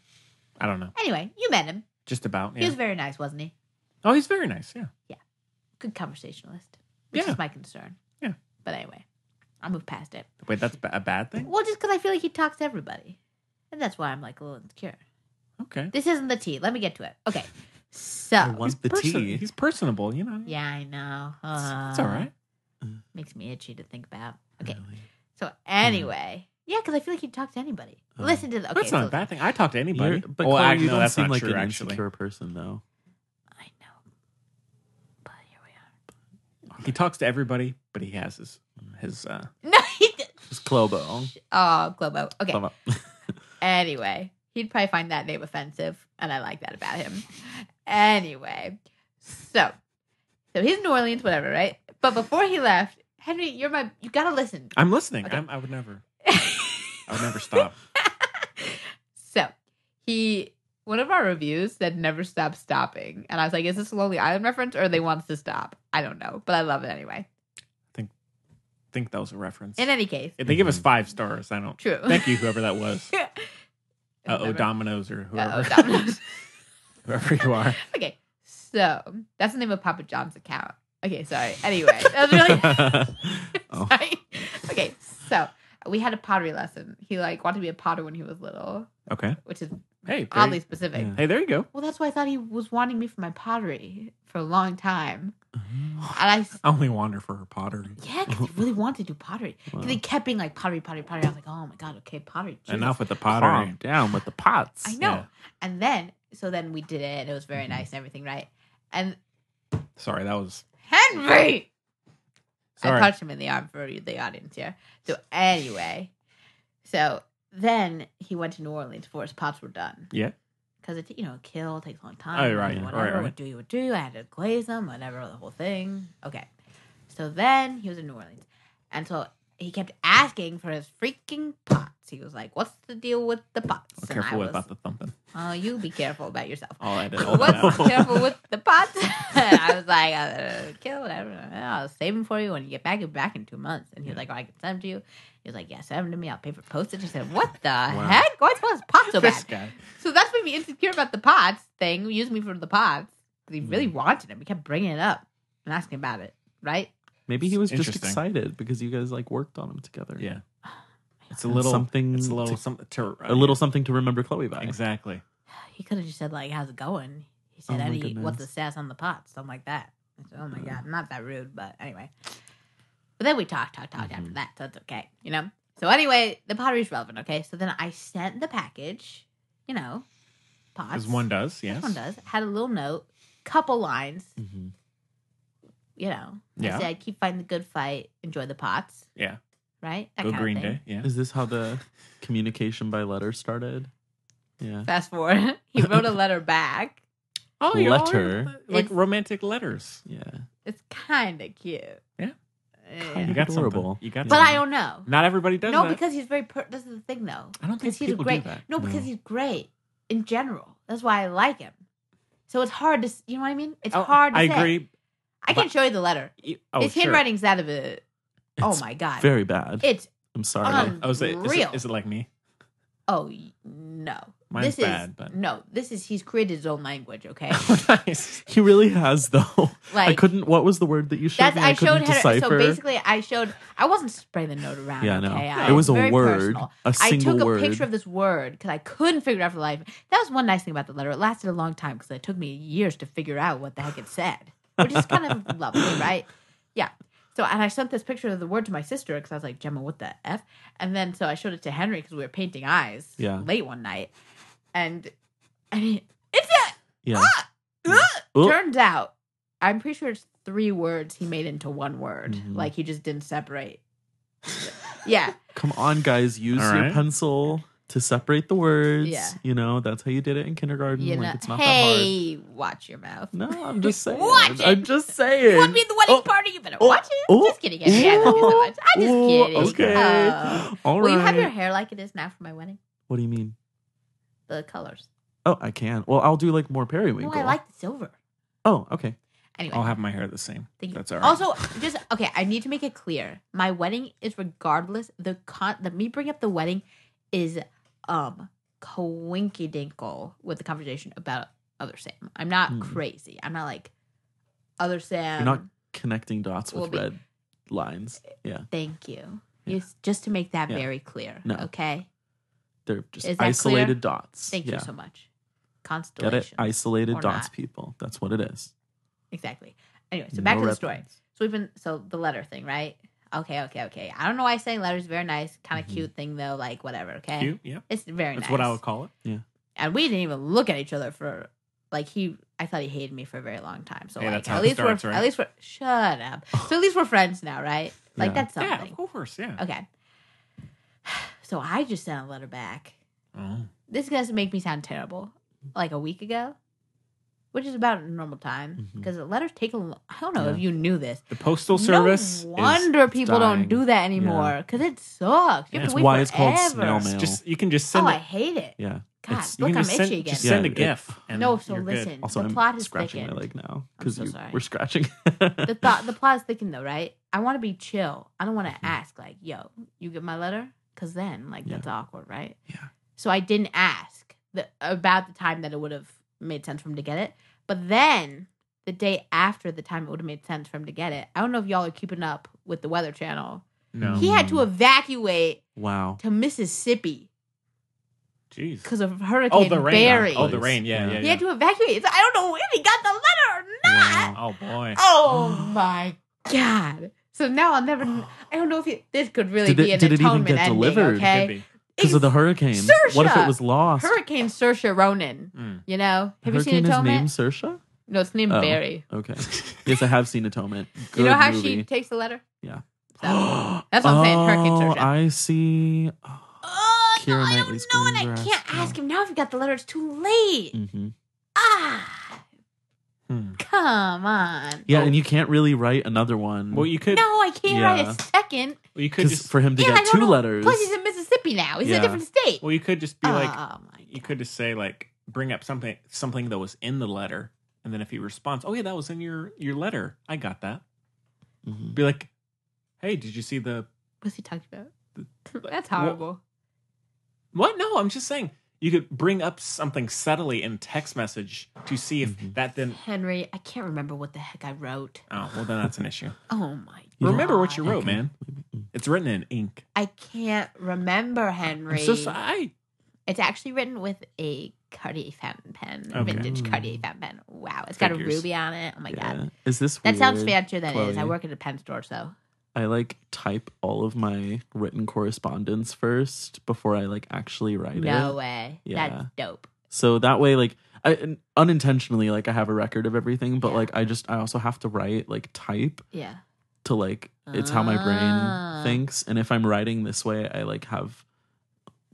I don't know. Anyway, you met him. Just about. He Yeah. was very nice, wasn't he? oh, he's very nice. Yeah. Good conversationalist, which Yeah. is my concern. Yeah. But anyway, I'll move past it. Wait, that's ba- a bad thing. Well, just because I feel like he talks to everybody, and that's why I'm like a little insecure. Okay. This isn't the tea. Let me get to it. Okay. [LAUGHS] So. I want the person- tea. He's personable. You know. yeah, I know. Uh, It's all right. Makes me itchy to think about. Okay. So anyway, yeah, because I feel like you talk to anybody. Oh. Listen to the. Okay, that's not so- a bad thing. I talk to anybody. You're- but well, Chloe, I, you no, don't that's seem not like true. an Actually, insecure person, though. I know. But here we he talks to everybody, but he has his his. Uh, are. [LAUGHS] No, he did. It's Clobo. [LAUGHS] Oh, Globo. Okay. Clobo. [LAUGHS] Anyway, he'd probably find that name offensive, and I like that about him. Anyway, so so he's in New Orleans, whatever, right? But before he left, Henry, you're my. You gotta listen. I'm listening. Okay. I'm, I would [LAUGHS] never. I would never stop. So he one of our reviews said never stop stopping. And I was like, is this a Lonely Island reference or they want us to stop? I don't know, but I love it anyway. think that was a reference. In any case, If they give us five stars, I [LAUGHS] don't. true. Thank you, whoever that was. Uh oh, [LAUGHS] Whoever- Domino's or Uh-oh, whoever, Domino's. [LAUGHS] whoever you are. [LAUGHS] okay. So that's the name of Papa John's account. [LAUGHS] Okay, sorry. Anyway, that was really [LAUGHS] oh. sorry. Okay, so we had a pottery lesson. He like wanted to be a potter when he was little, Okay. which is Hey, there oddly you- specific. Hey, there you go. Well, that's why I thought he was wanting me for my pottery for a long time. Mm-hmm. And I, s- I only wander for her pottery. yeah, 'cause he really wanted to do pottery. 'Cause he kept being like pottery, pottery, pottery. I was like, oh my god, okay, pottery. Jesus. Enough with the pottery. Calm down with the pots. I know. Yeah. Mm-hmm. And then, so then we did it, and it was very nice and everything, right? And Sorry, that was Henry, I Sorry. punched him in the arm for the audience here. So anyway, so then he went to New Orleans before his pots were done. yeah. Because it, you know, kill takes a long Oh, time. right, and yeah, Whatever, right, right. what do you would do? I had to glaze them, whatever, the whole thing. Okay. So then he was in New Orleans. And so he kept asking for his freaking pots. He was like, what's the deal with the pots? And Careful Oh, I was, about the thumping. Oh, you be careful about yourself. I'll [LAUGHS] edit all that What's out. careful with the pots? And [LAUGHS] I was like, uh, kill whatever. I'll save them for you when you get back. You're back in two months. And he was like, oh, I can send them to you. He was like, yeah, send them to me. I'll pay for postage. I said, what the heck? What's what's pots so This bad? guy. So that's made me insecure about the pots thing. Used me for the pots. 'Cause He really Hmm. wanted it. We kept bringing it up and asking about it, right? Maybe he was just Interesting. excited because you guys like worked on them together. Yeah. It's a And little something It's a little to- something. To, A little something to remember Chloe by. Exactly. He could have just said like, "How's it going?" He Oh said, my "Eddie, what's the goodness. status on the pots?" Something like that. I said, "Oh Hmm. my god, not that rude, but anyway." But then we talked, talked, talked Mm-hmm. after that, so it's okay, you know. So anyway, the pottery's relevant, okay? So then I sent the package, you know, pots. As one does, yes. This one does. Had a little note, couple lines. Mhm. You know, Yeah. I said, "Keep fighting the good fight. Enjoy the pots." Yeah. Right. Go kinda Green thing. Day. Yeah. Is this how the communication by letter started? Yeah. Fast forward, [LAUGHS] he wrote a letter back. Oh, you all- Letter. Like It's- romantic letters. Yeah. It's kind of cute. Yeah. Yeah. You got Adorable. something. You got But I something. don't know. Not everybody does No, that. because he's very. Per- this is the thing, though. I don't think 'Cause he's a people do great. that. No, because he's great in general. That's why I like him. So it's hard to. s- You know what I mean? It's Oh, hard. to I say. agree. I can show you the letter. You- Oh, His sure. handwriting's out of it. oh It's my god! Very bad. it's I'm sorry. unreal. Oh, is it, is, it, is it like [LAUGHS] me? [LAUGHS] oh y- no. Mine's this is bad, but- no. This is he's created his own [LAUGHS] language. Okay. nice. he really has though. I Like- couldn't. What was the word that you showed That's me? I, showed couldn't her. decipher. So basically, I showed. I wasn't spraying the note around. Yeah, I know. okay? It was a very word, a I took single a word. picture of this word because I couldn't figure it out for life. That was one nice thing about the letter. It lasted a long time because it took me years to figure out what the heck it said, which is kind [LAUGHS] of lovely, right? Yeah. So and I sent this picture of the word to my sister because I was like, Gemma, what the f? And then so I showed it to Henry because we were painting eyes. Yeah. Late one night, and and he, it's it. yeah. Ah! [LAUGHS] Oh. Turns out, I'm pretty sure it's three words he made into one word. Mhm. Like he just didn't [LAUGHS] separate. yeah. Come on, guys. Use All your right. pencil to separate the words. Yeah. You know that's how you did it in kindergarten. You like know, it's not hey, watch your mouth. that hard. No, I'm just saying. Watch it. I'm just saying. You want to be at the wedding Oh, party? You better oh, watch it. oh, just kidding. Henry. I love you so much. I'm just oh, kidding. Okay. Oh. All right. Will you have your hair like it is now for my wedding? What do you mean? The colors. Oh, I can. Well, I'll do like more periwinkle. Oh, I like the silver. Oh, okay. Anyway, I'll have my hair the same. thank you. That's all right. Also, just okay. I need to make it clear. My wedding is regardless the con. The me bring up the wedding is um coinky dinkle with the conversation about other Sam. I'm not Hmm. crazy. I'm not like other Sam. You're not connecting dots Will with Um, be- red lines. Yeah, Thank you. Yes, just to make that Yeah. very clear. No. Okay. they're just Is that isolated clear? dots. Thank yeah. you so much. Get Constellation. it? Isolated Or dots, not. people. That's what it is. Exactly. Anyway, so back No to the red story. lines. So we've been so the letter thing, right? Okay, okay, okay. I don't know why I say letters very nice, kind Mm-hmm. of cute thing though, like whatever, okay? you, yeah. It's very That's nice. what I would call it. and we didn't even look at each other for like he I thought he hated me for a very long time. So Hey, like, that's how at it least starts, we're right? at least we're [LAUGHS] shut up. So at least we're friends now, right? Like Yeah. that's Yeah, something. of course. Yeah. Okay. [SIGHS] So I just sent a letter back. Oh. This is gonna make me sound terrible. Like a week ago, which is about normal time, Mm-hmm. Mhm. because letters take a. Lo- I don't know if Yeah. you knew this. The postal service. No is- wonder people dying. don't do that anymore, because it sucks. You Yeah. have That's to wait why it's called forever. snail mail. just you can just Oh, send I it. hate it. Yeah. God, It's- you look, can I'm just send, itchy again. Just send a Yeah, it- GIF. and no, so you're good. listen. Also, the I'm plot is scratching thickened. my leg now I'm because so sorry. we're scratching. [LAUGHS] The thought, the plot is thickened though, right? I want to be chill. I don't want to ask like, "Yo, you get my letter?" Because then, like, Yeah. that's awkward, right? Yeah. So I didn't ask the, about the time that it would have made sense for him to get it, but then the day after the time it would have made sense for him to get it. I don't know if y'all are keeping up with the Weather Channel. No. He had to evacuate Wow. to Mississippi Jeez. because of Hurricane Oh, the rain. Barry. Oh, the rain. Yeah, yeah, He yeah. had to evacuate. So I don't know if he got the letter or not. Oh boy. [GASPS] Oh my god! So now I'll never. I don't know if it, this could really Did be it- an did it even atonement get ending. delivered? Okay, Could be. Because of the hurricane. Saoirse! What if it was lost? Hurricane Saoirse Ronan. Hmm. [LAUGHS] You know, have you seen hurricane Atonement? is named Sersha? No, it's named Barry. Okay. Yes, I have seen Atonement. Good you know how movie. she takes the letter? Yeah. So, that's what I'm saying. Hurricane [GASPS] Oh, Saoirse. I see. Oh, Keira Knightley's no, I can't ask him now if you got the letter. It's too late. Mm-hmm. Ah. Hmm. Come on. Yeah, and you can't really write another one. Well, you could. No, I can't write Yeah. a second. Well, you could 'Cause just. for him to Yeah, I get don't two know. letters. Plus, he's in Mississippi now. He's in Yeah. a different state. Well, you could just be like. Oh, my You could just say like, bring up something something that was in the letter, and then if he responds, oh yeah, that was in your your letter. I got that. Mhm. Be like, hey, did you see the What's he talking about? [LAUGHS] That's horrible. What? No, I'm just saying you could bring up something subtly in text message to see if Mm-hmm. that then. Henry, I can't remember what the heck I wrote. Oh, well, then that's an issue. Oh my Remember what God. you wrote, man. It's written in ink. I can't remember, Henry. so sorry. It's actually written with a Cartier fountain pen, Okay. vintage Cartier fountain pen. Wow, it's got a Figures. ruby on it. Oh my god, Yeah. Is this that sounds weird, fancier than it is. I Chloe? work at a pen store, so I like type all of my written correspondence first before I like actually write it. no way. Yeah. That's dope. So that way, like, I unintentionally, like, I have a record of everything, but like, I just, I also have to write like type Yeah, to like, it's how my Ah. brain thinks. And if I'm writing this way, I like have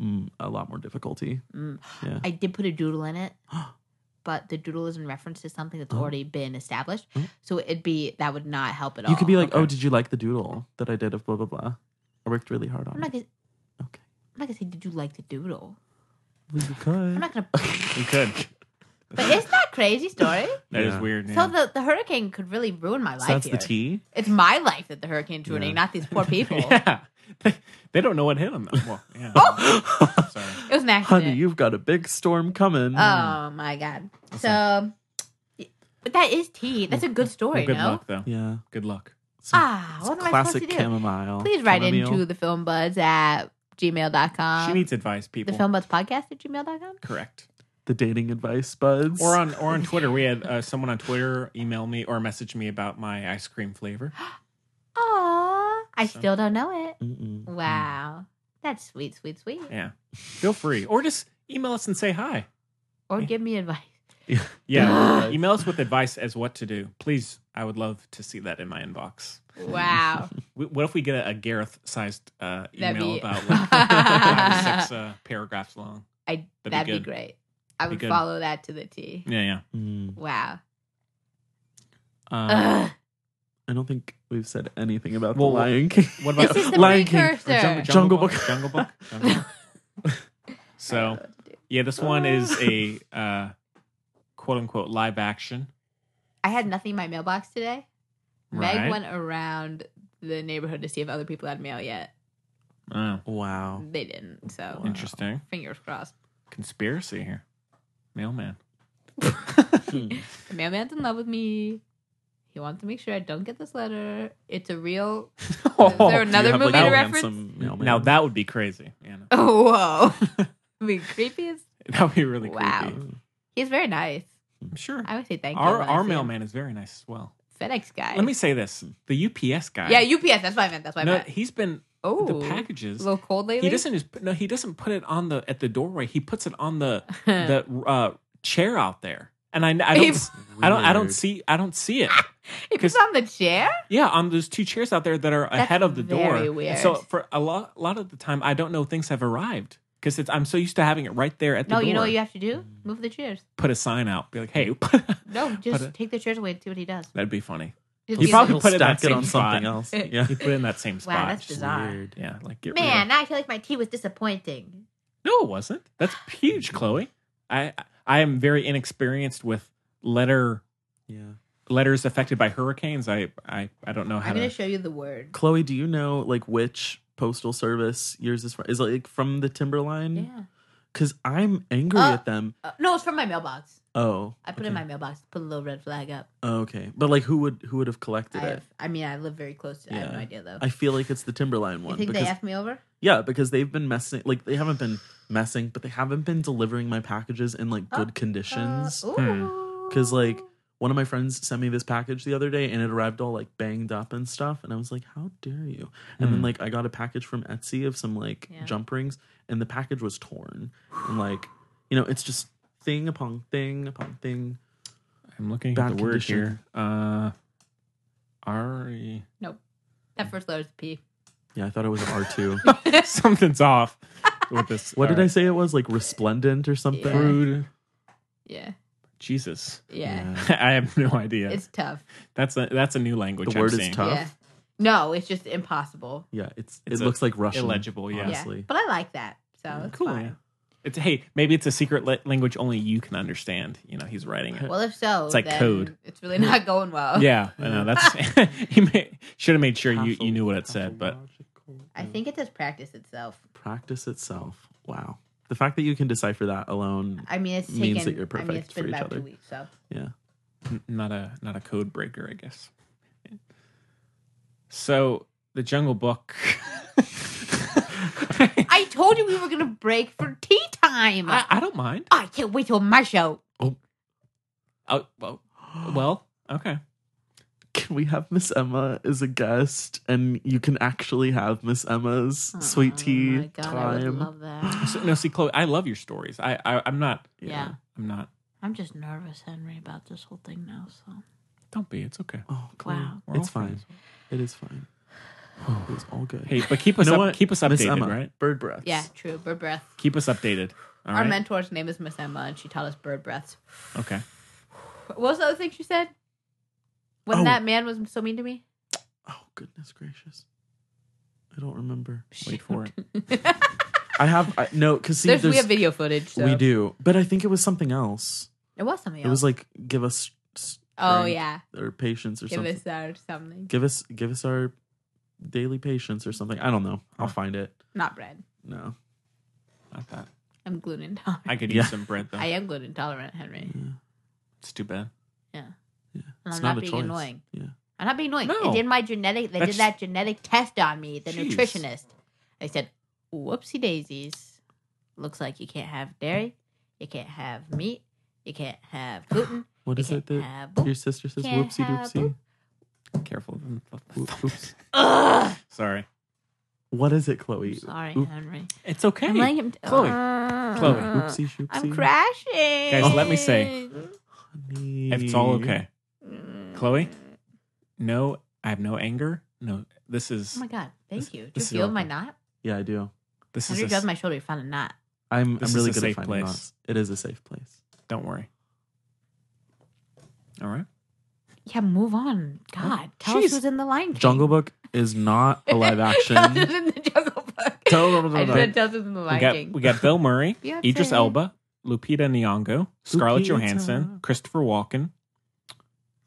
mm, a lot more difficulty. Mm. Yeah. I did put a doodle in [GASPS] it, but the doodle is in reference to something Oh. that's already been established. So it'd be that would not help at all. Hmm? You could be like, oh, did you like the doodle that I did of blah, blah, blah? I worked really hard I'm on not it. gonna. I'm not gonna say, did you like the doodle? Well, you could. I'm not [LAUGHS] gonna. You could. But it's not a [LAUGHS] crazy story. That is Yeah. weird. So Yeah. the, the hurricane could really ruin my life. So that's here. the T. It's my life that the hurricane's ruining, not these poor people. [LAUGHS] yeah. [LAUGHS] They, they don't know what hit them. Well, yeah. oh! Sorry. It was an accident. Honey, you've got a big storm coming. Oh my god. So, but that is tea. That's a good story. Well, good no. luck, though. Yeah. Good luck. Ah, what am I supposed Classic to do? chamomile. Please write Chamomile. into the film buds at gmail.com. she needs advice, Um, the people. film buds podcast at gmail.com. Correct. the dating advice buds. Or uh, on or on Twitter, we had uh, someone on Twitter email me or message me about my ice cream flavor. Aww. I still don't know it. Mm-mm. Wow. That's sweet, sweet, sweet. Hmm. Yeah, feel free, or just email us and say hi. Or give me advice. Yeah, email us with advice as what to do, please. I would love to see that in my inbox. [LAUGHS] Wow. We- What if we get a, a Gareth-sized uh, That'd email be- [LAUGHS] about like five or six uh, paragraphs long? I, That'd be that'd be, good. great. I Be would good. follow that to the T. Yeah, yeah. [LAUGHS] Mm. Wow. Um, Ugh. I don't think we've said anything about Well, the Lion King. [LAUGHS] what about This is the Lion King. Or Jung- precursor. Jungle Book. Jungle Book. Jungle [LAUGHS] Book. [LAUGHS] so, Oh, yeah, this one is [LAUGHS] a uh, quote unquote live action. I had nothing in my mailbox today. Right. Meg went around the neighborhood to see if other people had mail yet. Oh, Wow. They didn't, so interesting. fingers crossed. Conspiracy here. [LAUGHS] Mailman. The mailman's in love with me. He wants to make sure I don't get this letter. It's a real. [LAUGHS] is Oh, there another movie to reference? Now, that would be crazy. Yeah, no. Oh, whoa. [LAUGHS] I mean, creepy as. [LAUGHS] That would be really creepy. Wow. He's very nice. I'm sure. I would say thank you. Mm-hmm. Our, when I our see him. mailman is very nice as well. FedEx guy. Let me say this the UPS guy. Yeah, UPS. That's what I meant. That's what I No, meant. he's been Oh, the packages. A little cold lately. He doesn't just no. He doesn't put it on the at the doorway. He puts it on [LAUGHS] the the uh, chair out there. And I, I don't, He's- I don't, I don't Weird. see, I don't see it. He puts it on the chair. Yeah, on those two chairs out there that are ahead of the door. very weird. And So for a lot, lot of the time, I don't know things have arrived because I'm so used to having it right there at the No, door. you know what you have to do? Move the chairs. put a sign out, be like, "Hey," [LAUGHS] No, just it- take the chairs away and see what he does. that'd be funny. Just You be probably He'll put it in stack that it same on spot. something else. Yeah. You put it in that same spot. Wow, that's Just- bizarre. [LAUGHS] Yeah, like get rid of Man, I feel like my tea was disappointing. No, it wasn't. That's huge, Chloe. I I am very inexperienced with letter Yeah. letters affected by hurricanes. I I, I don't know how I'm to. gonna show you [LAUGHS] the word. Chloe, do you know like which postal service yours is from? Is it like from the Timberline? Yeah. Because I'm angry Uh, at them. Uh, no, it's from my mailbox. Oh, I put it in my mailbox, put a little red flag up. oh, okay. But like, who would who would have I, collected it? have, I mean, I live very close to it. I have no idea, though. I feel like it's the Timberline one. you think they because, F me over? yeah, because they've been messing. Like they haven't been messing, but they haven't been delivering my packages in like uh, good conditions. Hmm. Because like one of my friends sent me this package the other day, and it arrived all like banged up and stuff, and I was like, "How dare you!" And then Hmm. like I got a package from Etsy of some like Yeah. jump rings, and the package was torn, and like you know, it's just thing upon thing upon thing. I'm looking Bad at the word condition. here. Uh, Ari. [LAUGHS] Nope. That first letter's P. Yeah, I thought it was R two. Something's off with this. uh, What did I Alright. say it was? Like resplendent or something? Yeah. Prude. Yeah. Jesus. [LAUGHS] Yeah. I have no idea. It's tough. that's a that's a new language. The I'm word is seeing. tough. Yeah. No, it's just impossible. Yeah, it's, It's it a- looks like Russian. illegible, yeah. Honestly. But I like that. So it's Cool. fine. yeah. It's hey, maybe it's a secret la- language only you can understand. You know, he's writing it. Well, if so, It's like then code. It's really not going well. yeah, I [LAUGHS] know. That's [LAUGHS] he should have made sure you, you knew what it said, but I think it does practice itself. Practice itself. Wow. The fact that you can decipher that alone. I mean, it's Means taken. that you're I mean, perfect it's been for each about other. two weeks, so yeah. n- not a not a code breaker, I guess. So the Jungle [LAUGHS] Book. I told you we were gonna break for tea time. I, I don't mind. I can't wait till my show. Oh well, well okay. Can we have Miss Emma as a guest and you can actually have Miss Emma's sweet tea Oh my god, I would time? love [GASPS] that. So, no, see, Chloe, I love your stories. I, I I'm not. Yeah. I'm not. I'm just nervous, Henry, about this whole thing now. So Don't be. It's okay. Oh, come on. Wow. We're It's all fine. friends. It is fine. It's all good. Hey, but keep us You know up, what? keep us Miss updated, Emma, right? Bird breaths. yeah, true. Bird breath. Keep us updated. All Our right. mentor's name is Miss Emma, and she taught us bird breaths. okay. What was the other thing she said? When Oh. that man was so mean to me. Oh goodness gracious. I don't remember. Wait for [LAUGHS] it. I have I, no because see, There's, we there's- have video footage. So. we do, but I think it was something else. It was something. It else. was like give us. s- Oh, strength yeah. or patience or give something. us that or something. give us give us our daily patience or something. I don't know. I'll find it. Not bread. No, Not that. I'm gluten intolerant. I could Yeah. eat some bread though. I am gluten intolerant, Henry. it's too bad. Yeah. yeah. And it's I'm not, not a being choice. annoying. Yeah, I'm not being annoying. No. They did my genetic. They That's- did that genetic test on me. The Jeez. nutritionist. They said, "Whoopsie daisies. Looks like you can't have dairy. You can't have meat. You can't have gluten. what you is can't it that have- your sister says? Can't Whoopsie have doopsie. Careful. Whoop- Oops. Ugh. [LAUGHS] Sorry. What is it, Chloe? Sorry, Oop- Henry. It's okay. I'm letting him. Chloe. Ugh. Chloe. Oopsie shoopsie. Uh, I'm crashing. Guys, let me say, Honey. It's all okay. Mm. Chloe, no, I have no anger. No, this is Oh my god! Thank you. Do you this is feel my awkward. knot? Yeah, I do. this Henry is. grabbed A, my shoulder. He found a knot. I'm This I'm is really a good safe at finding place. knots. It is a safe place. [LAUGHS] don't worry. All right. Yeah, move on. God, tell Oh, Jeez. us who's in the Lion King. Jungle Book is not a [LAUGHS] live Tell us action. who's in the Jungle Book. Tell- I just said tell us who's in the We Lion got King. we got Bill [LAUGHS] Murray, Beyonce. Idris Elba, Lupita Nyong'o, Scarlett Lupita. Johansson, Christopher Walken.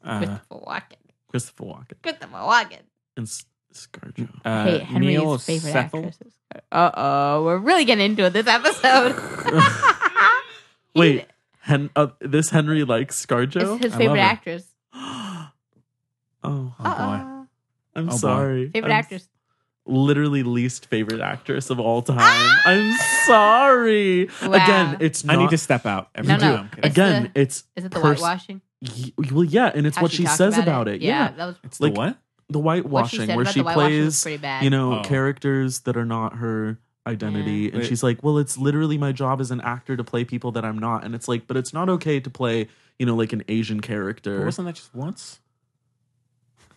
Uh, Christopher Walken. Christopher Walken Christopher Walken. and S- ScarJo. uh, hey, Henry's Neil favorite Sethel. actress is. Uh oh, we're really getting into it this episode. [LAUGHS] Wait, Hen- uh, this Henry likes ScarJo. it's his I love favorite her. actress. [GASPS] oh, Oh boy. Uh-oh. I'm Oh, boy. sorry. Favorite I'm actress. literally least favorite actress of all time. I'm sorry. Ah! Wow. Again, it's I not. need to step out. Every No, no. time. I'm kidding. It's again, the- it's Is it the pers- whitewashing? y- well, yeah, and it's How what she, talked says about it. Yeah, that was It's like, the what? the what she whitewashing said where about she the whitewashing was plays, pretty bad. you know, Oh. characters that are not her identity, Yeah. and Wait. she's like, "Well, it's literally my job as an actor to play people that I'm not," and it's like, but it's not okay to play, you know, like an Asian But character. wasn't that just once?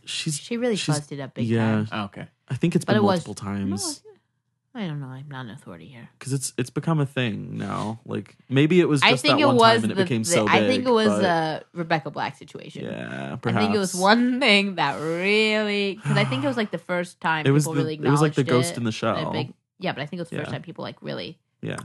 She's she really she's- fuzzed it up big yeah, time. Oh, okay. I think it's But been it was- multiple No, times. I don't know. I'm not an authority here. because it's it's become a thing now. Like maybe it was just I think that it one was. time and it the- became the- so big. I think it was but- a Rebecca Black situation. yeah, perhaps. I think it was one thing that really because I think it was like the first time It was people the- really it was like the acknowledged Ghost it, in and the a Shell. big- yeah, but I think it was the first Yeah. time people like really Yeah,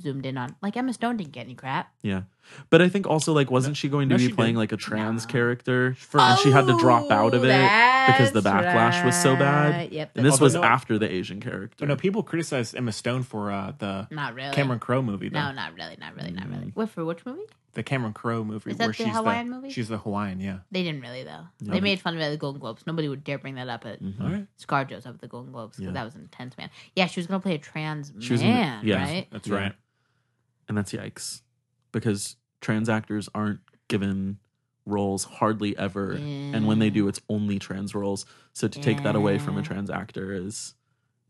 zoomed in on. Like Emma Stone didn't get any crap. Yeah. But I think also like wasn't she going to No, be she playing like a trans character Oh, and she had to drop out of it because the that's backlash was so bad. right. Yep, and this Although was no- after the Asian character. But no, people criticized Emma Stone for uh, the Not really. Cameron Crowe movie. Though. No, not really, not really, not Mm. really. What for? Which movie? the Cameron Crowe movie Is that where the she's Hawaiian the movie? she's the Hawaiian. Yeah, They didn't really though. No. They made fun of it at the Golden Globes. Nobody would dare bring that up at All right. ScarJo's up at the Golden Globes because Mm-hmm. Yeah. that was intense, man. Yeah, she was gonna play a trans She was in- man, yeah, right? That's Yeah. right. And that's yikes. Because trans actors aren't given roles hardly ever. And when they do, it's only trans roles. So to take that away from a trans actor is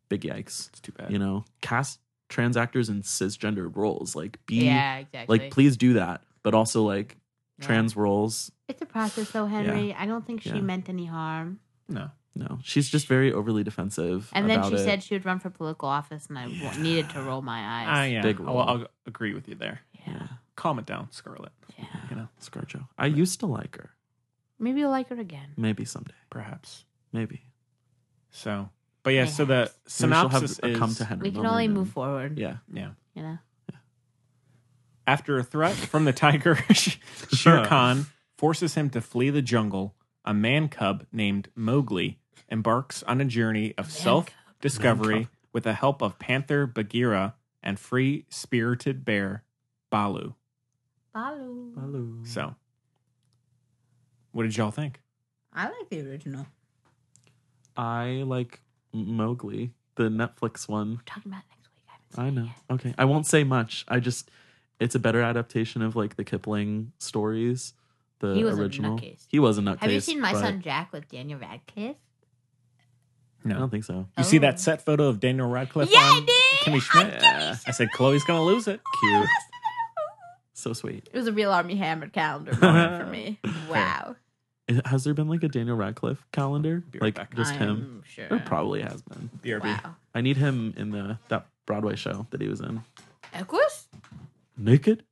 big yikes. It's too bad. You know, cast trans actors in cisgender roles. Like be Yeah, exactly. like please do that. But also like trans roles. It's a process though, Henry. I don't think she Yeah. meant any harm. No. No. She's just very overly defensive. And then about she it. said she would run for political office, and I wa- needed to roll my eyes. Ah, yeah. Big Big well, role. I'll agree with you there. Yeah. Calm it down, Scarlett. Yeah. You know, Scarjo. I used to like her. Maybe you'll like her again. Maybe someday. perhaps. Maybe. So, but yeah. So the synopsis Maybe she'll have a is come to Henry We can moment only and- move forward. Yeah. yeah. You know? After a threat from the tiger, [LAUGHS] Shere Khan forces him to flee the jungle. A man cub named Mowgli embarks on a journey of self discovery with the help of Panther Bagheera and free spirited bear Balu. Balu. Hello. So, what did y'all think? I like the original. I like Mowgli, the Netflix one. talking about next week. I know. Okay. I won't say much. I just it's a better adaptation of like the Kipling stories, the He was a original. nutcase. He was a nutcase. Have you seen My but Son Jack with Daniel Radcliffe? No. I don't think so. You see that set photo of Daniel Radcliffe Oh. Yeah, I on did. Kimmy Schmidt? [LAUGHS] I said Chloe's gonna lose it. Cute. So sweet. It was a real Army Hammer calendar moment for [LAUGHS] me. Wow. It- Has there been like a Daniel Radcliffe calendar? like just him? I'm sure. There probably has been. BRB. Wow. I need him in the that Broadway show that he was in. Equus? Naked?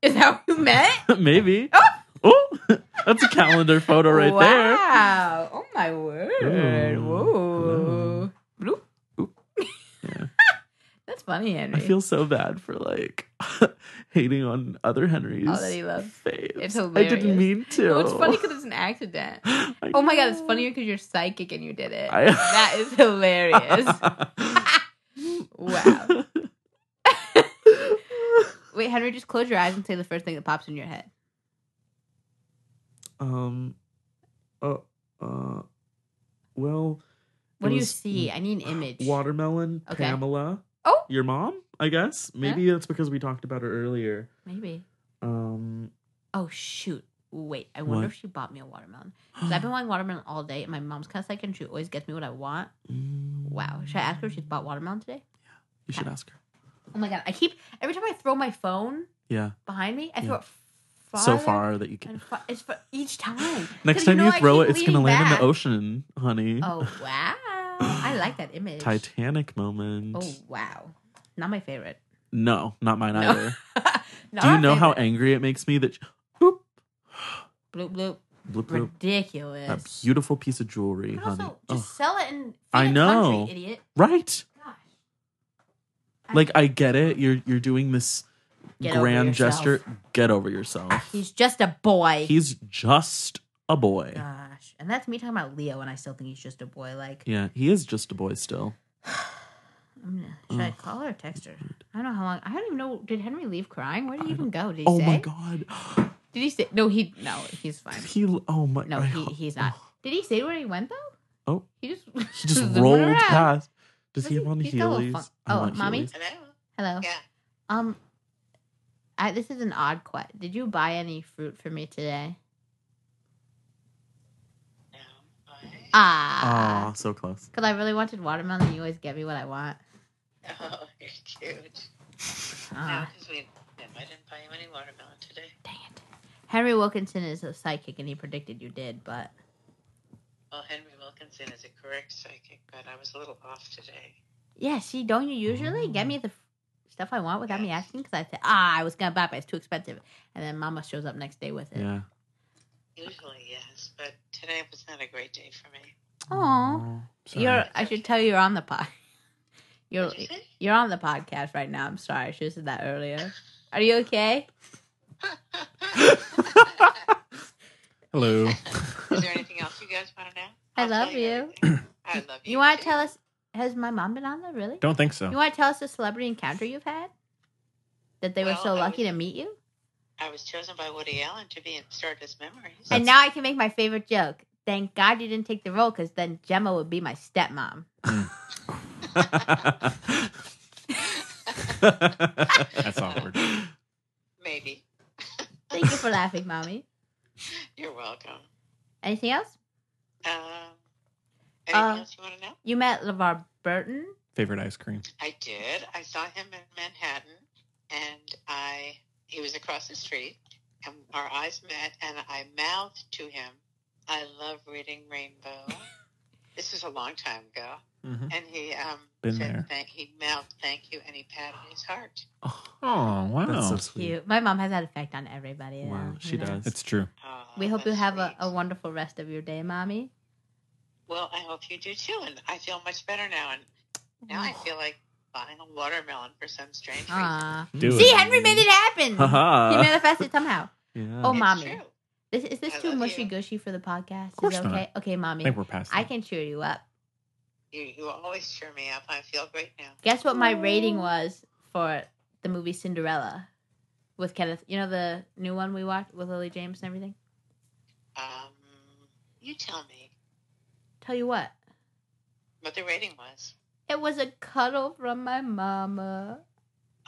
Is that who you met? [LAUGHS] Maybe. Oh, Ah! [LAUGHS] that's a calendar photo right there. wow. Oh my word. Ooh. Whoa. Bloop. [LAUGHS] That's funny, Henry. I feel so bad for like [LAUGHS] hating on other Henry's All Oh, that he loves. faves. It's I didn't hilarious. mean to. Well, it's funny [LAUGHS] because it's an accident. oh my god, it's funny because you're psychic and you did it. I- [LAUGHS] that is hilarious. wow. Wait, Henry, just close your eyes and say the first thing that pops in your head. [LAUGHS] um. Uh. Uh. Well. What it do you was see? I need an image. Watermelon. Okay. Pamela. Oh. Your mom, I guess. Maybe that's because we talked about her earlier. Maybe. Um. Oh shoot. Wait, I wonder What? if she bought me a watermelon. Because I've been wanting watermelon all day, and my mom's kind of psychic, and she always gets me what I want. Wow. Should I ask her if she's bought watermelon today? mm, You should ask her. Oh my god. I keep, every time I throw my phone Yeah. behind me, I throw Yeah. it far. so far that you can. And fu- it's for each time. [LAUGHS] Next 'Cause time you, know I throw keep it, it's gonna leaning land in back. the ocean, honey. Oh wow! I like that image. Titanic moment. Oh wow! Not my favorite. [LAUGHS] No, not mine either. Not Do you my know how favorite. angry it makes me that bloop bloop bloop, bloop, ridiculous? that beautiful piece of jewelry, And also, honey? Oh. just sell it and I I know, know. country, idiot. Right? Gosh. Like I [LAUGHS] get it. You're you're doing this Get over grand yourself. gesture. Get over yourself. He's just a boy. He's just a boy. Gosh, and that's me talking about Leo, and I still think he's just a boy. Like, Yeah, he is just a boy still. I'm gonna, should Mm. I call her or text her? I don't know how long. I don't even know. Did Henry leave crying? Where did he even go? Did he Oh say? my god. [GASPS] Did he say? No, he no, he's fine. He oh my No, I- he, he's not. Did he say where he went though? Oh. He just [LAUGHS] He [LAUGHS] just zoomed rolled around. past. Does Was he have on he's got a little Heelys? fun- I Oh, want mommy. Heelys. Hello. Yeah. Um, I, this is an odd question. Did you buy any fruit for me today? No. Ah. Ah, so close. Because I really wanted watermelon. and You always get me what I want. Oh, you're cute. Ah. because we, no, I didn't buy you any watermelon today. Dang it. Henry Wilkinson is a psychic, and he predicted you did, but Well, Henry Wilkinson is a correct psychic, but I was a little off today. yeah. See, don't you usually get me the f- stuff I want without me asking? Because I said, ah, I was gonna buy, it, but it's too expensive. And then Mama shows up next day with it. Yeah. Usually, yes, but today was not a great day for me. Oh, Sorry. you're. I should tell you you're on the pod. [LAUGHS] You're you're on the podcast right now. I'm sorry. I should have said that earlier. Are you okay? [LAUGHS] Hello. Is there anything else you guys want to know? I I'll love tell you. I love you. You want to tell us? Has my mom been on there? Really? Don't think so. You want to tell us a celebrity encounter you've had? That they were Well, so I lucky was- to meet you? I was chosen by Woody Allen to be in Stardust Memories. And now I can make my favorite joke. Thank God you didn't take the role because then Gemma would be my stepmom. [LAUGHS] That's awkward. Maybe. Thank you for laughing, mommy. You're welcome. Anything else? Um, anything Uh, else you want to know? You met LeVar Burton. Favorite ice cream. I did. I saw him in Manhattan, and I he was across the street, and our eyes met, and I mouthed to him, "I love reading Rainbow." this was a long time ago, Mm-hmm. Mhm. and he um Been said there. thank. He mouthed thank you, and he patted his heart. Oh wow, That's so sweet. Cute. My mom has that effect on everybody. though, Wow, you she know? does. It's true. Oh, We hope you have a, a wonderful rest of your day, mommy. Well, I hope you do too, and I feel much better now. And now I feel like buying a watermelon for some strange reason. Aw. Mm. Do See, it. Henry made it [LAUGHS] happen. [LAUGHS] Haha. He manifested somehow. Yeah. Oh, It's mommy. true. This, is this I too love mushy you. gushy for the podcast? Of course is it not. okay? Okay, I mommy. think we're past. I that. can cheer you up. You you always cheer me up. I feel great now. Guess what my rating was for the movie Cinderella with Kenneth. You know the new one we watched with Lily James and everything. Um, you tell me Tell you what, what the rating was. it was a cuddle from my mama.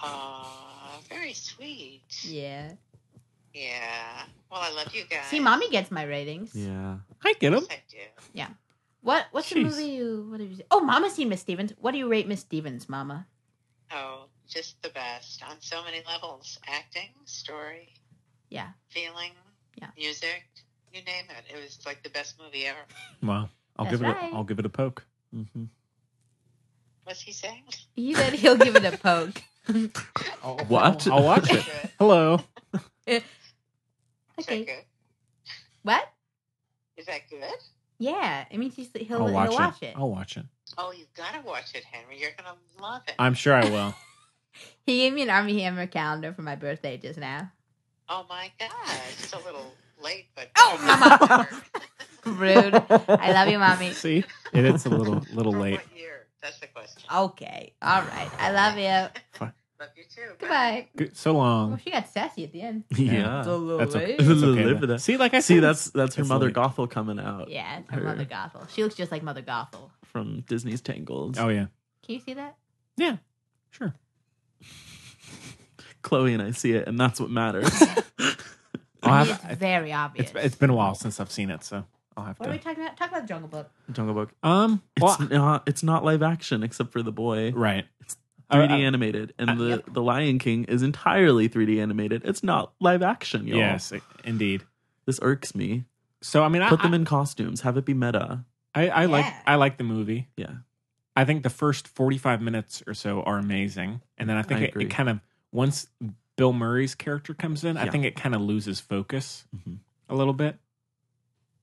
Aw, very sweet. Yeah. Yeah. Well, I love you guys. See, mommy gets my ratings. Yeah. I get him. Yes, I do. What What's the Jeez. movie you? What have you? Seen? Oh, Mama's seen Miss Stevens. What do you rate Miss Stevens, Mama? Oh, just the best on so many levels: acting, story, Yeah. feeling, Yeah. music. You name it. It was like the best movie ever. Wow. I'll That's give it. right. A, I'll give it a poke. Mm-hmm. What's he saying? He said he'll give it a poke. I'll, What? I'll, I'll watch [LAUGHS] it. Good. Hello. Is that Okay. [LAUGHS] good? What? Is that good? Yeah. It means he's, he'll I'll he'll watch, watch it. it. I'll watch it. Oh, you've got to watch it, Henry. You're gonna love it. I'm sure I will. He gave me an Army Hammer calendar for my birthday just now. oh my God! It's a little late, but Oh, Mama. [LAUGHS] Rude. I love you, [LAUGHS] mommy. See, it is a little little For late. What year? That's the question. Okay. All right. I love you. Love you too. Bye. Goodbye. Good- So Well, long. she got sassy at the end. Yeah. little Uh, That's okay. [LAUGHS] late. That's okay, Live though. with that. See, like I See, said, that's that's her It's mother late. Gothel comoming out Yeah, it's her Her. Mother Gothel. She looks just like Mother Gothel. from Disney's Tangled. Oh yeah, Can you see that? yeah, sure. Chloe and I see it, and that's what [LAUGHS] matters. I I'll mean, have- it's very obvious. It's it's been a while since I've seen it, so I'll have what are we to. talking about? Talk about the Jungle Book. Jungle Book. Um, well, It's not. It's not live action except for the boy. right. Uh, 3D I- I- animated, and I- the the Lion King is entirely 3D animated. It's not live action, y'all. Yes, i- indeed. This irks me. So I mean, I Put them in costumes. Have it be meta. I, I like Yeah. I like the movie. Yeah. I think the first 45 minutes or so are amazing. And then I think I it, agree. it kind of, once Bill Murray's character comes in, I Yeah. think it kind of loses focus Mhm. a little bit.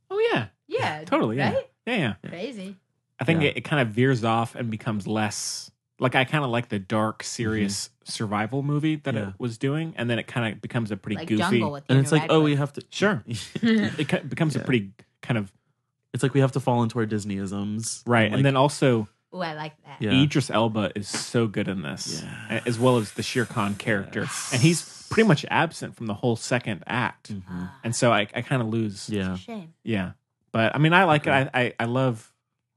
Oh, yeah. Yeah, Totally. Yeah. Right? Yeah. yeah. Crazy. I think Yeah. it, it kind of veers off and becomes less. Like, I kind of like the dark, serious survival movie that Mm-hmm. Yeah. it was doing. And then it kind of becomes a pretty Like goofy. Jungle with And it's like, oh, we have to. [LAUGHS] Sure. [LAUGHS] have. [LAUGHS] It ki- becomes Yeah. a pretty kind of, [LAUGHS] It's like we have to fall into our Disneyisms. Ah, right. like- and then also, oh, I like that. Yeah. Idris Elba is so good in this, Yeah. a- as well as the Shere Khan character, and he's pretty much absent from the whole second act, Mhm. Ah, and so I, I kind of lose. Yeah. it's a shame. Yeah. but I mean, I like Okay. it. I, I, I love.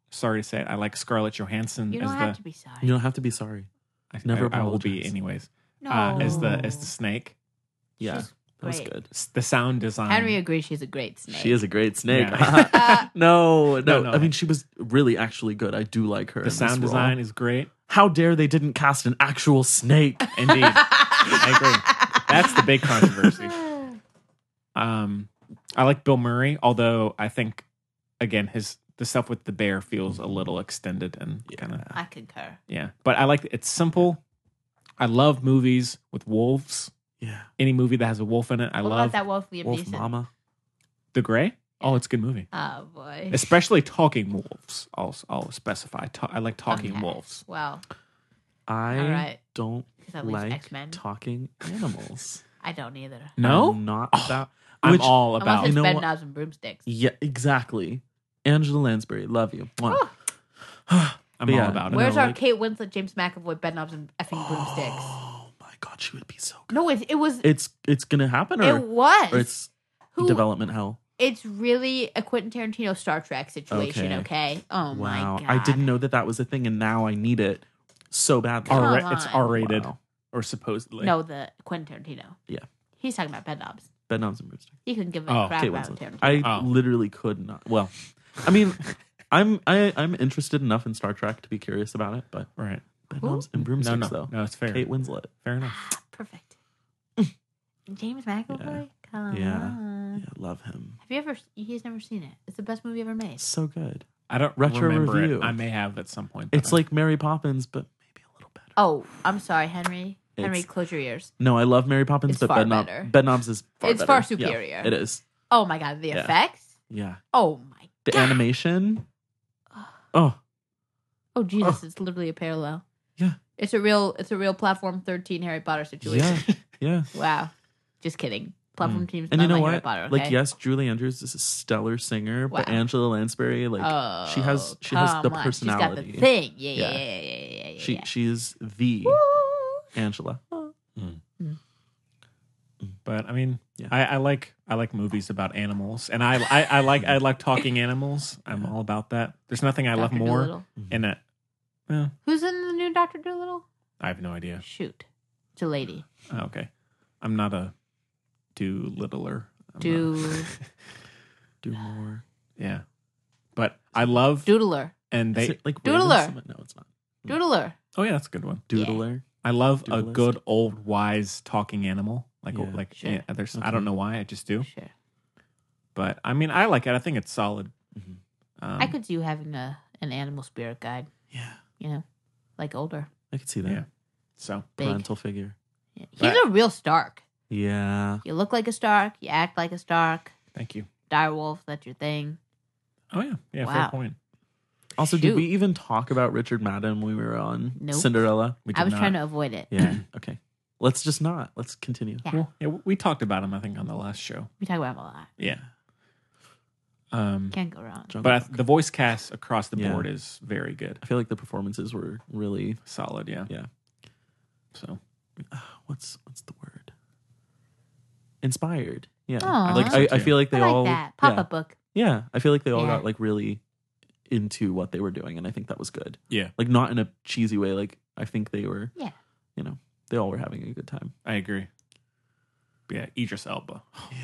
Sorry to say it, I like Scarlett Johansson You as don't the. have to be sorry. You don't have to be sorry. I, never I, I will be apologize. anyways. no. Uh, as the as the snake, Yeah. She's That was great. good. S- the sound design. Henry agrees she's a great snake. [LAUGHS] She is a great snake. [LAUGHS] Yeah. Uh, no, no, No, no. I mean, she was really actually good. I do like her. in the this sound role. design is great. How dare they didn't cast an actual [LAUGHS] snake? Indeed, I agree. That's the big controversy. Ah. Um, I like Bill Murray, although I think again his the stuff with the bear feels a little extended and kind of I [LAUGHS] concur. yeah. But I like it's simple. I love movies with wolves. Yeah. Any movie that has a wolf in it, I what love. about that wolf Liam Wolf Neeson? Mama. The Gray. Oh, it's a good movie, Oh boy. especially talking wolves. I'll I'll specify. Ta- I like talking Okay. wolves. Well, I All right. don't 'Cause I like like X-Men. talking animals. I don't either. [LAUGHS] No? I'm not Oh, about. I'm all Unless about- it's You know bed what? knobs and broomsticks. Yeah, exactly. Angela Lansbury, love you. Mwah. Oh. I'm But all yeah, about it. Where's no, our like- Kate Winslet, James McAvoy, bed knobs and effing [GASPS] broomsticks? Oh my god, she would be so. No, it, it was. It, It's it's gonna happen, or, was. or it's Who- development hell. It's really a Quentin Tarantino Star Trek situation. Okay. Oh my wow, god. I didn't know that that was a thing, and now I need it so badly. Come R- it's on. R rated Wow. or supposedly. No, the Quentin Tarantino. Yeah. He's talking about bed knobs. Ben Nobbs and Brewster. You couldn't give a Oh, crap Kate about Winslet. Tarantino. I Oh. literally could not. Well, [LAUGHS] I mean, I'm I, I'm interested enough in Star Trek to be curious about it, but Right. Ben Who? Nobbs and Broomsticks no, though. no, it's fair. Kate Winslet. Fair enough. Perfect. [LAUGHS] James McAvoy. Come Yeah. on. Yeah, love him. Have you ever? He's never seen it. It's the best movie ever made. So good. I don't Retro remember review. it. I may have at some point. but It's I- like Mary Poppins, but maybe a little better. Oh, I'm sorry, Henry. Henry, It's- close your ears. No, I love Mary Poppins, It's but far Ben, Nob- better. ben Nobbs is far It's better. far Yeah, superior. it is. Oh my god, the Yeah. effects. Yeah. Oh my. The animation. Oh, Oh Jesus, it's literally a parallel. Yeah. It's a real. It's a real platform thirteen Harry Potter yeah. situation. Yeah. [LAUGHS] Wow. Just kidding. Platform teams. And you not like know what? Harry Potter, Like okay? yes, Julie Andrews is a stellar singer, but Wow. Angela Lansbury, like Oh, she has she has the come on. She's personality. got the thing. Yeah, yeah, Yeah. yeah, yeah, yeah, yeah. yeah, She yeah. she is the Woo. Angela. but I mean, Yeah. I, I like I like movies about animals, and I I, I like I like talking animals. I'm all about that. There's nothing I love Dr. more. Dolittle. in it. Well, Who's in the new Doctor Dolittle? I have no idea. Shoot, it's a lady. Oh, okay, I'm not a do littler. Do Do more. yeah, but I love doodler, and Is they. it like Doodler. Raven Summit? No, it's not. doodler. Oh yeah, that's a good one. Doodler. I love a Doodlers. good old wise talking animal. Like Yeah. like Sure. yeah, there's I Okay. don't know why I just do, Sure. but I mean I like it. I think it's solid. Mhm. Um, I could see you having a an animal spirit guide. Yeah. You know, like older. I could see that Yeah. so Big. parental figure. Yeah. He's Right. a real Stark. Yeah. You look like a Stark. You act like a Stark. thank you. Direwolf, that's your thing. Oh yeah, yeah, Wow. fair point. Also, Shoot. did we even talk about Richard Madden when we were on Nope. Cinderella? We did I was not. trying to avoid it. [CLEARS THROAT] Yeah. okay. Let's just not. Let's continue. Yeah. Well, yeah, we talked about him I think on the last show. We talk about him a lot. Yeah. Um, Can't go wrong. Jungle but I, Book. the voice cast across the Yeah. board is very good, I feel like the performances were really solid. Yeah. yeah. So What's what's the word? Inspired. Yeah. Aw. Like I, I feel like I they like all that. Pop yeah. up book. Yeah, I feel like they all Yeah. got like really into what they were doing, and I think that was good. yeah, Like not in a cheesy way. Like I think they were. Yeah. You know, they all were having a good time. I agree. Yeah, Idris Elba,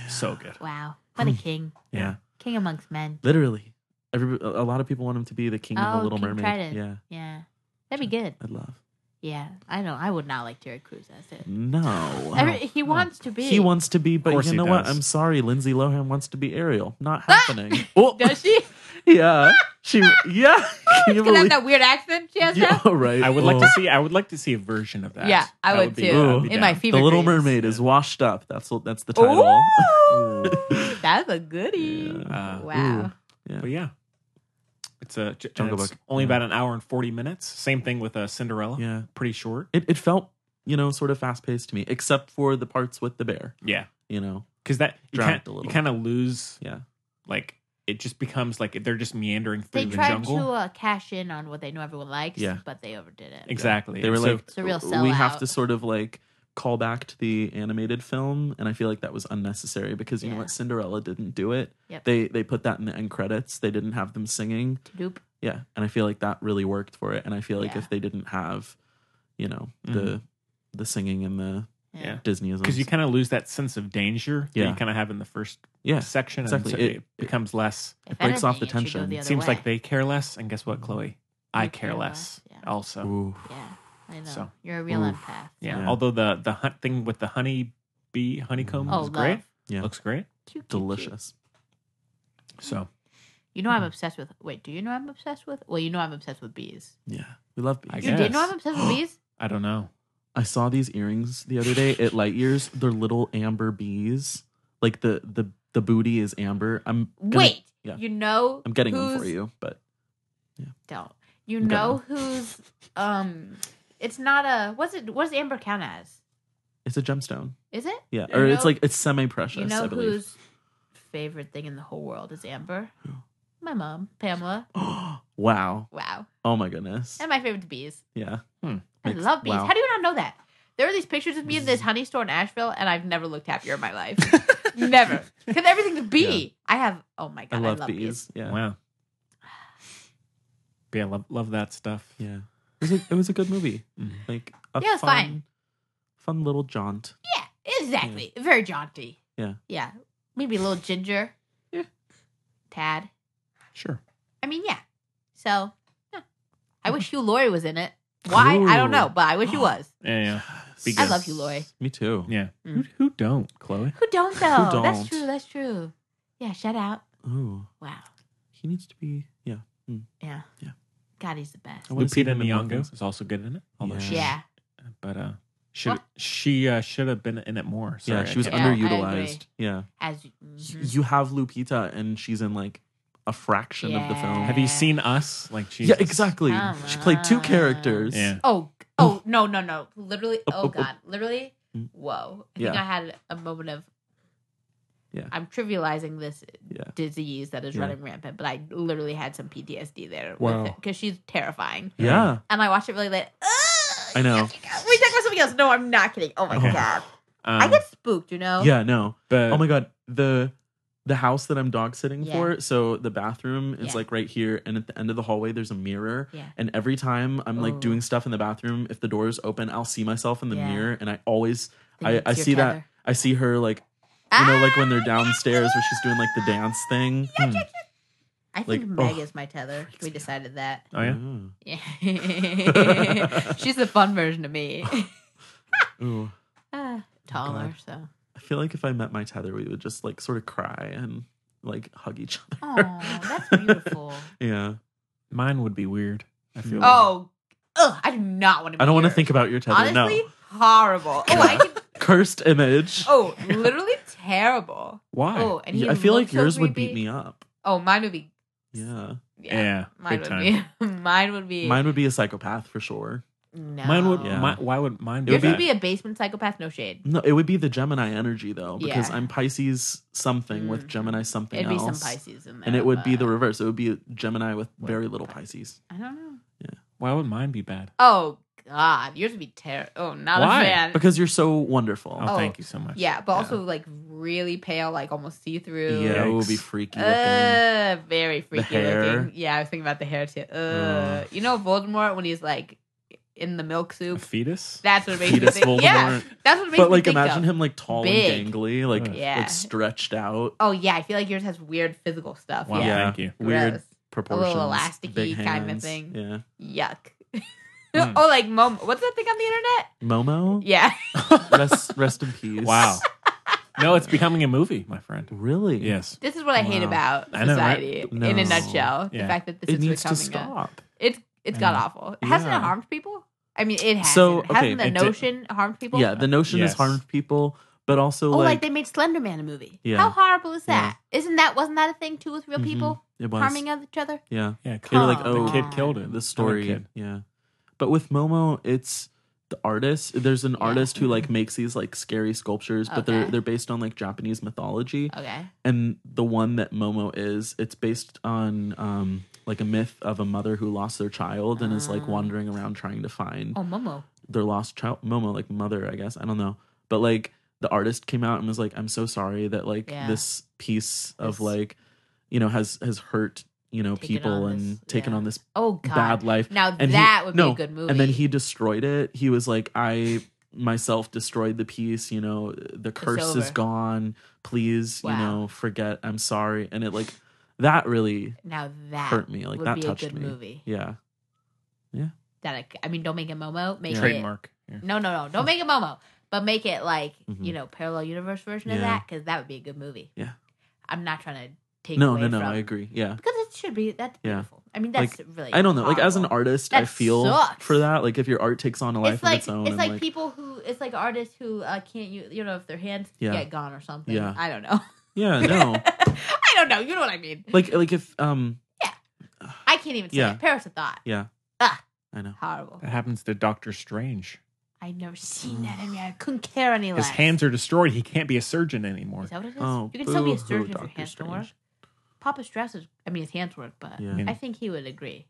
so good. Wow. What a king. Hmm. Yeah. King amongst men. Literally, every a a lot of people want him to be the king of Oh, the Little King Mermaid. Triton. Yeah, Yeah. That'd be good. I love. Yeah. I know. I would not like Terry Crews as it. No. Every- he wants to be. He wants to be, but course you he know what? does. I'm sorry. Lindsay Lohan wants to be Ariel. Not [LAUGHS] happening. oh, Ah! Does [LAUGHS] she? yeah. She, yeah. Can you [LAUGHS] Can have believe? that weird accent she has Yeah, now? right. I would like to Oh. see. I would like to see a version of that. Yeah, I That would be- too. that would be In my down. fever The Little dreams. Mermaid is washed up. That's what. That's the title. Ooh, that's a goodie. Yeah. Uh, wow. But yeah, it's a j- Jungle it's Book. Only Yeah. about an hour and forty minutes. Same thing with uh, Cinderella. [LAUGHS] Yeah. pretty short. It it felt you know sort of fast paced to me, except for the parts with the bear. Yeah, You know. because that you Dragged can't- a little. you kind of lose Yeah. like it just becomes like they're just meandering through They the tried jungle. to uh, cash in on what they know everyone likes, Yeah. but they overdid it. exactly. They were And so- like, It's a real we sellout. have to sort of like call back to the animated film, and I feel like that was unnecessary because you know Yeah. what, Cinderella didn't do it. Yep. They they put that in the end credits. They didn't have them singing. Nope. Yeah, and I feel like that really worked for it. And I feel like Yeah. if they didn't have, you know, Mhm. the the singing and the Yeah. Disneyism, because you kind of lose that sense of danger that Yeah. you kind of have in the first yeah, section, exactly. and so it, It- becomes less. If breaks off anything, the it should go tension. the other seems way. Mm-hmm. like they care less, and guess what, Chloe? I care, care less, less, yeah. also. Ooh. Yeah, I know. So. You're a real Oof. empath. Yeah. Yeah. Although the the hunt thing with the honey bee honeycomb Oh, is love. great. Yeah. Looks great. Cute, cute, cute. delicious. Mm. So You know I'm obsessed with. Wait, do you know I'm obsessed with? Well, you know I'm obsessed with bees. Yeah, we love bees. I You did know Yes. I'm obsessed [GASPS] with bees. I don't know. I saw these earrings the other day at Light Years. They're little amber bees. Like the the the booty is amber. I'm gonna- Wait, yeah. you know I'm getting them for who's- you, but Don't you I'm know gonna. who's um It's not a. What's it? What does amber count as? It's a gemstone. Is it? Yeah, You or it's know- like it's semi-precious. You know I believe. whose favorite thing in the whole world is amber? My mom, Pamela. [GASPS] Wow. wow. Oh my goodness. And my favorite's bees. Yeah. Hmm. I Makes- love bees. wow. How do you not know that? There are these pictures of me in this honey store in Asheville, and I've never looked happier in my [LAUGHS] life. never. Because everything's a bee. I have, oh my God, I love, bees. Yeah. Wow. Yeah, love love that stuff. Yeah. It was a, it was a good movie. Mm. Like a Yeah, it was fun, fine. fun little jaunt. Exactly. Very jaunty. Yeah. Yeah. Maybe a little ginger. Yeah. Tad. Sure. I mean, yeah. So, yeah. I [LAUGHS] wish Hugh Laurie was in it. Why? I don't know, but I [GASPS] wish he was. Yeah, yeah. Be I good. love Hugh Laurie. Me too. Yeah. Mm. Who, who don't, Chloe? Who don't though? That's don't? true. That's true. Yeah, shout out. Ooh. Wow. He needs to be. Yeah. Mm. Yeah. Yeah. God, he's the best. I wanna see Lupita him in more Nyong'o things. is also good in it. Although Yeah. she, Yeah. but uh, should she uh, should have been in it more? Sorry, yeah. I She was can't- Yeah, I agree. underutilized. Yeah. As mm-hmm. You have Lupita, and she's in like a fraction of the film. Yeah. Have you seen Us? Like she. yeah. Exactly. Come She played two on. characters. Yeah. Oh, g- oh no, no, no! Literally, oh oop, oop. god, literally, Mm. whoa! I think Yeah. I had a moment of. Yeah. I'm trivializing this Yeah. disease that is Yeah. running rampant, but I literally had some PTSD there Wow. with it because she's terrifying. Yeah. And I watched it really late. Ugh, [LAUGHS] I know. We talk about something else. No, I'm not kidding. Oh my Okay. god, Um, I get spooked. You know. Yeah. No. but Oh my god, the the house that I'm dog sitting Yeah. for, so the bathroom is Yeah. like right here and at the end of the hallway there's a mirror. Yeah. And every time I'm like Ooh. doing stuff in the bathroom, if the door is open, I'll see myself in the Yeah. mirror and I always Then I, it's I your see that tether. I see her like you know, like when Ah! they're downstairs where she's doing like the dance thing. Hmm. I think like, Meg oh. is my tether. We decided that. Oh yeah. Hmm. [LAUGHS] Yeah. She's the fun version of [LAUGHS] me. Yeah. Ooh. Uh, taller, so. I feel like if I met my tether, we would just like sort of cry and like hug each other. [LAUGHS] Oh, that's beautiful. Yeah. Mine would be weird. I feel. like. oh, ugh, I do not want to. I don't want to think about your tether. Honestly, No. horrible. Oh, I [LAUGHS] can, Cursed image. oh, literally terrible. Why? Oh, and he Yeah, I feel like looked so yours would beat creepy. me up. Oh, mine would be. Yeah. Yeah, Yeah, mine big would time. be. [LAUGHS] Mine would be. Mine would be a psychopath for sure. no. Mine would. Yeah. mi- why would mine? Yours do would that? be a basement psychopath. No shade. No, it would be the Gemini energy though, because Yeah. I'm Pisces something with Mhm. Gemini something It'd be else. some Pisces in there, And it would be but the reverse. It would be Gemini with very little Pisces. I don't know. Why would mine be bad? Oh God, yours would be terrible. Oh, not Why? a fan. Because you're so wonderful. Oh, Oh, thank you so much. yeah, but also like really pale, like almost see through. Yeah, it would be Yikes. freaky looking. Uh, very freaky hair. looking. Yeah, I was thinking about the hair too. Uh, Ugh. you know Voldemort when he's like in the milk A [LAUGHS] soup. fetus. That's what makes me Fetus think. Yeah, Voldemort. that's what makes But me like think imagine of. him like tall Big. and gangly, like Yeah. like stretched out. Oh yeah, I feel like yours has weird physical stuff. Wow. Yeah, Thank you. Weird Gross. proportions. elasticy big kind of hands. thing. Yeah. yuck. [LAUGHS] Hmm. oh, like Momo. What's that thing on the internet? Momo? [LAUGHS] Yeah, rest rest in peace. [LAUGHS] Wow. no, it's becoming a movie, my friend. Really? Yes. this is what I hate Wow. about I know, right? society in No. a nutshell. The Yeah. fact that this It is needs to becoming a- stop. It's it's I got know. awful. Hasn't Yeah. it harmed people? I mean, it hasn't. So, okay, hasn't the it did- notion harmed people? Yeah, the notion Yes. has harmed people, but also oh, like, like, they made Slender Man a movie. Yeah. How horrible is that? not that wasn't that a thing too with real Mhm. people it was harming each other? Yeah, Yeah. they were like, Come oh, the kid on. killed it. the Another story. kid. Yeah, but with Momo, it's the artist. There's an artist who like makes these like scary sculptures, but they're Okay. they're based on like Japanese mythology. Okay. And the one that Momo is, it's based on um like a myth of a mother who lost their child and is Ah. like wandering around trying to find Oh, Momo. their lost child momo like mother i guess i don't know but like the artist came out and was like i'm so sorry that like Yeah. this piece of This- like you know has has hurt you know Taken people on and this- taken yeah. on this Oh God. bad life Now and he- that would be no, a good movie. and then he destroyed it he was like i myself destroyed the piece you know the curse is over. gone please you Wow. know forget i'm sorry and it like that really now that hurt me like would that be touched a good me movie. yeah That I, I mean, don't make it Momo. Make Yeah. it Trademark. Yeah. no, no, no. Don't make it Momo, but make it like Mhm. you know parallel universe version of Yeah. that because that would be a good movie. Yeah. I'm not trying to take no away no no from i agree yeah because it should be that's Yeah. beautiful. I mean, that's really I don't know. Like as an horrible. artist, I That feel sucks. for that. Like if your art takes on a life it's like of its own, it's and, like, people who it's like artists who uh, can't you you know if their hands Yeah. get gone or something. Yeah. I don't know. yeah, no, [LAUGHS] I don't know. You know what I mean. like like if um I can't even say Yeah. it. Paris a thought. yeah, Ah. I know. Horrible. That happens to Doctor Strange. I'd never seen that. I mean, I couldn't care any less. His hands are destroyed. He can't be a surgeon anymore. Is that what it is? Oh, you can still be a boo-hoo, surgeon if your Dr. hands don't work. Strange. Papa Strauss is, I mean, his hands work, but Yeah. I think he would agree.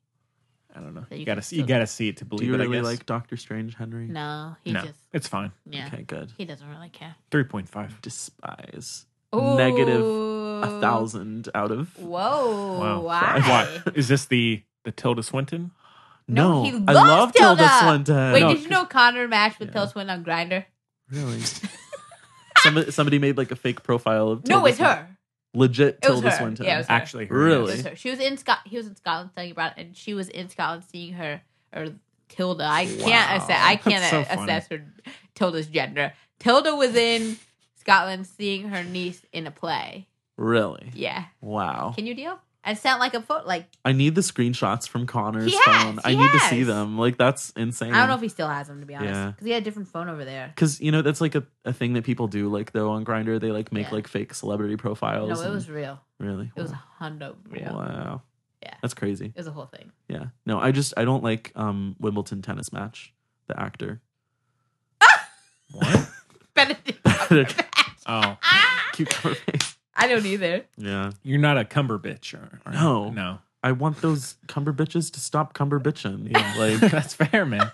I don't know. That You, you gotta can see. You still- gotta see it to Do believe you it. I really guess. like Doctor Strange, Henry? No, he no, just, it's fine. yeah. Okay, good. He doesn't really care. Three point five. Despise. Negative a thousand out of. Oh. Whoa. Wow. Why? Oh, Why? Is this the the Tilda Swinton? No, No, he I loves love Tilda. Swinton. Wait, No, did you know Connor matched with Tilda Swinton on Grinder? Really? [LAUGHS] somebody, somebody made like a fake profile of. No, Tilda it's Swinton. her. Legit It was Tilda her. Swinton. Yeah, it was her. Actually, her, It Really? was her. She was in Scot. He was in Scotland studying abroad, and she was in Scotland seeing her or Tilda. I can't assess. I can't so a- funny. assess her Tilda's gender. Tilda was in Scotland seeing her niece in a play. Really? Yeah, Wow. can you deal? And sent like a foot. Like I need the screenshots from Connor's He has, phone. he I need to see has. them. Like that's insane. I don't know if he still has them to be honest, Mm. Yeah. because he had a different phone over there. because you know that's like a, a thing that people do. Like though on Grinder, they like make Yeah. like fake celebrity profiles. No, it and- was real. really. It was wow. a hundo real. Wow. Yeah. That's crazy. It was a whole thing. [LAUGHS] Yeah. No, I just I don't like um Wimbledon tennis match. The actor. [LAUGHS] What? Benedict. Ah! oh, Cute cover face. I don't either. Yeah. you're not a cumber bitch. Or, or- No. no. I want those cumber bitches to stop cumber bitching. Yeah. [LAUGHS] [LAUGHS] Like [LAUGHS] That's fair, man.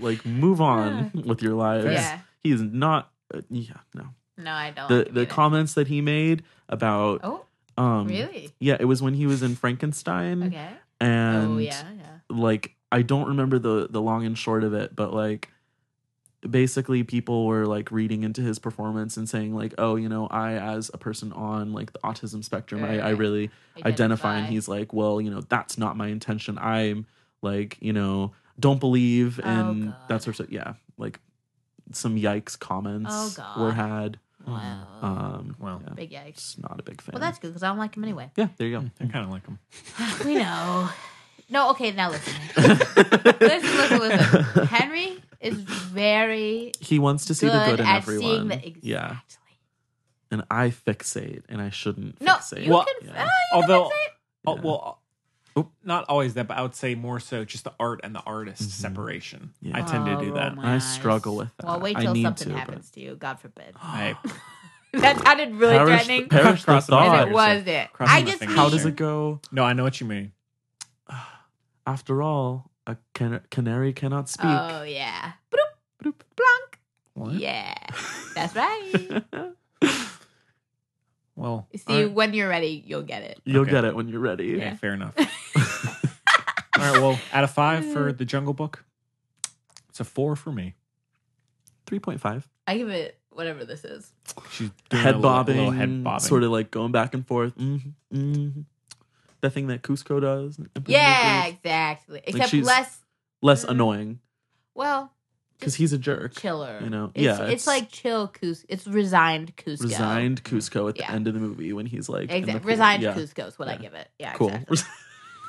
like move on with your lives. Yeah. Oh, He's not. Uh, yeah. No. No, I don't. The like him the either. comments that he made about Oh, um really? Yeah, it was when he was in Frankenstein. Okay. And oh yeah, yeah. like I don't remember the the long and short of it, but like basically people were like reading into his performance and saying like, "Oh, you know, I as a person on like the autism spectrum, Right, I, I right. really identify." And he's like, "Well, you know, that's not my intention. I'm like, you know, don't believe Oh, and that God. sort of yeah, like some yikes comments Oh, God. were had. Wow. Um, Well. yeah, Big yikes. just not a big fan. Well, that's good because I don't like him [LAUGHS] anyway. yeah, [LAUGHS] there you I kind of like him. we know. No, okay, now listen. go. listen, listen, listen. Henry is very [LAUGHS] he wants to see good, the good in at everyone. seeing the exactly. Yeah. and I fixate and I shouldn't No, fixate. you Well, can. yeah. uh, Although, Yeah. oh, well, oh, not always that, but I would say more so just the art and the artist separation. Mm-hmm. Yeah. I tend to do oh, that. roll I my struggle with that. Well, wait I till need something to, but- happens to you. God forbid. [LAUGHS] [GASPS] I, [LAUGHS] that sounded really Perish- threatening. [LAUGHS] perish the Cross my as thought. it was it. Crossing I my just fingers. mean, How does it go? no, I know what you mean. After all, a can- canary cannot speak. Oh yeah. Bloop, bloop, blonk. Yeah, [LAUGHS] that's right. Well, See, all right. when you're ready, you'll get it. [LAUGHS] You'll Okay. get it when you're ready. Okay, fair [LAUGHS] enough. all right, well, out of five for the Jungle Book, it's a four for me. 3.5. I give it whatever this is. She's doing Head a little- bobbing, little head bobbing, sort of like going back and forth. hmm The thing that Cusco does. Yeah, exactly. Except she's- less. Less Mhm. annoying Well, because he's a jerk. chiller. You know, it's, yeah, It's, it's- like chill Cus. It's resigned Cusco. Resigned Cusco at the Yeah. end of the movie when he's like in the Exactly. pool. Resigned Yeah. Cusco is what I Yeah. give it. Yeah. cool. Exactly.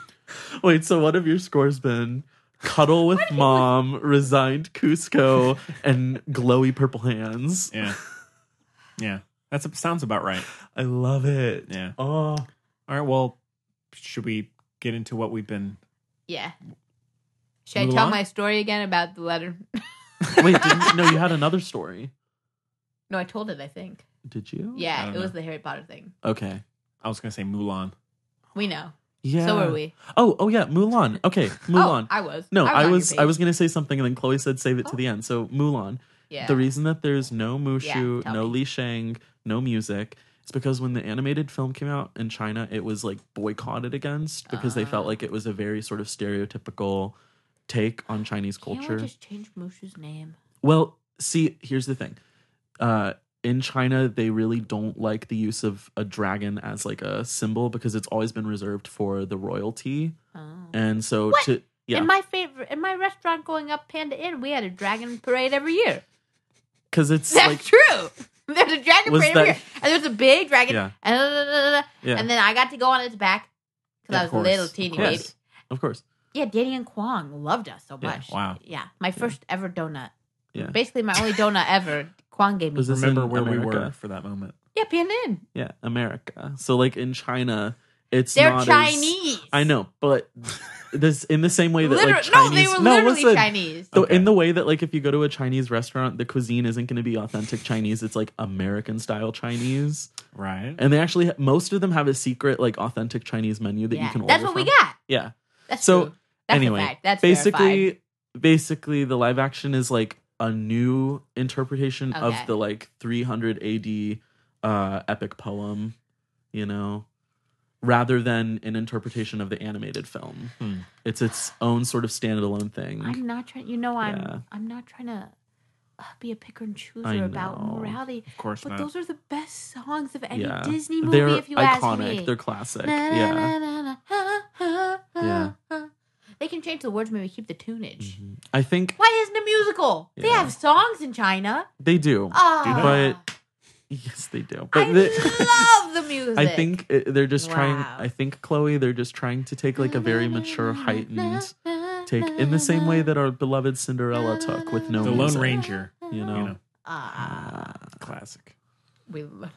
[LAUGHS] Wait, so what have your scores been? Cuddle with [LAUGHS] mom, resigned Cusco, and glowy purple hands. [LAUGHS] Yeah, yeah, that sounds about right. I love it. Yeah. Oh, All right, well, should we get into what we've been? Yeah. Should I Move tell on? my story again about the letter? [LAUGHS] wait, didn't, no, you had another story. no, I told it. I think. Did you? I Yeah, don't it was know. the Harry Potter thing. Okay. I was gonna say Mulan. We know. Yeah. So are we. Oh, oh yeah, Mulan. Okay, Mulan. Oh, I was. no, I on your was I page. was gonna say something, and then Chloe said save it to Oh. the end. So Mulan. Yeah. The reason that there's no Mushu, Yeah, tell no me. Li Shang, no music, it's because when the animated film came out in China, it was like boycotted against because they Ah. felt like it was a very sort of stereotypical take on Chinese Can't culture. we just change Mushu's name? Well, see, here's the thing. Uh, in China, they really don't like the use of a dragon as like a symbol because it's always been reserved for the royalty. Oh. And so What? to yeah, In my favorite, in my restaurant going up Panda Inn, we had a dragon parade every year. [LAUGHS] because it's That's like true. [LAUGHS] There's a dragon Was parade every that- year, and there's a big dragon, Yeah. and, da- da- da- da- da. Yeah. and then I got to go on its back because I was Of course, a little of teeny course. baby. of course. Yeah, Danny and Kwong loved us so Yeah, much. wow. Yeah, my first ever donut. Yeah. Basically, my only donut ever. Kwong gave me. Was this Remember in where we America? were for that moment. yeah, Panda Inn. Yeah, America. So like in China, It's They're not as- Chinese. I know, but this in the same way that like Liter- no, they Chinese were literally Chinese. So in the way that like if you go to a Chinese restaurant, the cuisine isn't going to be authentic Chinese. It's like American style Chinese, right? And they actually ha- most of them have a secret like authentic Chinese menu that Yeah, you can. that's order what we from. got. Yeah. That's so true. That's a anyway, fact. That's basically verified. basically the live action is like a new interpretation Okay. of the like 300 AD uh epic poem, you know, rather than an interpretation of the animated film. It's its own sort of standalone thing. I'm [LAUGHS] not trying. You know, I'm Yeah. I'm not trying to uh, be a picker and chooser I about know. morality. Of course but not. those are the best songs of any Yeah. Disney movie. They're if you ask iconic. me, They're classic. Na, na, Yeah. na, na, na, ha, ha, ha, Yeah. Mm-hmm. ha. They can change the words, maybe keep the tunage. I think Why isn't it musical? They have songs in China. They do, Ah. but yes, they do. But I the- love the music. [LAUGHS] I think it, they're just trying. Wow. I think Chloe, they're just trying to take like a very mature, heightened take in the same way that our beloved Cinderella took with no The Lone music, Ranger, You know, Ah, classic. we [LAUGHS] lo-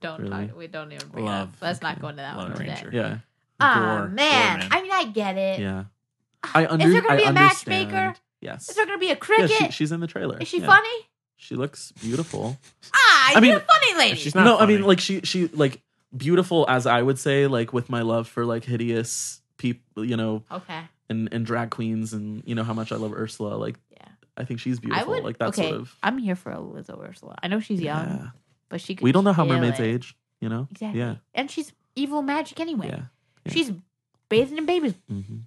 don't Really? talk, we don't even bring it up. Love Let's not go into that one Lone today. Ranger. yeah, Ah Gore- man. Gore man. I mean, I get it. [SIGHS] yeah. I under. Is there gonna I be a understand. matchmaker? Yes. Is there gonna be a Yeah, cricket? she- she's in the trailer. Is she Yeah. funny? She looks beautiful. Ah, I you're mean- a funny lady. no, I mean like she she like beautiful as I would say like with my love for like hideous people, you know, Okay. and and drag queens and you know how much I love Ursula. Like, yeah, I think she's I beautiful. would like that okay. sort of. I'm here for Eliza Ursula. I know she's Yeah. young, but she. Could We don't know how kill mermaids it. age. You know. Exactly. Yeah. And she's evil magic anyway. Yeah, She's bathing in babies. Mhm.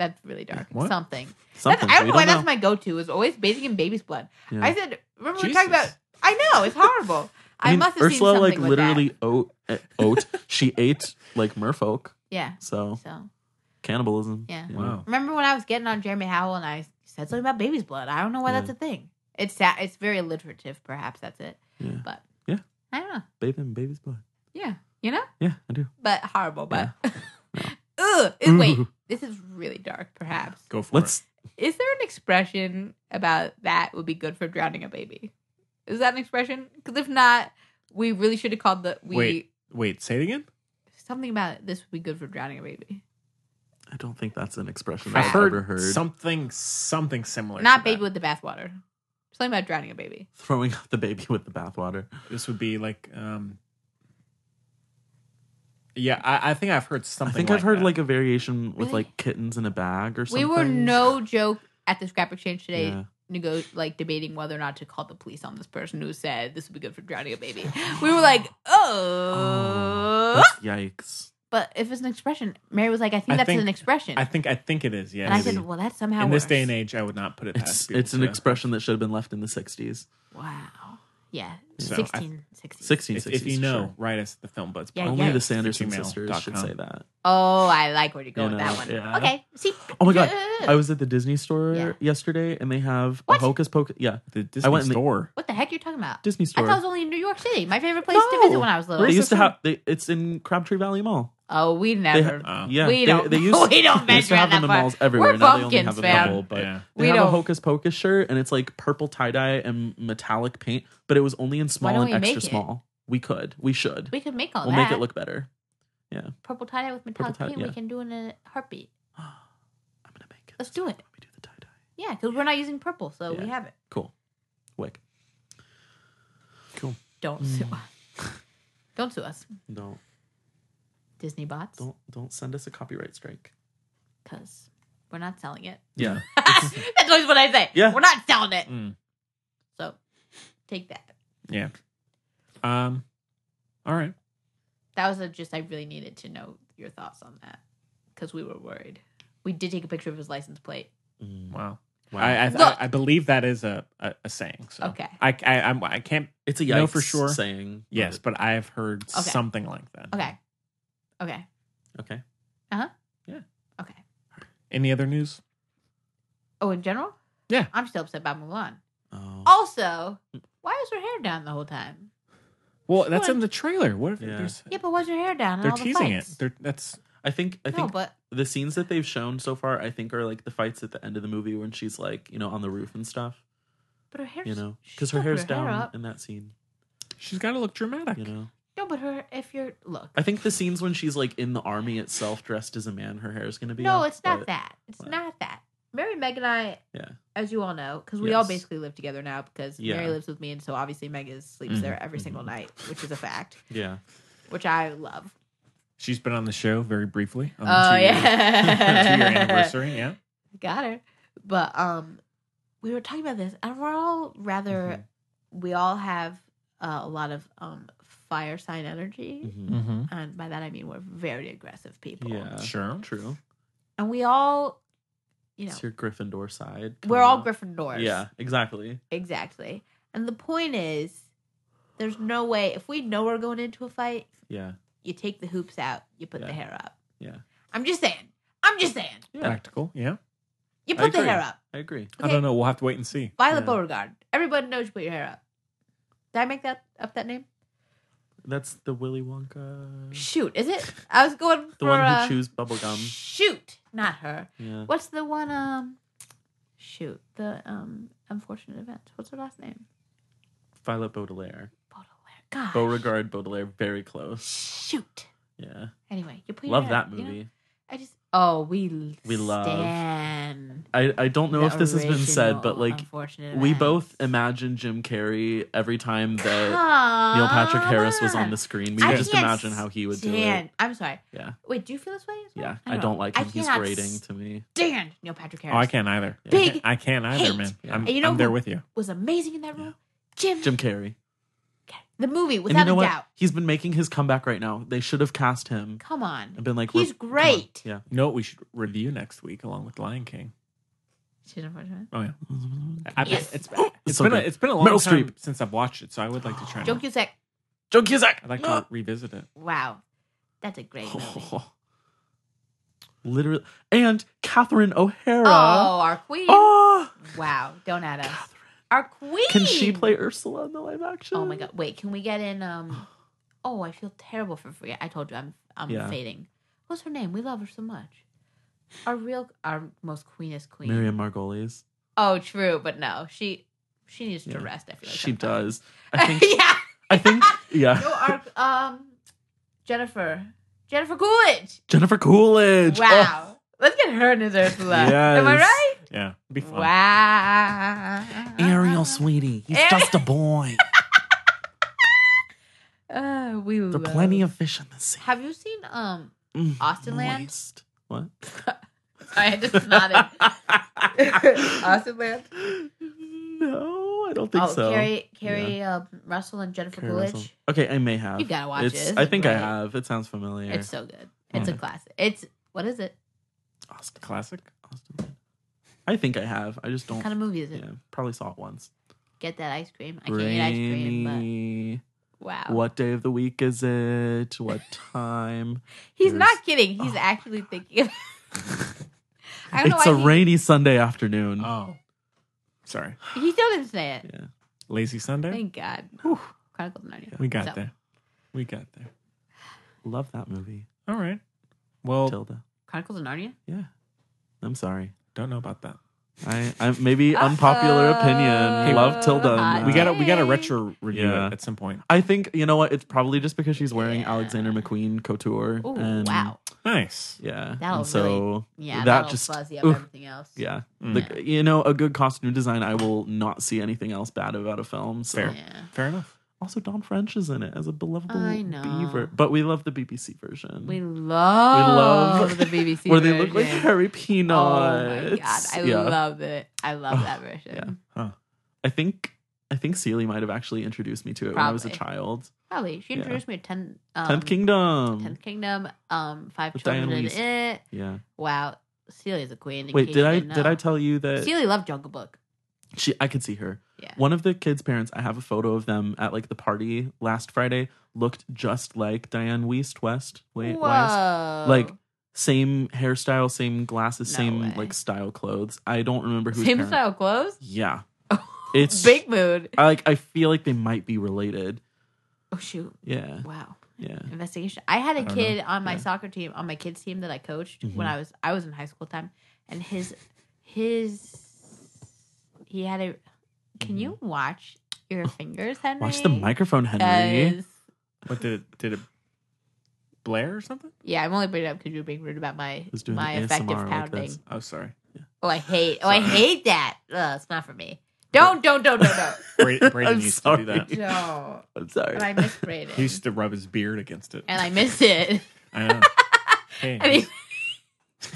That's really dark. What? Something. That's- Something. I don't We know why don't that's know. my go-to. Is always bathing in baby's blood. Yeah. I said. Remember we talked about. I know it's [LAUGHS] horrible. I, mean, must have Ursula seen something like with literally That. oat eh, oat. she ate like merfolk. [LAUGHS] Yeah. So So cannibalism. yeah. you know. Remember when I was getting on Jeremy Howell and I said something about baby's blood? I don't know why Yeah. that's a thing. It's sa- it's very alliterative. Perhaps that's it. Yeah. But Yeah. I don't know. Bathe in baby's blood. Yeah. You know. Yeah, I do. But horrible. But. [LAUGHS] Ugh. it- [LAUGHS] Wait. Ooh. This is really dark. Perhaps. Go for Let's. Is there an expression about that would be good for drowning a baby? Is that an expression? Because if not, we really should have called the we wait, wait, say it again. something about this would be good for drowning a baby. I don't think that's an expression I've I've heard, ever heard. something something similar. not to baby that. with the bathwater. Something about drowning a baby. Throwing out the baby with the bathwater. This would be like, um, yeah, I, I think I've heard I something. think I've like heard that. like a variation with Really? like kittens in a bag or something. We were no joke at the scrap exchange today. Yeah. Nego- like debating whether or not to call the police on this person who said this would be good for drowning a baby. [LAUGHS] We were like, oh. [GASPS] That's- yikes. But if it's an expression, Mary was like, I think I that's think- an expression. I think I think it is. Yeah, and I said, well, that's somehow in worse. this day and age, I would not put it It's past people it's an to- expression that should have been left in the 60s. Wow. Yeah. So, I- 16, 16. 1660s. If, if you for know, sure. write us the film buds. Yeah, podcast Only yeah. the Sanderson gmail sisters dot should com. say that. Oh, I like where you go You with know, that one. yeah. Okay. See? Oh my god! Yeah. I was at the Disney store Yeah. yesterday, and they have What? a Hocus Pocus. Yeah, the Disney I went in the- store. What the heck are you talking about? I Disney store. thought it was only in New York City. My favorite place to visit when I was little. They used to have. They, it's in Crabtree Valley Mall. Oh, we They never. ha- uh, Um, yeah, we they, don't. [LAUGHS] They used, we don't they venture used to have out them that in far. malls everywhere. We're now they only pumpkins, have a fam. couple, but Yeah. they We have don't- a Hocus Pocus shirt, and it's like purple tie dye and metallic paint, but it was only in small don't and we make extra it? small. We could. We should. We could make all we'll that. make it look better. Yeah, I'm purple tie dye with metallic tie- pink. We yeah. can do it in a heartbeat. gonna make it. Let's do it. We do the tie dye. Yeah, because we're not using purple, so we Yeah. have it. Cool. Wick. Cool. Don't Mm. sue [LAUGHS] us. Don't sue us, Don't Disney bots, don't don't send us a copyright strike. because we're not [LAUGHS] selling it. [LAUGHS] Yeah. That's always what I say. Yeah. We're not selling it. Mm. So take that. Yeah. Um. All right. That was a, just, I really needed to know your thoughts on that because we were worried. We did take a picture of his license plate. Wow. Wow. I I, Look. I I believe that is a a, a saying. So Okay. I I I'm, I can't. It's a know yikes for sure. saying. but- Yes, but I have heard Okay. something like that. Okay. Okay. Okay. Uh huh. Yeah. Okay. Any other news? Oh, in general? Yeah. Mm. I'm still upset about Mulan. Oh. Also, why is her hair down the whole time? Well, that's in the trailer. What if Yeah. there's? Yeah, but why's her hair down? in Uh, They're all the teasing it. fights? They're, that's I think I no, think but the scenes that they've shown so far, I think are like the fights at the end of the movie when she's like, you know, on the roof and stuff. but her hair's you know, she because her stuck hair's hair down up. in that scene. she's got to look dramatic. You know, No, but her, if you're, look. I think the scenes when she's like in the army itself, dressed as a man, her hair is going to be. no, up, it's not but- that. It's not that. Mary, Meg, and I, Yeah. as you all know, because we all Yes. basically live together now because Yeah. Mm-hmm. Mary lives with me, and so obviously Meg is, sleeps Mhm, there every single night, which is a fact, Yeah. which I love. She's been on the show very briefly. Um, On the Oh, [LAUGHS] two-year- yeah. [LAUGHS] two-year anniversary. Yeah. [LAUGHS] Got her. But um we were talking about this and we're all rather Mm-hmm. we all have uh, a lot of um fire sign energy. Mhm. And by that I mean we're very aggressive people. Mm-hmm. Yeah. Uh, Sure. True. And we all you know It's your Gryffindor side. we're coming all out. Gryffindors. Yeah, exactly. Exactly. And the point is there's no way if we know we're going into a fight, Yeah. you take the hoops out, you put the Yeah. hair up. Yeah. I'm just saying. I'm just saying. Yeah. Practical. Yeah. You I put the agree. hair up. I agree. I don't know. We'll have to wait and see. Violet Yeah. Beauregard. Everybody knows you put your hair up. Did I make that up that name? That's the Willy Wonka. Shoot, is it? I was going for Mm. The one uh, who chews bubblegum. Shoot, not her. Yeah. What's the one? Um, shoot, the um unfortunate event. What's her last name? Violet Baudelaire. God, Beauregard Baudelaire, very close. shoot. Yeah. Anyway, you put your Love hair that up, you know? movie. I just oh we We love- stan. I, I don't know The if this has been said, but original like Unfortunate we Events. both imagine Jim Carrey every time that Come Neil Patrick Harris was on on. the screen. We I would just can't imagine how he would do stand- it. I'm sorry. Yeah. Wait, do you feel this way? As well? Yeah. I don't like I him. He's cannot grating to me. Stand Neil Patrick Harris. Oh, I can't either. Yeah. Big I can't either, hate. man. Yeah. I'm, And you know I'm there who- with you. was amazing in that role. Jim, Jim Carrey. the movie and you without know a what? doubt. He's been making his comeback right now. They should have cast him Come on, and been like, he's we're- great. yeah. You know what we should review next week along with Lion King? She's unfortunate. Oh yeah. I, [GASPS] Yes. It's, it's so been a, good. it's been a long Meryl time Streep. since I've watched it, so I would like to try. Joe it. Cusack. Joe Cusack. I'd like [GASPS] to revisit it. Wow, that's a [LAUGHS] great Oh, movie. Literally. And Catherine Uh, O'Hara. Oh, our queen. Ah! Wow, don't add us. Our queen. Can she play Ursula in the live action? Oh my god! Wait, can we get in? [GASPS] Um. Oh, I feel terrible for free. I told you, I'm I'm Yeah. fading. What's her name? We love her so much. Our real, our most queenest queen. Miriam Margolis. Oh, true, but no, she she needs to Yeah. rest. I feel like She sometimes. does. [LAUGHS] I think. yeah. [LAUGHS] I think. Yeah. No, our um, Jennifer, Jennifer Coolidge. Jennifer Coolidge. Oh. Wow. Let's get her in his Ursula. Am I Yes. right? Yeah, it'd be fun. Wow. Oh, Ariel, sweetie, he's Ariel. [LAUGHS] just a boy. Uh, we There are love. plenty of fish in the sea. Have you seen um Mm, Austin Land? [LAUGHS] moist. What? I just nodded. [LAUGHS] Austin Land. No, I don't think oh, so. Carrie, Carrie um, Russell and Jennifer Carrie Coolidge. Russell. Okay, I may have. You gotta watch it. It's- It's I think I great. have. It sounds familiar. It's so good. It's a Okay. classic. It's what is it? Austin. Classic. Austin Land. I think I have. I just don't. What kind of movie is it? yeah, probably saw it once. Get that ice cream. I can't eat ice cream, Rainy. but oh. wow. What day of the week is it? What [LAUGHS] time? He's There's- not kidding. He's actually thinking. [LAUGHS] Of- I don't Oh. It's know a why he- rainy Sunday afternoon. Oh, sorry. He still didn't say it. Yeah. Lazy Sunday. Thank God. Chronicles of Narnia. We got So, there. We got there. Love that movie. All right. Well, Tilda. Chronicles of Narnia. Yeah. I'm sorry. don't know about that. I, I maybe unpopular opinion. Hey, Love Tilda. in Oh, hot that. We got to we got to Hey. retro review Yeah. it at some point. I think you know what? It's probably just because she's wearing Alexander McQueen couture. Oh and- wow. Nice. Yeah. and That'll so Yeah, that that will just fuzzy up oof, everything else. yeah. Mm. The- you know, a good costume design. I will not see anything else bad about a film. So. Fair. Yeah. Fair enough. Also, Don French is in it as a beloved I know. beaver, but we love the BBC version. We love, the BBC where they look like version. Harry Peanuts. Oh my god, I Yeah. love it. I love [SIGHS] that version. Yeah. I think I think Seely might have actually introduced me to it when I was a Probably. child. Probably. She Yeah. introduced me to ten, um, Tenth Kingdom. Tenth Kingdom. Um, five With children Diana in Lees. it. Yeah. Wow, Celia's a queen. in Wait, case did you I didn't did know. I tell you that Celia loved Jungle Book? she I could see her. Yeah. One of the kids' parents, I have a photo of them at like the party last Friday, looked just like Diane Weist West. Wait, West. Whoa. Like same hairstyle, same glasses, Oh. No same way. like style clothes. I don't remember who. same style clothes. [LAUGHS] Yeah. It's Big mood. I like I feel like they might be related. Oh shoot! Yeah. Wow. Yeah. Investigation. I had a don't kid on my Yeah. soccer team, on my kids team that I coached Mhm. Mm-hmm. when I was I was in high school time, and his his he had Mm-hmm. [LAUGHS] a. Can you watch your fingers, Henry? Watch the microphone, Henry. Because What did it? Did it blare or something? Yeah, I'm only bringing it up because you're being rude about my was doing my the effective ASMR like pounding. this. oh, [LAUGHS] sorry. oh, I hate. Oh, I hate that. Ugh, it's not for me. Don't, don't, don't, [LAUGHS] don't, don't. Braden, Braden I'm used to do sorry. that. No. I'm sorry. But I miss Braden. He used to rub his beard against it. and I miss it. I [LAUGHS] know. Hey, Any- [LAUGHS]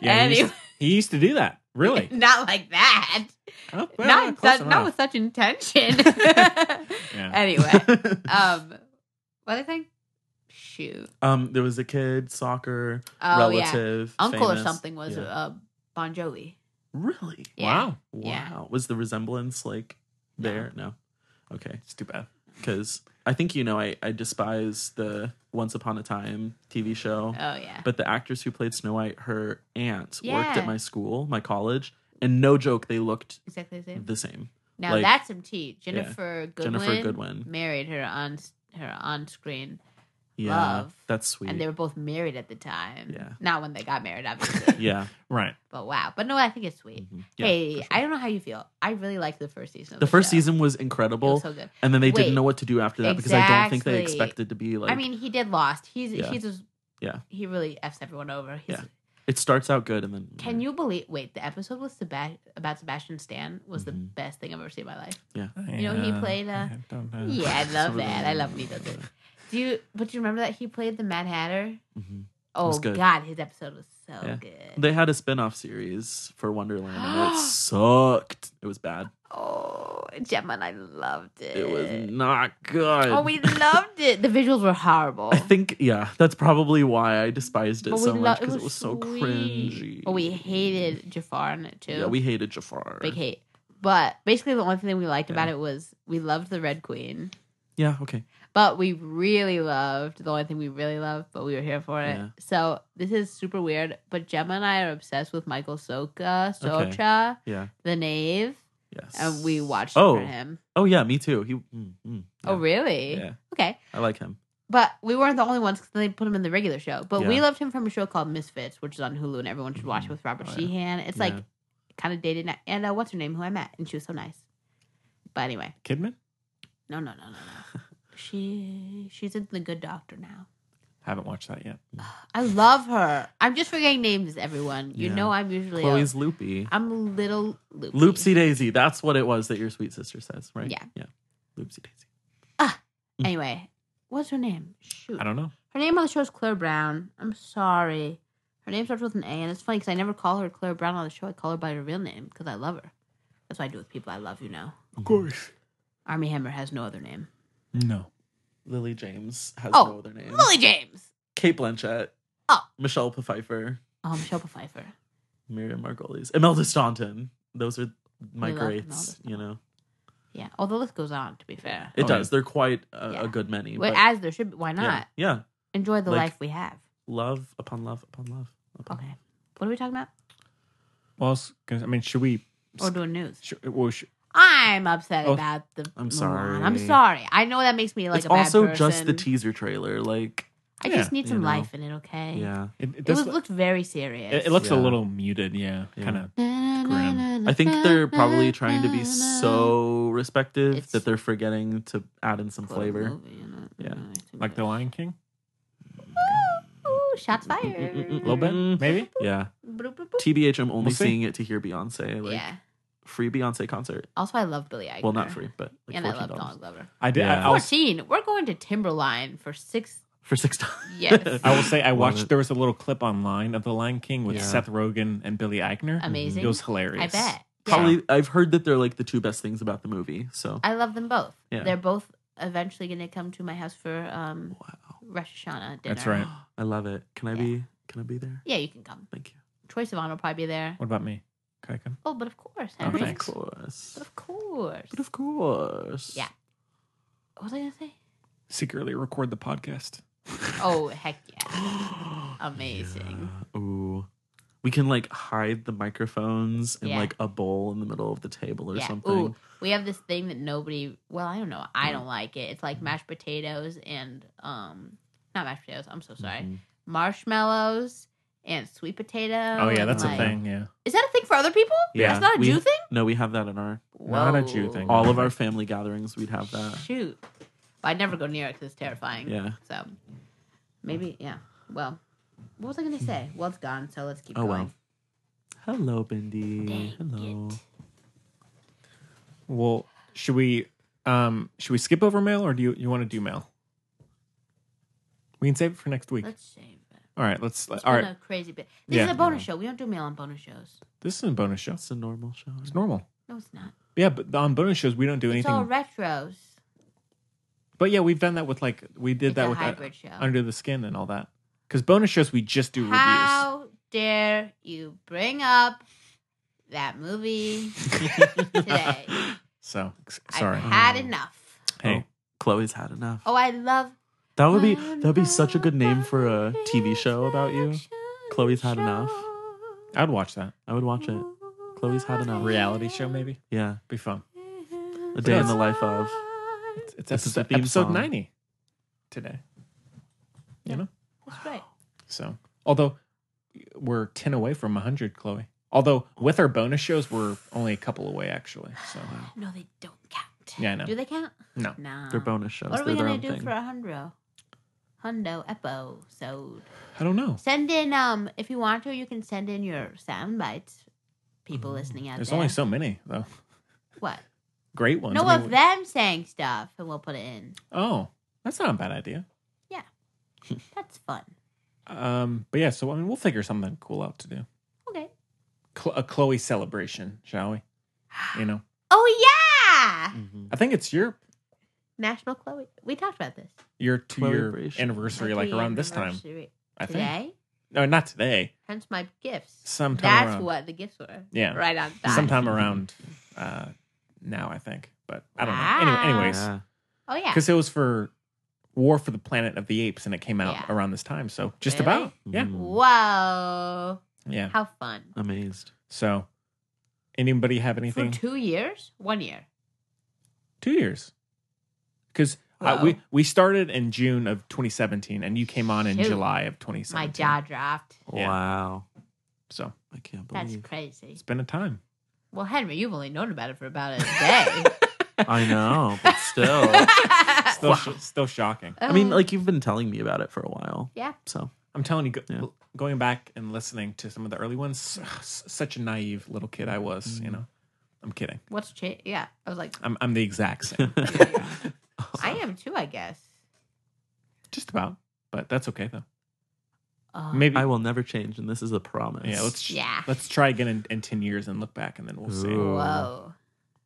yeah, he, used, anyway. he used to do that. Really? [LAUGHS] not like that. Oh, well, yeah, not, close su- not enough. with uh, such [LAUGHS] intention. [LAUGHS] Yeah. Anyway, [LAUGHS] um, what I think? Shoot, Um, there was a kid, soccer, Oh, relative, uncle or famous. something was Yeah. uh, Bon Jovi. really Yeah. Wow. wow. Yeah. Was the resemblance like there? No, okay, It's too bad. because I think you know I I despise the Once Upon a Time TV show, Oh yeah. but the actress who played Snow White, her aunt worked Yeah. at my school, my college, and no joke, they looked exactly the same. the same. Now like- that's some tea. yeah. Jennifer Goodwin. Jennifer Goodwin. married her on her on screen, Yeah, Love. that's sweet. and they were both married at the time. Yeah. Not when they got married, [LAUGHS] obviously. [LAUGHS] yeah, Right. but wow. But no, I think it's sweet. Mm-hmm. Yeah, hey, I don't know how you feel. I really liked the first season. Of the first show. season was It incredible. was so good. and then they Wait. didn't know what to do after that because I don't think they Exactly. expected to be like. I mean, he did Lost. He's Yeah. he's just yeah, he really f's everyone over. He's, Yeah. it starts out good and then Can you believe? Wait, the episode with Seba- about Sebastian Stan was the Mhm. best thing I've ever seen in my life. Yeah, You know, he played. Uh, I don't Oh. know. [LAUGHS] yeah, [LAUGHS] I love Sort of that. the- I love when he does [LAUGHS] it. Do you? But do you remember that he played the Mad Hatter? Mhm. Oh was good. God, his episode was so Yeah. good. they had a spin-off series for Wonderland [GASPS] and it sucked. It was bad. Oh, Gemma and I loved it. It was not good. Oh, we loved it. The visuals were horrible. I think yeah, that's probably why I despised it so lo- much because it was, so sweet. cringy. But we hated Jafar in it too. Yeah, we hated Jafar. big hate. But basically, the only thing we liked about it was we loved the Red Queen, Yeah, okay. but we really loved the only thing we really loved, but we were here for it. Yeah. So this is super weird. But Gemma and I are obsessed with Michael Soka, Okay. Socha, Yeah. the Knave, Yes. and uh, we watched Oh. it for him. Oh yeah, me too. He. mm, mm, Oh, yeah. really? Yeah, Okay. I like him. But we weren't the only ones because they put him in the regular show. But we Yeah. Mm-hmm. loved him from a show called Misfits, which is on Hulu, and everyone should watch it with Robert Sheehan. It's like Oh, Yeah. kind of dated. now- And uh, what's her name? Who I met, and she was so nice. But anyway, Kidman? no, no, no, no, no. [LAUGHS] she she's in The Good Doctor now. Haven't watched that yet. I love her. I'm just forgetting names, everyone. You Yeah. know, I'm usually a- Chloe's loopy. I'm a little loopy. Loopsy Daisy. That's what it was that your sweet sister says, right? Yeah. Yeah. Loopsy Daisy. Anyway, what's her name? Shoot, I don't know. Her name on the show is Claire Brown. I'm sorry. Her name starts with an A, and it's funny because I never call her Claire Brown on the show. I call her by her real name because I love her. That's what I do with people I love, you know. Mm-hmm. Of course. Army Hammer has no other name. No. Lily James has Oh, no other name. Lily James. Kate Blanchett. Oh. Michelle Pfeiffer. Oh, Michelle Pfeiffer. Miriam Margolis. Imelda Staunton. Those are my We love greats, Imelda you know. Yeah. Although the list goes on, to be fair. It Oh, does. They're quite a, Yeah. a good many. Well, but- as there should be. Why yeah. not? Yeah. Enjoy the Like- life we have. Love upon love upon love. upon Okay. What are we talking about? Well, it's 'cause- I mean, should we? Or doing news? Should, well, sh I'm upset Oh, about the. I'm Mulan. sorry. I'm sorry. I know that makes me like it's a bad also just person. the teaser trailer. Like, I just Yeah, need you some know. life in it, okay? yeah. it, it It does. was, look- looked very serious. it, it looks a Yeah. little muted. Yeah. Yeah. Kind of. I think they're probably [LAUGHS] trying to be so respective It's- that they're forgetting to add in some Quote flavor. movie, you know? Yeah. Mm, it's a Like bit- The Lion King? Ooh, shots A [LAUGHS] fired. little bit? Mm-hmm. Mm. Maybe? Yeah. Boop, boop, boop. TBH, I'm only We'll see. seeing it to hear Beyonce. Like, yeah. free Beyonce concert. Also, I love Billy Eichner. Well, not free, but like and I love $14. Donald Glover. I did. Yeah. I, I, was, Fourteen. We're going to Timberline for six. for six dollars. [LAUGHS] [LAUGHS] Yes. I will say, I Love watched. it. There was a little clip online of The Lion King with Yeah. Seth Rogen and Billy Eichner. Amazing. It was hilarious. I bet. Yeah. Probably, I've heard that they're like the two best things about the movie. So, I love them both. Yeah. They're both eventually going to come to my house for um, wow, Rosh Hashanah dinner. That's right. I love it. Can I be? Can I be there? Yeah, you can come. Thank you. Troy Sivan will probably be there. What about me? Can I come? Oh, but of course, Oh, Henry. thanks. Of course. But of course. But of course. [GASPS] Yeah. [GASPS] What was I going to say? Secretly record the podcast. Oh, heck yeah. Amazing. Ooh. We can like hide the microphones in Yeah. like a bowl in the middle of the table or Yeah. something. Ooh, we have this thing that nobody, well, I don't know. I Mm. don't like it. It's like mashed potatoes and, um, not mashed potatoes. I'm so sorry. Mm-hmm. Marshmallows and sweet potato. Oh, yeah. and, That's a like- thing. Yeah. Is that a thing for other people? Yeah. That's not a We- Jew thing? No, we have that in our Not a Jew Whoa. thing. all of our family gatherings. We'd have that. Shoot. Well, I'd never go near it because it's terrifying. Yeah. So maybe, yeah. Well, what was I going to say? Well, it's gone, so let's keep Oh, going. well. Hello, Bendy. Hello. Well, should we um should we skip over mail or do you you want to do mail? We can save it for next week. Let's save it. All right, let's It's all been right. a crazy bit. This is Yeah. a bonus show. We don't do mail on bonus shows. This isn't a bonus show. It's a normal show. It's normal. No, it's not. Yeah, but on bonus shows we don't do It's anything. all retros. But yeah, we've done that with like we did It's that a with uh, hybrid show. Under the Skin and all that. Because bonus shows we just do reviews. How dare you bring up [LAUGHS] that movie today? So ex- sorry. I've had enough. Hey, Oh, Chloe's had enough. Oh, I love That would be that'd be such a good name for a TV show about you. Chloe's had enough. Mm-hmm. I'd watch that. I would watch it. Chloe's had enough. Reality show maybe. Yeah, Be fun. a day in else? the life of. It's This is the episode, theme episode song. ninety today. You know. That's right. So, although we're 10 away from 100, Chloe. Although with our bonus shows, we're only a couple away, actually. So, No, they don't count. Yeah, I know. Do they count? No. No. They're bonus shows. What are we They're their gonna own do thing. for a hundo? Hundo epo. So I don't know. send in um if you want to, you can send in your sound bites. People Mm-hmm. listening out There's there. only so many, though. what? Great ones. no, I mean, of them saying stuff, and we'll put it in. Oh, that's not a bad idea. Yeah, Mm. that's fun. Um, but yeah, so I mean, we'll figure something cool out to do. Okay. Cl- a Chloe celebration, shall we? You know, Oh yeah, I think it's your National Chloe. We talked about this. your two year Chloe-bration. anniversary, like Happy around this time. anniversary. I think. today. No, not today. Hence my gifts. Sometime That's around. what the gifts were. Yeah. Right on time. Sometime around uh, now, I think. But I don't know. Wow. Anyway, anyways. Yeah. Oh yeah. Because it was for War for the Planet of the Apes and it came out Yeah. around this time. So just Really? about. Yeah. Mm-hmm. Whoa. Yeah. How fun. Amazed. So anybody have For anything? two years? One year. Two years. Because Wow. we, we started in June of 2017 and you came on in Shoot. July of My 2017. jaw dropped. Wow. So I can't believe. That's crazy. it's been a time. Well, Henry, you've only known about it for about a [LAUGHS] day. I know, [LAUGHS] but still. Uh, Still, sh- still shocking. I mean, Oh. like you've been telling me about it for a while. Yeah. [LAUGHS] So I'm telling you, go, Yeah. going back and listening to some of the early ones, s- such a naive little kid I was, Mm-hmm. you know. I'm kidding. What's changed? Yeah. I was like, I'm, I'm the exact [LAUGHS] same. I am too, I guess. Just about. But that's okay though. Oh. Maybe I will never change, and this is a promise. [LAUGHS] yeah, let's Yeah. let's try again in, in ten years and look back and then we'll see. Ooh. Whoa.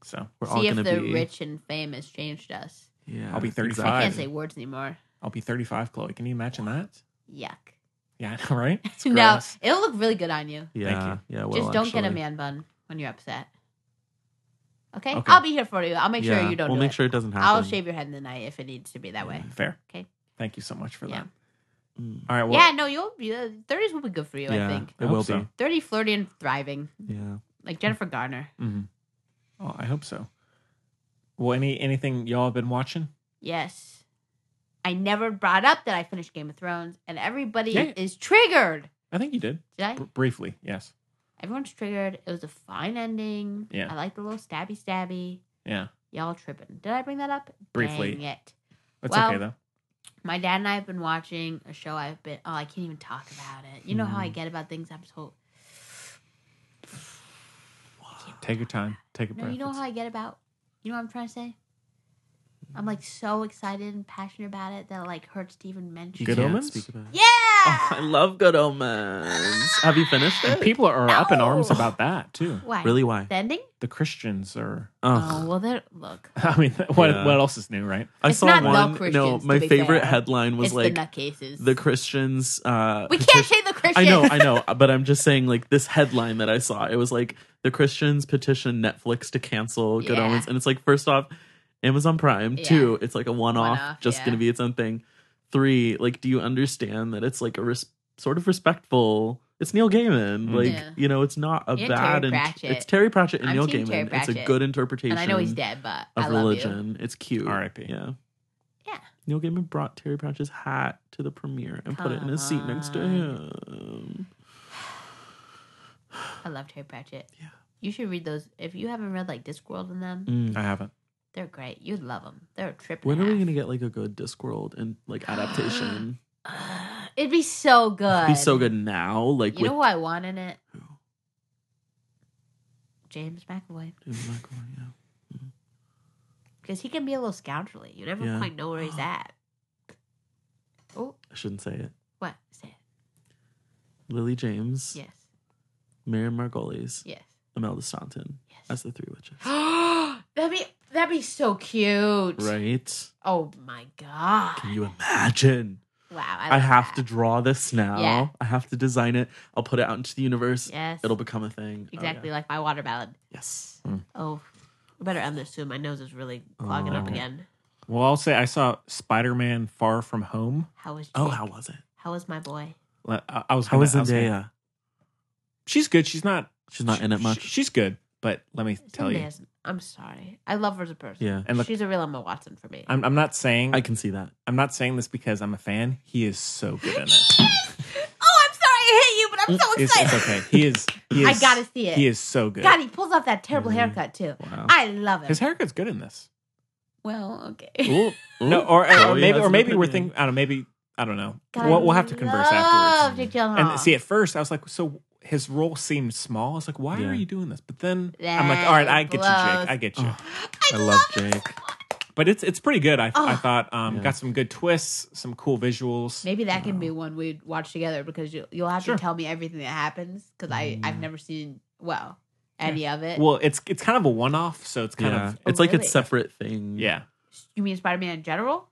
So We're all See if gonna the be. rich and famous changed us. yeah, I'll be I 35. can't Fine. say words anymore. I'll be thirty five, Chloe. Can you imagine that? Yuck. [LAUGHS] Yeah, [LAUGHS] I know, right? It's No, gross. it'll look really good on you. Yeah, Thank yeah. Well, Just don't get a actually. man bun when you're upset. Okay? Okay. I'll be here for you. I'll make Yeah, sure you don't We'll do make it. sure it doesn't happen. I'll shave your head in the night if it needs to be that way. Mm-hmm. Fair. Okay. Thank you so much for Yeah. that. Mm. All right, well yeah, no, you'll be uh, 30s will be good for you, Yeah, I think. it will Hope so. be. 30 flirty and thriving, Yeah. like Jennifer Garner. mhm. Oh, I hope so. Well, any anything y'all have been watching? Yes. I never brought up that I finished Game of Thrones, and everybody Yeah. is triggered. I think you did. Did I? Br- briefly, yes. Everyone's triggered. It was a fine ending. Yeah. I like the little stabby stabby. Yeah. Y'all tripping. Did I bring that up? Briefly. Dang it. That's Well, okay though. My dad and I have been watching a show I've been oh, I can't even talk about it. You know how I Mm. get about things I'm so Take your time. Take a No, breath. you know It's- how I get about you know what I'm trying to say? I'm like so excited and passionate about it that it like hurts to even mention You Good it. can't Omens? speak about it. Yeah. I love Good Omens. Have you finished it? And people are up in arms about that too. Why? Really, why? The ending? The Christians are. [LAUGHS] Oh Ugh. well there look. I mean, what Yeah. what else is new, right? I It's saw not the one. no, Christians, to my be favorite fair. headline was it's like the nutcases. the Christians. Uh, we petition- can't say the I Christians. know, I know, uh, but I'm just saying, like this headline that I saw, it was like the Christians petition Netflix to cancel Good Yeah. Omens, and it's like first off, Amazon Prime. Yeah. Two, it's like a one-off, One-off, just yeah. gonna be its own thing. Three, like, do you understand that it's like a res- sort of respectful? It's Neil Gaiman, like Mm-hmm. Yeah. you know, it's not a And bad. Terry int- Pratchett. it's Terry Pratchett and I'm Neil team Terry Gaiman. It's a Pratchett. good interpretation. [LAUGHS] and I know he's dead, but Of I love you. religion, it's cute. R.I.P.. Yeah. Yeah. Neil Gaiman brought Terry Pratchett's hat to the premiere and put it in his seat next to Come him. I love Terry Pratchett. Yeah. You should read those if you haven't read like Discworld and them. Mm. I haven't. They're great. You'd love them. They're a trip. When are we gonna get like a good Discworld and [GASPS] like adaptation? [SIGHS] It'd be so good. It'd be so good now. Like You know who I want in it? James McAvoy. James McAvoy, yeah. Because he can be a little scoundrelly. You never Yeah. quite know [GASPS] where he's at. Oh, I shouldn't say it. what? Say it. Lily James, Yes. Miriam Margolis, Yes. [GASPS] Imelda Staunton as the three witches. that'd be that'd be so cute. Right? Oh my god. Can you imagine? Wow. I, I, have to draw this now. Yeah. I have to design it. I'll put it out into the universe. Yes. It'll become a thing. Oh, yeah. exactly like my water ballad. Yes. Oh, I better end this soon. My nose is really clogging up Oh. again. Well, I'll say I saw Spider Man Far From Home. How was Oh, Jake? how was it? How was my boy? I, I was. How Gonna, was uh, I gonna- Zendaya? she's good. She's not. She's not in it she- much. she's good, but let me tell you, Zendaya's- I'm sorry. I love her as a person. Yeah. And look- she's a real Emma Watson for me. I'm, I'm not saying I can see that. I'm not saying this because I'm a fan. He is so good in it. [LAUGHS] oh, I'm sorry. I hate you, but I'm so it's, excited. Mm, it's okay. He is. He I is- gotta see it. He is so good. God, he pulls off that terrible haircut too. I love it. Mm-hmm. His haircut's good in this. Well, okay. Ooh, no, or, or Chloe maybe, has or an maybe we're opinion. thinking. I don't. know, Maybe I don't know. God, we'll, I we'll have [LAUGHS] to converse love afterwards. Jake Gyllenhaal. And see, at first, I was like, so his role seemed small. I was like, why Yeah. are you doing this? But then I'm like, all right, I get you, blows. Jake. I get you. I, love Jake. But it's it's pretty good. I, I Oh. thought um, got some good twists, some cool visuals. Maybe that can be one we'd watch together because you, you'll have Sure. to tell me everything that happens because I I've never seen well any of it. Mm. Well, it's it's kind of a one off, so it's kind yeah. of it's Oh, like really? a separate thing. yeah. you mean Spider Man in general,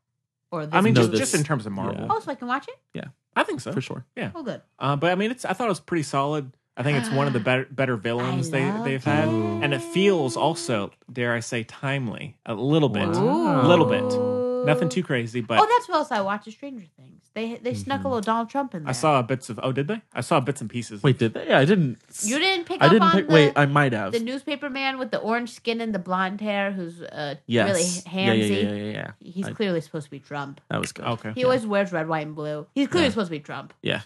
or this I mean, No, just, this- just in terms of Marvel, oh, so I can watch it. Yeah. I think so For sure. Yeah. Oh, good. Uh, but I mean, it's I thought it was pretty solid. I think it's one [GASPS] of the better better villains they love they've had, and it feels also, dare I say, timely a little bit, Wow. a little bit, nothing too crazy. But oh, that's what else I watch is Stranger Things. They they snuck Mm-hmm. a little Donald Trump in there. I saw bits of. Oh, did they? I saw bits and pieces. Wait, did they? Yeah, I didn't. You didn't pick I up didn't on pick. the, wait, I might have. the newspaper man with the orange skin and the blonde hair who's uh, really yes. yeah, handsy. yeah, yeah, yeah, yeah. He's I- clearly supposed to be Trump. That was good. Okay. He always wears red, white, and blue. He's clearly supposed to be Trump. Yeah.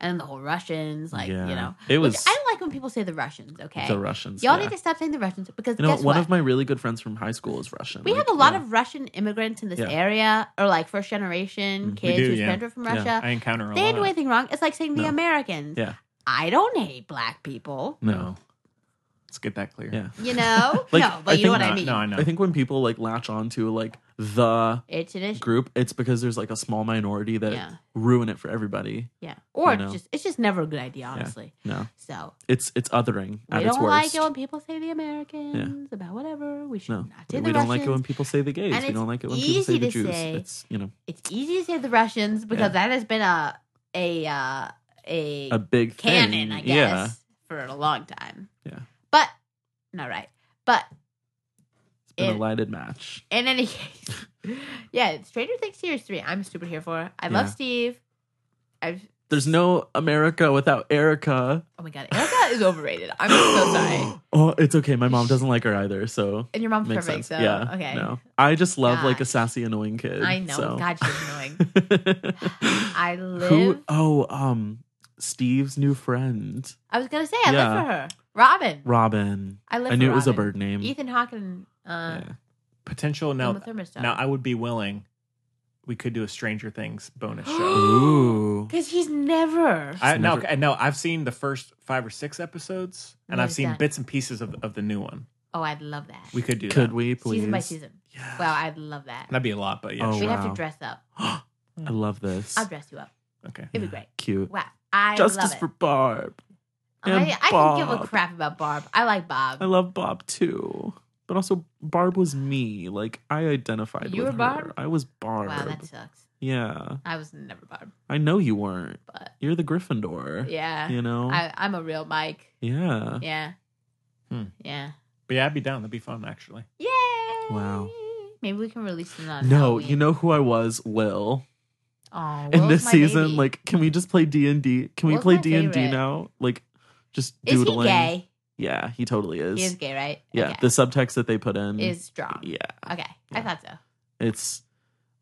And the whole Russians, like you Yeah. know, It Which was- I don't like when people say the Russians. Okay, The Russians, Y'all yeah. need to stop saying the Russians because You know, guess what? one of my really good friends from high school is Russian. we have a lot of Russian immigrants in this Yeah. Mm-hmm. area, or like first generation We kids do, whose yeah. parents are from Yeah. Russia. I encounter a they lot. didn't do anything wrong. It's like saying the No. Americans. Yeah. I don't hate black people. No. Let's get that clear. Yeah. You [LAUGHS] know, no, but you know what I mean. I think when people like latch on to like the It's an issue. group, it's because there's like a small minority that Yeah. ruin it for everybody. Yeah, or You know. just it's just never a good idea, Yeah. honestly. No. So It's it's othering we at don't its like worst. it when people say the Americans about whatever. We should no. not say We, the we don't like it when Russians. people say the gays. And We it's don't like it when people say easy the to Jews. say- It's you know It's easy to say the Russians because that has been a a uh, a a big canon, thing. I guess, Yeah. for a long time. Yeah. but not right. But It's been It- a lighted match. in any [LAUGHS] case, yeah, Stranger Things series three. I'm super here for. I Yeah. love Steve. I've There's no America without Erica. oh my god, Erica is overrated. I'm [GASPS] so sorry. Oh, it's okay. My mom doesn't like her either, so And your mom's makes perfect, sense. so, yeah. okay. No, I just love like a Gosh. sassy, annoying kid. I know. so. God, [LAUGHS] she's [LAUGHS] annoying. I live. Who? Oh, um, Steve's new friend, I was gonna say I Yeah. live for her. Robin. Robin. I live. I knew for it was a Robin. bird name. Ethan Hawke and uh, potential now. Uma Thurman's daughter. Now I would be willing. We could do a Stranger Things bonus [GASPS] show. Ooh. because he's never. I, no, Never- I- no, I've seen the first five or six episodes, and What I've is seen that? bits and pieces of, of the new one. Oh, I'd love that. We could do Could that. we please? season by season. Wow, I'd love that. That'd be a lot, but yeah. Oh, sure. We'd have wow. to dress up. I love this. I'll dress you up. Okay. It'd be great. Cute. Wow, I Justice love it. for Barb. And I, I can give a Bob. crap about Barb. I like Bob. I love Bob too, but also Barb was me. Like I identified You were with her. Barb? I was Barb. wow, that sucks. yeah, I was never Barb. I know you weren't. But- You're the Gryffindor. Yeah, you know. Uh. I, I'm a real Mike. yeah. Yeah, Hmm. yeah, But yeah, I'd be down. That'd be fun, actually. yay! Wow. Maybe we can release it on. No, you know who I was, Will. Oh, in this season like can we just play d&d can we Will's play my d&d favorite. now like just is he doodling gay? yeah he totally is, He is gay, right? yeah Okay. the subtext that they put in is strong. yeah Okay, I thought so. it's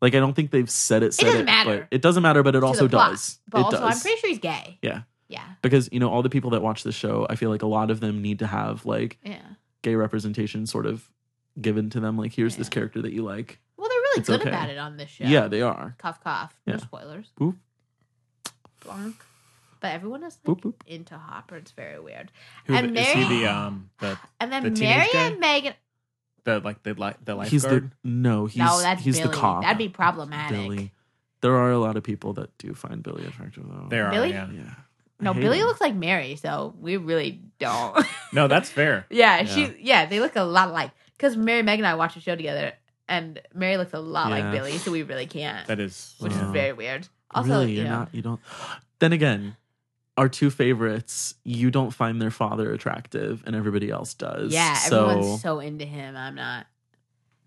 like i don't think they've said it said doesn't but matter. it doesn't matter but To it the also plot. does But it also, does I'm pretty sure he's gay. yeah Yeah, because you know all the people that watch the show i feel like a lot of them need to have like yeah. gay representation sort of given to them. Like, here's this character that you like. Well, they're really It's good okay. about it on this show. Yeah, they are. Cough, cough. No Yeah. spoilers. Boop. Blanc. But everyone is like Boop, boop. into Hopper. It's very weird. Who and the, is Mary he the um the and the then teenage Mary guy? and Megan. the like the li- the lifeguard? He's the no. He's no, that's he's Billy. the cop. That'd be problematic. Billy. There are a lot of people that do find Billy attractive, though. There are, Billy? yeah. Yeah. I No, hate Billy him. looks like Mary, so we really don't. No, that's fair. yeah, she. Yeah, they look a lot alike. Because Mary, Meg, and I watched a show together, and Mary looks a lot Yeah. like Billy, so we really can't. That is which Wow. is very weird. Also, really, you you're know, not. You don't. Then again, our two favorites. You don't find their father attractive, and everybody else does. yeah, So everyone's so into him. I'm not.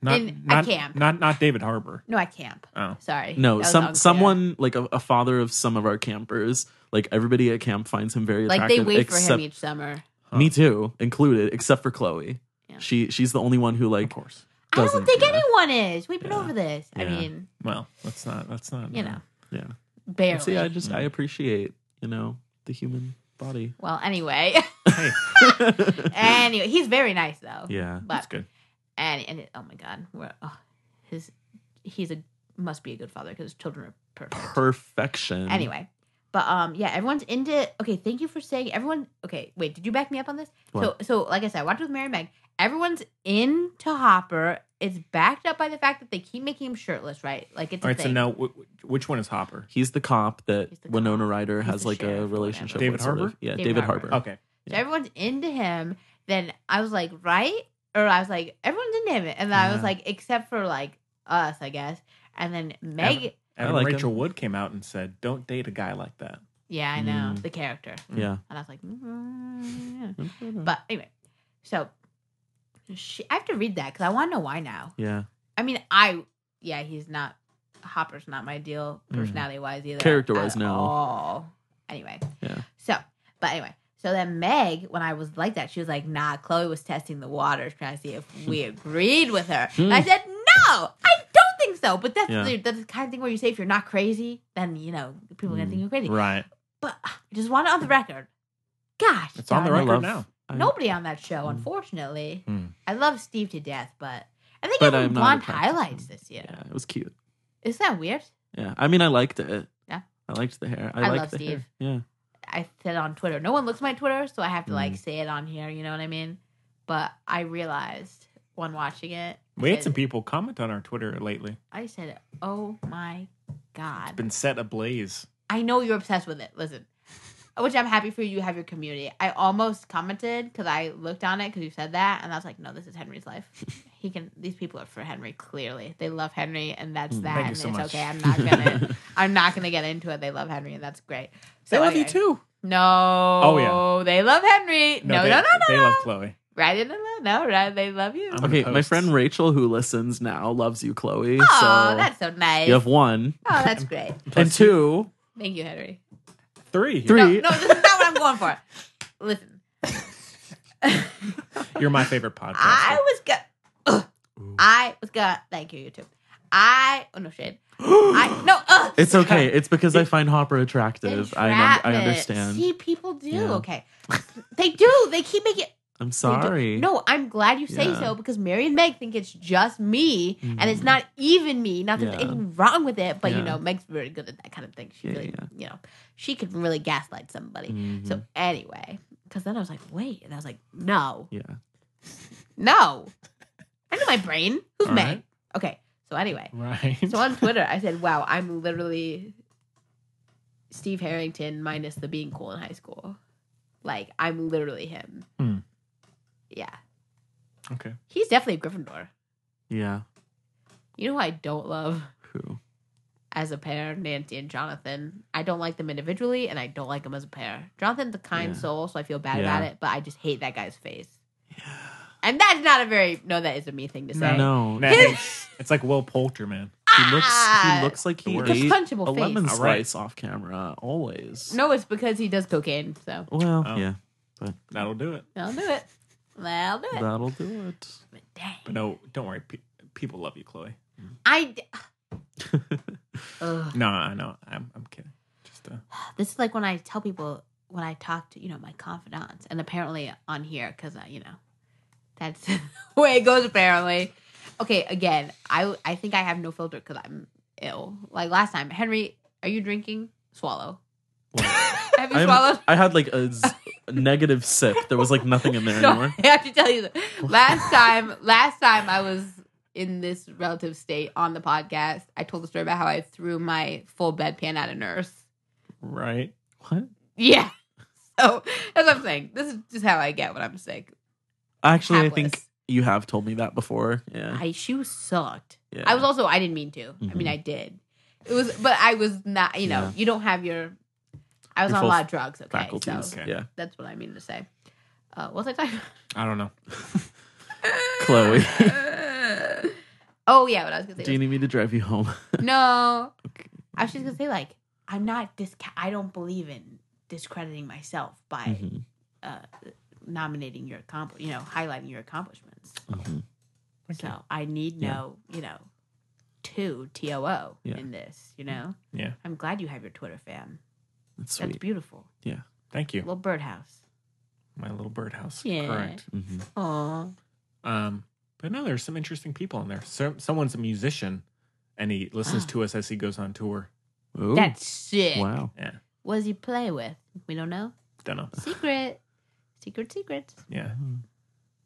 not in- I not, can't. not not David Harbor. No, I camp. Oh. Sorry. That no, was some unclear. someone like a, a father of some of our campers. Like everybody at camp finds him very like attractive. they wait for except him each summer. me too, included, except for Chloe. Yeah. She she's the only one who like. Of course. I don't think anyone is. We've been over this. I Yeah. mean, Well, that's not that's not uh, you know, Yeah. barely. See, I just I appreciate you know the human [LAUGHS] body. well, anyway, [LAUGHS] Hey, anyway, he's very nice though. Yeah, Eh, but that's good. and and it, oh my god, we're, oh, his he's a must be a good father because his children are perfect. Mm-hmm. Perfection. Anyway, but um, yeah, everyone's into. Okay, thank you for saying everyone. Okay, wait, did you back me up on this? What? So, so like I said, I watched with Mary Meg. Everyone's into Hopper. It's backed up by the fact that they keep making him shirtless, right? Like it's All a right, so thing. now w- w- which one is Hopper? He's the cop that He's the Winona Ryder He's has the like sheriff or a relationship whatever. with. David sort of. Harbour? Yeah, David David, Harbour. Harbour. Okay, So everyone's into him. Then I was like, right? Or I was like, everyone's into him. And then I was Yeah. like, except for like us, I guess. And then Meg. Ever- and like Rachel Wood came out and said, "Don't date a guy like that." Yeah, I know Mm. the character. Yeah. And I was like, mm, yeah. but anyway, so she, I have to read that because I want to know why now. yeah. I mean, I yeah, he's not Hopper's not my ideal personality wise either. Mm-hmm. Character-wise, at no. all. Anyway. Yeah. So, but anyway, so then Meg, when I was like that, she was like, "Nah, Chloe was testing the waters, trying to see [LAUGHS] if we agreed with her." and I said, "No, I don't think so." But that's Hmm. Yeah. the, that's the kind of thing where you say if you're not crazy, then you know people are gonna Hmm. think you're crazy. Right, But I just want it on the record. Gosh, it's on the darn it. record love- now. I- Nobody on that Hmm. show, unfortunately. Mm. I love Steve to death, but I think But I I'm have not blonde attracted to highlights this year. Yeah, it was cute. Isn't that weird? Yeah, I mean, I liked it. Yeah. I liked the hair. I, I liked love the Steve. hair. Yeah, I said on Twitter. No one looks at my Twitter, so I have to Mm. like say it on here. You know what I mean? But I realized when watching it, We I- had some people comment on our Twitter lately. I said, "Oh my god!" Been set ablaze. I know you're obsessed with it. Listen, which I'm happy for you. You have your community. I almost commented because I looked on it because you said that, and I was like, "No, this is Henry's life. He can. These people are for Henry. Clearly, they love Henry, and that's that. Mm, thank you and so it's much. okay. I'm not [LAUGHS] gonna. I'm not gonna get into it. They love Henry, and that's great. So they love anyway. you too. No. Oh, yeah. They love Henry. No, no, they, no, no. They no. love Chloe. Right in the no, right? They love you. I'm gonna okay. My post. friend Rachel, who listens now, loves you, Chloe. Oh, so that's so nice. you have one oh, that's great. and two. Thank you, Henry. three. Three. No, no, this is not what I'm going for. Listen, You're my favorite podcast. I was go Ugh. I was gonna thank you, YouTube. I oh no shit. [GASPS] I no ugh. [GASPS] It's okay. It's because I find Hopper attractive. I, un- I Entrapment. understand. See, people do. Yeah. Okay. they do. They keep making I'm They do- sorry. No, I'm glad you say Yeah. Mm-hmm. so because Mary and Meg think it's just me and it's not even me. Not that there's Yeah. anything wrong with it, but you Yeah. know, Meg's very good at that kind of thing. She Yeah, really, yeah. you know, she can really gaslight somebody. Mm-hmm. So anyway, because then I was like, wait, and I was like, no, Yeah. [LAUGHS] no, I know my brain. Who's All Meg? right. Okay, so anyway, right. so on Twitter, I said, wow, I'm literally Steve Harrington minus the being cool in high school. Like, I'm literally him. Hmm. Yeah. [LAUGHS] [LAUGHS] okay. He's definitely a Gryffindor. Yeah. You know who I don't love Who? as a pair? Nancy and Jonathan. I don't like them individually, and I don't like them as a pair. Jonathan's a kind Yeah. soul, so I feel bad Yeah. about it, but I just hate that guy's face. And that's not a very no, that is a me thing to say. No. Nah, it's, it's like Will Poulter, man. He looks. Ah! [LAUGHS] He looks like he It's a ate a punchable face. lemon All right. slice off camera. Always. No, it's because he does cocaine. So Well, Oh. yeah. That'll do it. I'll do it. I'll do it. That'll do it. But dang, But no, don't worry. Pe- people love you, Chloe. I. [LAUGHS] d- Ugh. No, I know. I'm, I'm kidding. Just uh, This is like when I tell people when I talk to you know my confidants, and apparently on here because you know That's [LAUGHS] the way it goes, apparently. Okay, again, I I think I have no filter because I'm ill. Like last time, Henry, are you drinking? Swallow. [LAUGHS] have you I'm- swallowed? I had [LAUGHS] like a z- a negative sip. There was like nothing in there No, [LAUGHS] anymore. I have to tell you, that. [LAUGHS] last time, last time I was in this relative state on the podcast, I told the story about how I threw my full bedpan at a nurse. Right. Yeah. [LAUGHS] So that's what I'm saying. This is just how I get when I'm sick. Actually, I Hapless. think you have told me that before. Yeah. I she was sucked. Yeah. I was also I didn't mean to. I mean Mhm. I did. It was but I was not you know, Yeah. you don't have your I was Your on a full lot of drugs, okay. faculties, So Okay. yeah. that's what I mean to say. Uh what was I talking I don't know. [LAUGHS] Chloe, about? [LAUGHS] oh yeah, what I was gonna say. [LAUGHS] do you need me to drive you home? was- no. I was just gonna say like I'm not disca- I don't believe in discrediting myself by Mhm. uh nominating your accompli- you know, highlighting your accomplishments. Mhm. So I need Yeah. no, you know, two T O O Yeah. in this, you know? Yeah. I'm glad you have your Twitter fam. That's That's sweet. beautiful. Yeah. Thank you. Little birdhouse. My little birdhouse. Yeah. Correct. Mhm. Aw. Um, but no, there's some interesting people in there. Some someone's a musician, and he listens Ah. to us as he goes on tour. Ooh. That's sick. Wow. Yeah, What does he play with? We don't know. don't know. Secret. secret secrets. Yeah, Mm-hmm.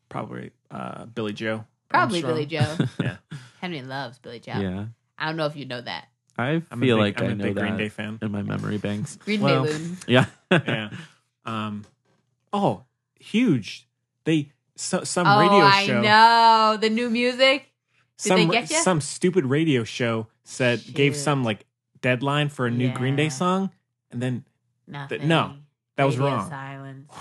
probably uh, Billy Joe. Probably Armstrong. Billy Joe. [LAUGHS] yeah, Henry loves Billy Joe. Yeah. I don't know if you know that. I I'm a feel big- like I'm I a know big that Green Day fan. in my memory banks. Green Day well, loon. Yeah. yeah. Um, oh, huge! They so, some oh, radio I show. know. The new music. Did some they ra- get ya? some stupid radio show said gave Shoot. some like deadline for a new Green Day Yeah. song, and then Nothing. no, that was Radio wrong. Silence. [LAUGHS]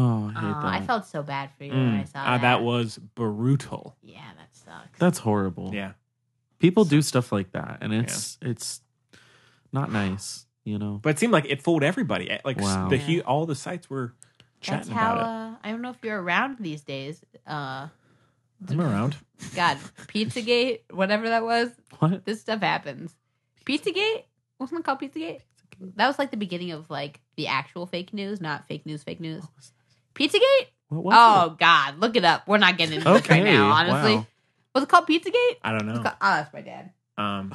Oh, I hate Aw, I that. felt so bad for you when I Mm, saw ah, that. that was brutal. yeah, that sucks. That's horrible. Yeah, People do stuff like that, and it's it's not nice. You know. but it seemed like it fooled everybody. Eh, Like s- Wow. the hu- all the sites were That's chatting how about uh, I don't know if you're around these days. Uh, it. I'm around. God, Pizzagate, whatever that was. What? This stuff happens. Pizzagate wasn't it called Pizzagate? That was like the beginning of like the actual fake news, not fake news, fake news. Pizzagate? What was Oh God, look it up. We're not getting into this Okay, right now. Honestly, wow. was it called Pizzagate? I don't It's know. called- oh, that's my dad. Um,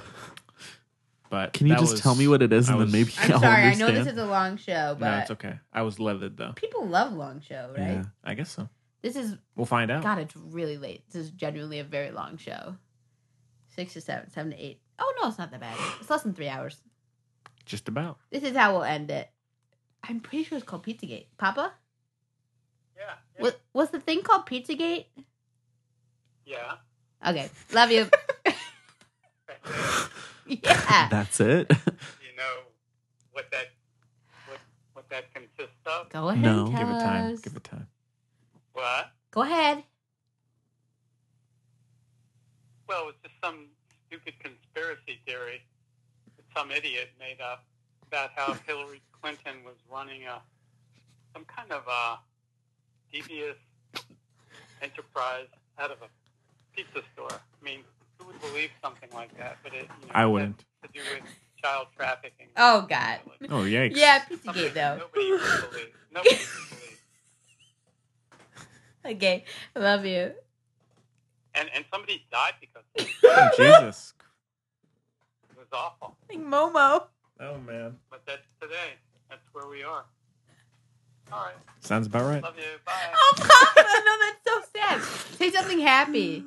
but it? Can you that just was- tell me what it [LAUGHS] is, I and then was- maybe I'm I'll sorry. I understand. know this is a long show, but No, it's okay. I was leathered though. people love long show, right? Yeah. I guess so. This is We'll find out. God, it's really late. This is genuinely a very long show. Six to seven, seven to eight. Oh no, it's not that bad. It's less than three hours. Just about. This is how we'll end it. I'm pretty sure it's called Pizzagate. Papa? Yeah. What was the thing called Pizzagate? Yeah. Okay. Love [LAUGHS] you. [LAUGHS] yeah. That's it. [LAUGHS] You know what that what what that consists of? Go ahead. No. and Give tell it time. us. Give it time. What? Go ahead. Well, it's just some stupid conspiracy theory that some idiot made up about [LAUGHS] how Hillary Clinton was running a some kind of a devious enterprise out of a pizza store. I mean, who would believe something like that? But it, you know, I wouldn't. To do with child trafficking. Oh God. Oh yikes! Yeah, [LAUGHS] Pizzagate though. Nobody would believe. Nobody would believe. Okay. Love you. And and somebody died because of it. Oh, Jesus. It was awful. Like Momo. Oh man. But that's today. That's where we are. All right. Sounds about right. Love you. Bye. Oh Papa, no, that's so sad. Say something happy.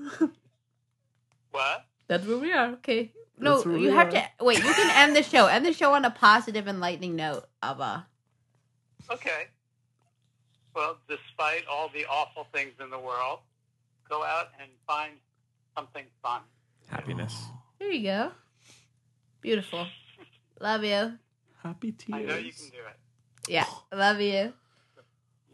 What? That's where we are. Okay. No, That's where you we have are. to wait. You can end the show. End the show on a positive, enlightening note of a. Okay. Well, despite all the awful things in the world, go out and find something fun. Happiness. There you go. Beautiful. Love you. Happy I know you tears. can do it. Yeah, [SIGHS] love you.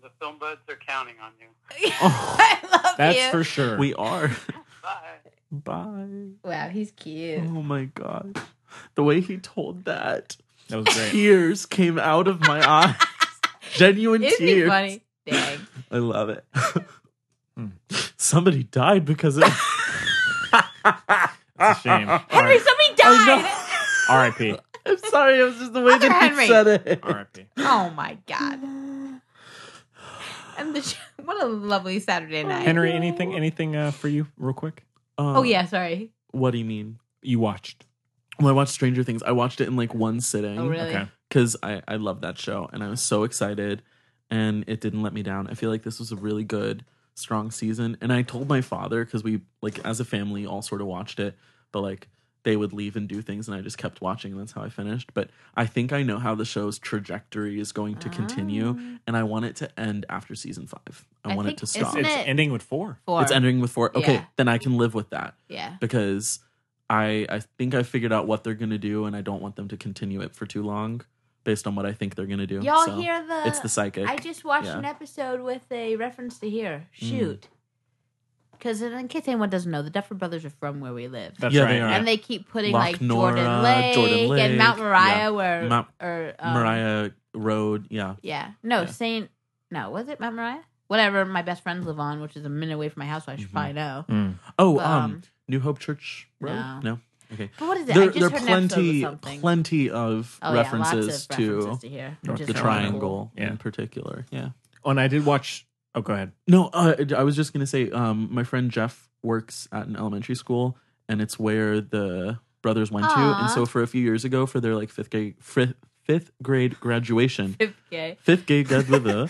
The film buds are counting on you. [LAUGHS] [LAUGHS] I love That's you. for sure. Oh, We are. [LAUGHS] Bye. Bye. wow, he's cute. Oh my gosh. The way he told that, that was great. tears came out of my [LAUGHS] eyes. Genuine Isn't he tears. funny? Dang. I love it. [LAUGHS] Hmm. Somebody died because of [LAUGHS] It's a [LAUGHS] shame. [LAUGHS] Henry, somebody died. R.I.P. [LAUGHS] I'm sorry, it was just the way Other [LAUGHS] that Henry. [SIGHS] he said it. R.I.P. Oh my god. Oh And the, what a lovely Saturday night. Henry, anything anything uh, for you real quick? Uh, oh yeah, sorry. What do you mean? You watched. Well, I watched Stranger Things. I watched it in like one sitting. Oh, really? Okay. Because I, I love that show and I was so excited and it didn't let me down. I feel like this was a really good, strong season. And I told my father because we, like, as a family, all sort of watched it, but like they would leave and do things and I just kept watching and that's how I finished. But I think I know how the show's trajectory is going to continue and I want it to end after season five. I, Ah. I want it think- to stop. isn't It's it- ending with four. Four. It's ending with four. Okay, Yeah. then I can live with that. Yeah. Because I I think I figured out what they're gonna do, and I don't want them to continue it for too long, based on what I think they're gonna do. Y'all So, hear the? It's the psychic. I just watched Yeah. Mm. an episode with a reference to here. Shoot. Because in case anyone doesn't know, the Duffer Brothers are from where we live. That's Yeah, they right. are. And they keep putting Loch like Nora, Jordan, Lake Jordan and Mount Lake, Moriah, yeah. where Mount or um, Mariah Road. Yeah. Yeah. No, Yeah. Saint. No, was it Mount Moriah? Whatever. My best friends live on, which is a minute away from my house, so I Mm-hmm. should probably know. Mm. Oh, But, um, um, New Hope Church Road. no. Okay. But what is it? I There, just there heard are an episode of plenty, something. plenty of Oh, yeah, lots of references to, references to here, which is the really triangle cool. Yeah. in particular. Yeah. Oh, and I did watch. Oh, go ahead. No, uh, I was just gonna say, um, my friend Jeff works at an elementary school, and it's where the brothers went to. Aw. And so, for a few years ago, for their like fifth grade fifth, fifth grade graduation, [LAUGHS] Okay. fifth grade graduation,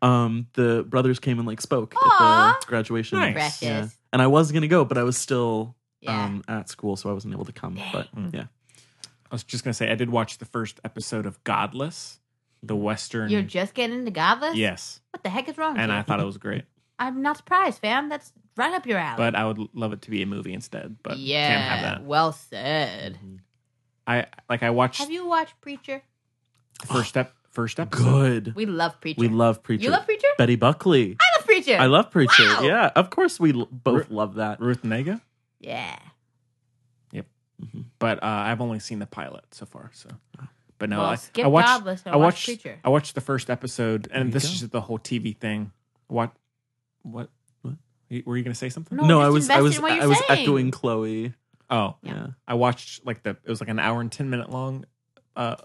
um, the brothers came and like spoke Aw. at the graduation. Nice. Precious. And I was gonna go, but I was still Yeah. um at school, so I wasn't able to come. But yeah, I was just gonna say I did watch the first episode of Godless, the Um, Western. You're just getting into godless. yes, What the heck is wrong? with and you? I thought it was [LAUGHS] great, I'm not surprised, fam. That's right up your alley. but I would love it to be a movie instead. But yeah, can't have that. Mm-hmm. well said. I like I watched Have you watched Preacher? the first step first episode. good. We love Preacher. We love preacher. You love Preacher? Betty Buckley. I love Preacher. I love preacher. Wow. Yeah, of course we l- both love that. Ruth Nega. Yeah. but uh, I've only seen the pilot so far. So, but no, Well, I, skip I watched. Godless and I watch watched. Preacher. I watched the first episode, There you and this go. is the whole TV thing. What? What? What? You- Were you going to say something? No, no, just I was I invest was in what you're I was saying. echoing Chloe. Oh, Yeah. Yeah. I watched like the. It was like an hour and ten minute long. Uh,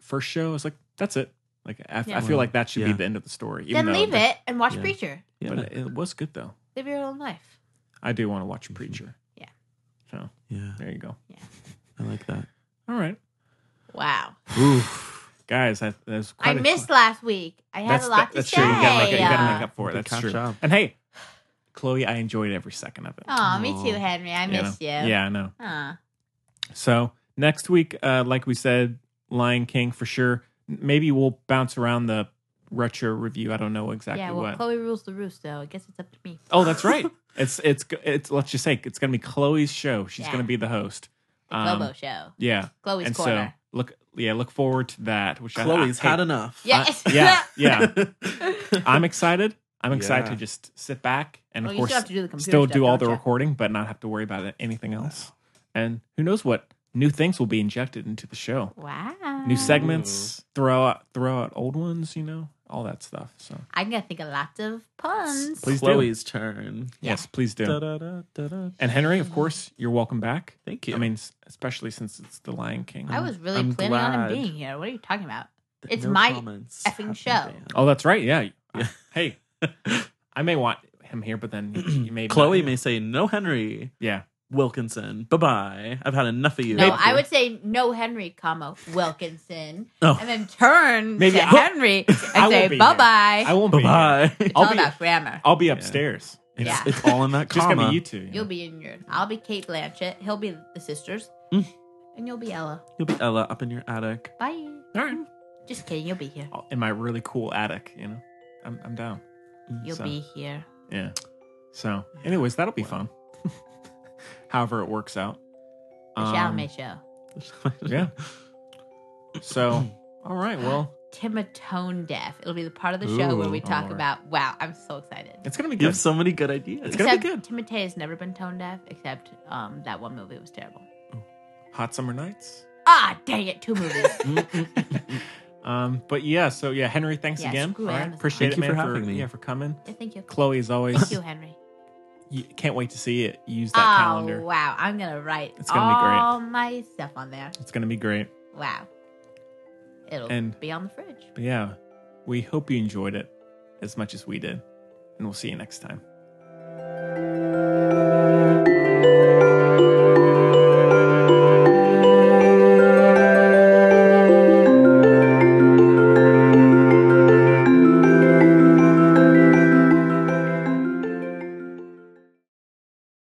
first show. I was like, that's it. Like I, Yeah. I feel like that should be Yeah. the end of the story. even Then though- leave it and watch Yeah. Preacher. Yeah. But it, it was good though. Live your own life. I do want to Mm-hmm. watch Preacher. Yeah. So yeah. there you go. I like that. All right, Wow. Oof. guys. I, that was I quite a- missed last week. I had That's a lot that- to that's say. true. You gotta, make, it- you gotta make up for it. Good That's catch true. up. And [LAUGHS] hey, Chloe, I enjoyed every second of it. Aw, me too, Aw. Henry. Oh, I know? miss you. Yeah, I know. Aw. So next week, uh, like we said, Lion King for sure. Maybe we'll bounce around the retro review. I don't know exactly yeah, well, what. Chloe rules the roost, so I guess it's up to me. oh, that's [LAUGHS] right. it's it's it's. Let's just say it's gonna be Chloe's show. She's Yeah. gonna be the host. Um, Globo show. Yeah, Chloe's and corner. so look, yeah, look forward to that. Which I- Chloe's I, hey, had enough. yes. [LAUGHS] yeah, yeah. [LAUGHS] I'm excited. I'm excited Yeah. to just sit back and Well, of you still course have to do the computer still stuff, do all don't the ya? recording, but not have to worry about it- anything else. And who knows what new things will be injected into the show? Wow. New segments, throw out throw out old ones, you know, all that stuff. So I'm gonna think of lots of puns. Please do. Chloe's turn. yes, please do. Da-da-da, da-da. And Henry, of course, you're welcome back. Thank you. I mean, s- especially since it's the Lion King. I was really I'm planning on him glad. being here. What are you talking about? Th- It's my comments. effing Happy show. fan. oh, that's right. Yeah. [LAUGHS] hey, I may want him here, but then you may Chloe not. may say no, Henry Yeah. Wilkinson. Bye bye. I've had enough of you. No, I [LAUGHS] would say no Henry, comma Wilkinson, Oh. and then turn Maybe to I- [LAUGHS] Henry I and won't say be here. bye bye. I won't Bye be. here. [LAUGHS] bye. I'll All be- about grammar. I'll be upstairs. you know? Yeah. It's all in that Just comma. gonna be you two. you know? You'll be in your. I'll be Kate Blanchett. He'll be the sisters, Mm. and you'll be Ella. You'll be Ella up in your [LAUGHS] attic. Bye. All right. Just kidding. You'll be here. I'll- in my really cool attic. You know, I'm I'm down. You'll So- be here. Yeah. So, anyways, that'll be fun. [LAUGHS] However, it works out. The Um, Chalamet show. [LAUGHS] Yeah. So, all right. Well, Timatone Deaf. It'll be the part of the show where Ooh, we talk Lord. about. Wow, I'm so excited. it's gonna be You good. have so many good ideas. gonna except be Timotei has never been tone deaf, except um, that one movie was terrible. Hot summer nights. Ah, dang it, two [LAUGHS] movies. Um, but yeah. So yeah, Henry, thanks Yeah, again. screw All right. Amazon. Appreciate Thank you it, man, for having me. Yeah, for coming. Yeah, [LAUGHS] thank you. Chloe, as Thank always, you, Henry. you can't wait to see it. Use Oh that calendar. wow, I'm gonna write It's gonna be great. all my stuff on there. It's gonna be great. Wow, it'll And- be on the fridge. But yeah, we hope you enjoyed it. as much as we did. And we'll see you next time.